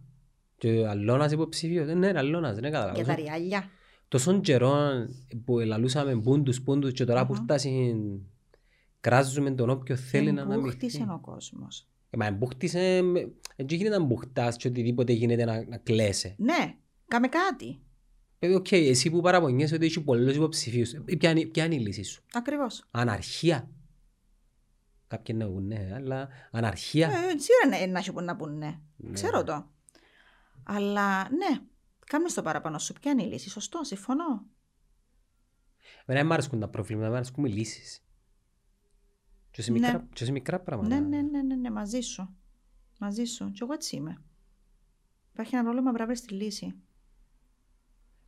Speaker 1: και αλλόνας υποψηφίος. Ε, Ναι, αλλόνας, δεν
Speaker 2: Για τα
Speaker 1: καταλαβαίνω.
Speaker 2: ριάλια.
Speaker 1: Τόσων καιρών που ελαλούσαμε μπούντους, πούντους και τώρα που
Speaker 2: Μμμ.
Speaker 1: φτάσει κράζουμε τον όποιο θέλει να αναμειχθεί.
Speaker 2: αναμειχθεί. ο κόσμος.
Speaker 1: Ε, Μα εμπουχτήσε, δεν γίνεται να μπουχτάς και οτιδήποτε γίνεται να, να κλαίσαι.
Speaker 2: Ναι, κάμε κάτι.
Speaker 1: Παιδί, οκ, εσύ που παραπονιέσαι ότι έχεις πολλούς υποψηφίους, ε, ποια είναι, ποια είναι η λύση σου.
Speaker 2: Ακριβώς.
Speaker 1: Αναρχία. Κάποιοι να πούν ναι, αλλά αναρχία.
Speaker 2: Ε, σίγουρα είναι να έχει που να πούν ναι.
Speaker 1: Ναι.
Speaker 2: Ξέρω το. Αλλά ναι, κάμε στο παραπάνω σου. Ποια είναι η λύση. Σωστό, συμφωνώ.
Speaker 1: Εμένα δεν μ' αρέσκουν τα προβλήματα, μ' αρέσκουν οι λύσεις. Και σε
Speaker 2: Ναι.
Speaker 1: μικρά, και σε μικρά πράγματα.
Speaker 2: Ναι, ναι, ναι, ναι, ναι, μαζί σου. Μαζί σου. Κι εγώ έτσι είμαι. Υπάρχει ένα πρόβλημα, πρέπει να βρεις τη λύση.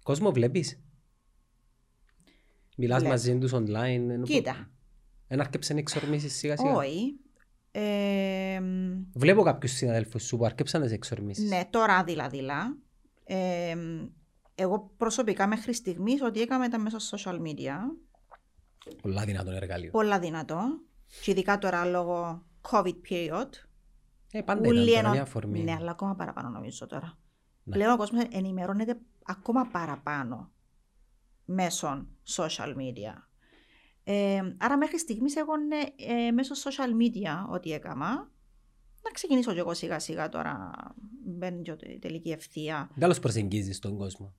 Speaker 1: Κόσμο βλέπεις. Μιλάς
Speaker 2: Βλέπω.
Speaker 1: μαζί τους online. ενώ-
Speaker 2: Κοίτα.
Speaker 1: Εν αρκέψαν να εξορμήσεις σιγά σιγά.
Speaker 2: Όχι. Ε, μ,
Speaker 1: Βλέπω κάποιους συναδέλφους σου που αρκέψαν να σε εξορμήσεις.
Speaker 2: ναι, τώρα δειλά-δειλά. Ε, μ, εγώ προσωπικά μέχρι στιγμής ότι έκαμε τα μέσα στα social media.
Speaker 1: Πολλά δυνατόν εργαλείο.
Speaker 2: Πολλά δυνατό. Και ειδικά τώρα λόγω COVID period.
Speaker 1: Ε, πάντα
Speaker 2: ούλοι
Speaker 1: ήταν τώρα
Speaker 2: ενω-
Speaker 1: μια αφορμή.
Speaker 2: Ναι, αλλά ακόμα παραπάνω νομίζω τώρα.
Speaker 1: Ναι.
Speaker 2: Πλέον ο κόσμος ενημερώνεται ακόμα παραπάνω μέσω social media. Ε, άρα μέχρι στιγμής εγώ ναι, ε, μέσω social media ό,τι έκανα. Να ξεκινήσω κι εγώ σιγά σιγά τώρα. Μπαίνει και η τελική ευθεία.
Speaker 1: Τι άλλος προσεγγίζεις τον κόσμο.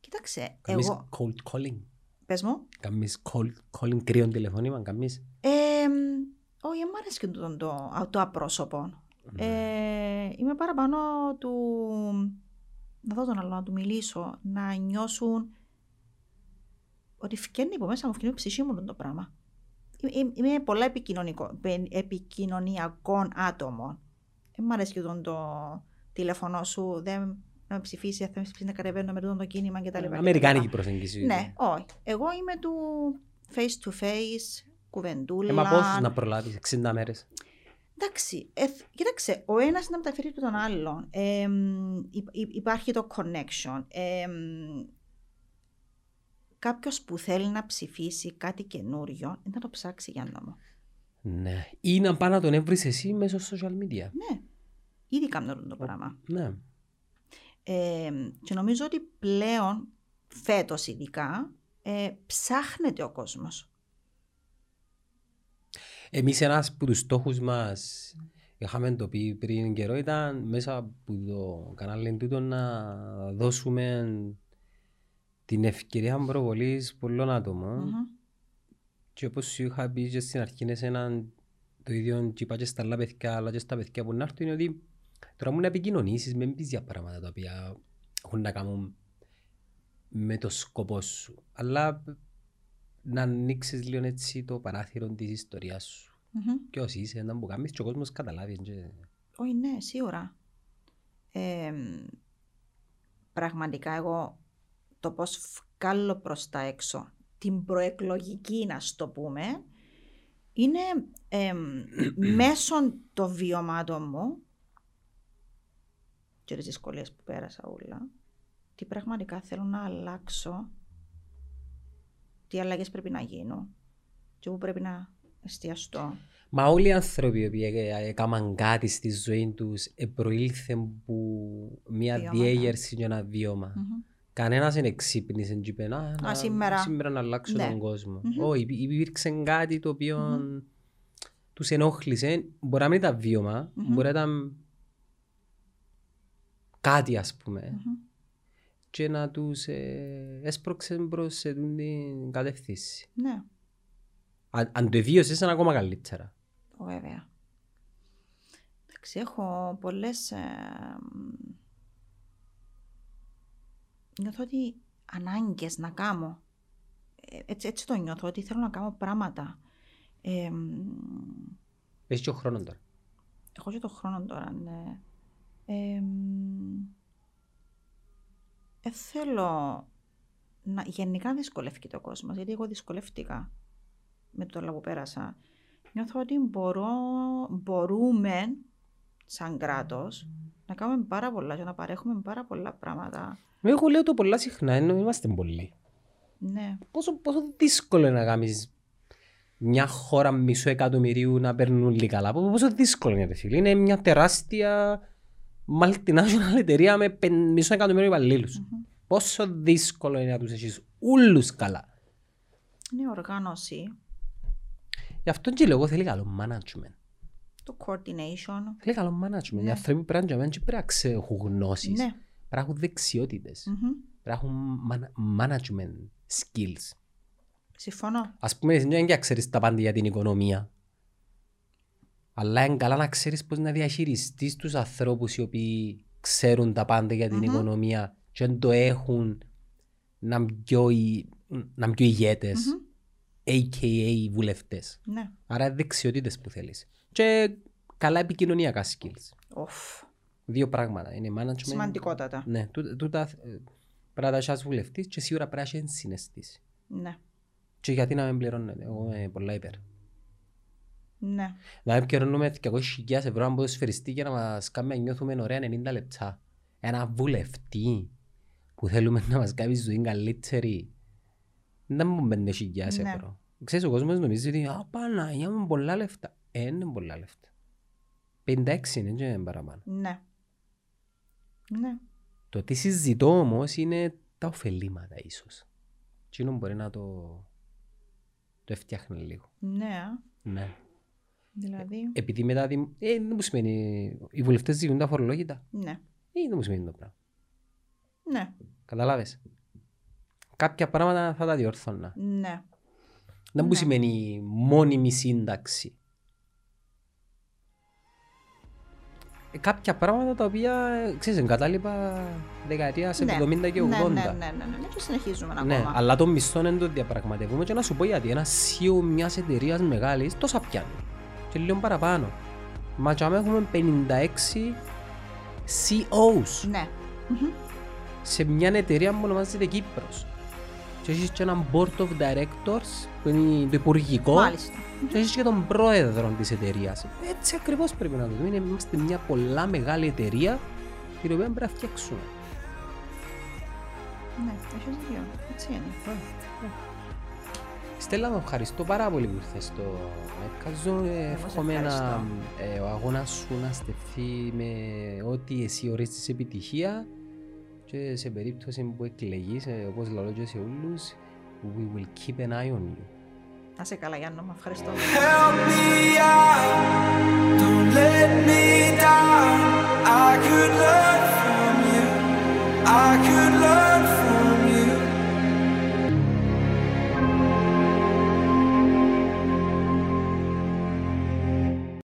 Speaker 2: Κοίταξε,
Speaker 1: Κάνεις
Speaker 2: εγώ...
Speaker 1: cold calling.
Speaker 2: Πες μου.
Speaker 1: Καμίς call, calling κρύων τηλεφωνήμα, καμίς.
Speaker 2: Ε, μ, όχι, δεν μου αρέσει και το, το, το απρόσωπο.
Speaker 1: Ναι.
Speaker 2: Ε, είμαι παραπάνω του να δω τον άλλο, να του μιλήσω, να νιώσουν ότι φκένει από μέσα μου, φκένει η ψυχή μου τούτο το πράγμα. Ε, ε, Είμαι πολλά επικοινωνικό, πεν- επικοινωνιακών άτομων. Δεν μ' αρέσει και τον το τηλέφωνο σου, δεν να με ψηφίσεις, δεν με ψηφίσεις να κατεβαίνω με τούτο το κίνημα κτλ.
Speaker 1: Ε, Αμερικάνικη προσέγγιση.
Speaker 2: Ναι, όχι. Εγώ είμαι του face to face,
Speaker 1: Ε,
Speaker 2: κουβεντούλα.
Speaker 1: μα πόσους να προλάβεις, 60 μέρες.
Speaker 2: Εντάξει, ε, κοίταξε, ο ένας να μεταφέρει και τον άλλον. Ε, μ, υ- υ- υπάρχει το connection. Ε, Κάποιος που θέλει να ψηφίσει κάτι καινούριο, να το ψάξει για νόμο.
Speaker 1: Ναι. Ή να πάει να τον έβρεις εσύ μέσω social media.
Speaker 2: Ναι, ήδη κάνουν το πράγμα.
Speaker 1: Ναι.
Speaker 2: Ε, και νομίζω ότι πλέον, φέτος ειδικά, ε, ψάχνεται ο κόσμος.
Speaker 1: Εμείς ένας από τους στόχους μας, ε, είχαμε το πει πριν καιρό ήταν μέσα από το κανάλι τούτο να δώσουμε την ευκαιρία προβολής πολλών άτομων.
Speaker 2: Μμμ.
Speaker 1: Και όπως σου είχα πει και στην αρχή είναι σε έναν το ίδιο και είπα και στα άλλα παιδιά αλλά και στα παιδιά που να έρθουν είναι ότι τώρα μου να επικοινωνήσεις με μπεις για πράγματα τα οποία έχουν να κάνουν με το σκοπό σου. Αλλά να ανοίξεις λίγο έτσι το παράθυρο της ιστορίας σου.
Speaker 2: Μμμ.
Speaker 1: Ποιος είσαι, να που κάνεις και ο κόσμος καταλάβεις. Και...
Speaker 2: Όχι, ναι, σίγουρα. Ε, μ, πραγματικά εγώ το πώς βγάλω προς τα έξω την προεκλογική να στο πούμε είναι ε, μ, μέσω των βιωμάτων μου και τις δυσκολίες που πέρασα όλα τι πραγματικά θέλω να αλλάξω τι αλλαγές πρέπει να γίνουν και που πρέπει να εστιαστώ.
Speaker 1: Μα όλοι οι άνθρωποι οι οποίοι ε- ε- έκαναν κάτι στη ζωή τους ε, προήλθεν που μια
Speaker 2: Βιώματα.
Speaker 1: διέγερση και ένα βιώμα.
Speaker 2: Μμμ.
Speaker 1: Κανένας δεν εξύπνησε και είπε να, να-
Speaker 2: σήμερα».
Speaker 1: σήμερα να αλλάξω
Speaker 2: Ναι.
Speaker 1: τον κόσμο.
Speaker 2: Μμμ.
Speaker 1: Όχι, υπή- υπήρξε κάτι το οποίο τους ενόχλησε. Μπορεί να μην ήταν βιώμα,
Speaker 2: Μμμ.
Speaker 1: μπορεί να ήταν κάτι ας πούμε
Speaker 2: Μμμ.
Speaker 1: και να τους ε, έσπρωξε προς σε τούτη την κατεύθυνση.
Speaker 2: Ναι.
Speaker 1: Αν, αν το βίωσες ήταν ακόμα καλύτερα.
Speaker 2: Βέβαια. Εντάξει, έχω πολλές... Ε, μ, νιώθω ότι ανάγκες να κάνω. Ε, Έτσι, έτσι το νιώθω, ότι θέλω να κάνω πράγματα. Ε, μ,
Speaker 1: Έχεις και ο χρόνος τώρα.
Speaker 2: Έχω και τον χρόνο τώρα, ναι. Ε, μ, ε, θέλω να, γενικά δυσκολεύει το κόσμο, γιατί εγώ δυσκολεύτηκα με το όλα που πέρασα. Νιώθω ότι μπορώ, μπορούμε σαν κράτος να κάνουμε πάρα πολλά και να παρέχουμε πάρα πολλά πράγματα.
Speaker 1: Εγώ λέω το πολλά συχνά, ενώ είμαστε πολλοί.
Speaker 2: Ναι,
Speaker 1: Πόσο, πόσο δύσκολο είναι να κάνεις μια χώρα μισό εκατομμυρίου να παίρνουν όλοι καλά. Πο- Πόσο δύσκολο είναι, ρε φίλε. Είναι μια τεράστια multinational εταιρεία με πεν- μισό εκατομμύριο υπαλλήλους. Πόσο δύσκολο είναι να τους έχεις όλου καλά.
Speaker 2: είναι οργάνωση,
Speaker 1: Γι' αυτό και λέω, εγώ θέλει καλό management.
Speaker 2: το coordination.
Speaker 1: Θέλει καλό management. Οι άνθρωποι πρέπει να πρέπει να έχουν γνώσεις.
Speaker 2: Ναι.
Speaker 1: Πρέπει να έχουν δεξιότητες.
Speaker 2: Μμμ.
Speaker 1: Πρέπει να έχουν man- management skills.
Speaker 2: Συμφωνώ.
Speaker 1: Ας πούμε, εσύ δεν ξέρεις τα πάντα για την οικονομία. Αλλά είναι καλά να ξέρεις πώς να διαχειριστείς τους ανθρώπους οι οποίοι ξέρουν τα πάντα για την
Speaker 2: Μμμ.
Speaker 1: οικονομία και δεν το έχουν να είναι πιο, οι- να είναι πιο ηγέτες,
Speaker 2: Μμμ.
Speaker 1: a.k.a. βουλευτές.
Speaker 2: Ναι.
Speaker 1: Άρα δεξιότητες που θέλεις. Και καλά επικοινωνιακά skills.
Speaker 2: Οφ.
Speaker 1: Δύο πράγματα. Είναι management.
Speaker 2: Σημαντικότατα.
Speaker 1: Ναι, τούτα, τούτα ε, πρέπει να τα έχεις βουλευτής και σίγουρα πρέπει να έχεις συναισθήσει.
Speaker 2: Ναι.
Speaker 1: Και γιατί να μην πληρώνεται. Εγώ είμαι πολλά υπέρ.
Speaker 2: Ναι.
Speaker 1: Να επικαιρώνουμε 200.000 ευρώ αν ποδοσφαιριστή για να μας κάνει να νιώθουμε ωραία 90 λεπτά. Ένα βουλευτή που θέλουμε να μας κάνει ζωή καλύτερη. Δεν μου μπαίνουν 1.000
Speaker 2: Ναι.
Speaker 1: ευρώ. Ξέρεις, ο κόσμος νομίζει ότι «Α, Παναγιά μου, πολλά λεφτά». Ε, είναι πολλά λεφτά. 56 είναι και παραπάνω.
Speaker 2: Ναι. Ναι.
Speaker 1: Το τι συζητώ όμως είναι τα ωφελήματα ίσως. Τι μπορεί να το, το έφτιαχνε λίγο.
Speaker 2: Ναι. α.
Speaker 1: Ναι.
Speaker 2: Δηλαδή.
Speaker 1: επειδή μετά. Δι... Ε, δεν μου σημαίνει. Οι βουλευτές ζητούν τα φορολόγητα.
Speaker 2: Ναι.
Speaker 1: Ε, δεν μου σημαίνει το πράγμα.
Speaker 2: Ναι.
Speaker 1: Κατάλαβε. Κάποια πράγματα θα τα διορθώνα.
Speaker 2: Ναι.
Speaker 1: Δεν μου
Speaker 2: Ναι.
Speaker 1: σημαίνει μόνιμη σύνταξη. Ε, κάποια πράγματα τα οποία ε, ξέρεις, εγκατάλειπα δεκαετία σε 70 και 80.
Speaker 2: Ναι, ναι, ναι, ναι, ναι. Και συνεχίζουμε
Speaker 1: Ναι,
Speaker 2: ακόμα.
Speaker 1: αλλά το μισθό δεν το διαπραγματεύουμε και να σου πω γιατί ένα CEO μιας εταιρείας μεγάλης τόσα πιάνει. Και λίγο παραπάνω. Μα τσάμε έχουμε 56 E COs
Speaker 2: Ναι. Μμμ.
Speaker 1: σε μια εταιρεία που ονομάζεται Κύπρος. Και έχεις και έναν board of directors που είναι το υπουργικό.
Speaker 2: Μάλιστα.
Speaker 1: Και έχεις και τον πρόεδρο της εταιρείας. Έτσι ακριβώς πρέπει να το δούμε. Είναι- Είμαστε μια πολλά μεγάλη εταιρεία την οποία πρέπει να φτιάξουμε.
Speaker 2: Ναι, έχει δίκιο. Έτσι είναι.
Speaker 1: Στέλλα, μου ευχαριστώ πάρα πολύ που ήρθες στο Netcast Zone. Ε,
Speaker 2: σε
Speaker 1: Εύχομαι να,
Speaker 2: ευχαριστώ.
Speaker 1: ε, ο αγώνας σου να στεφθεί με ό,τι εσύ ορίζεις επιτυχία και σε περίπτωση που εκλεγείς, ε, όπως λέω και σε όλους, we will keep an eye on you.
Speaker 2: Να σε καλά, Γιάννο, μου ευχαριστώ.
Speaker 4: Help me out. Don't let me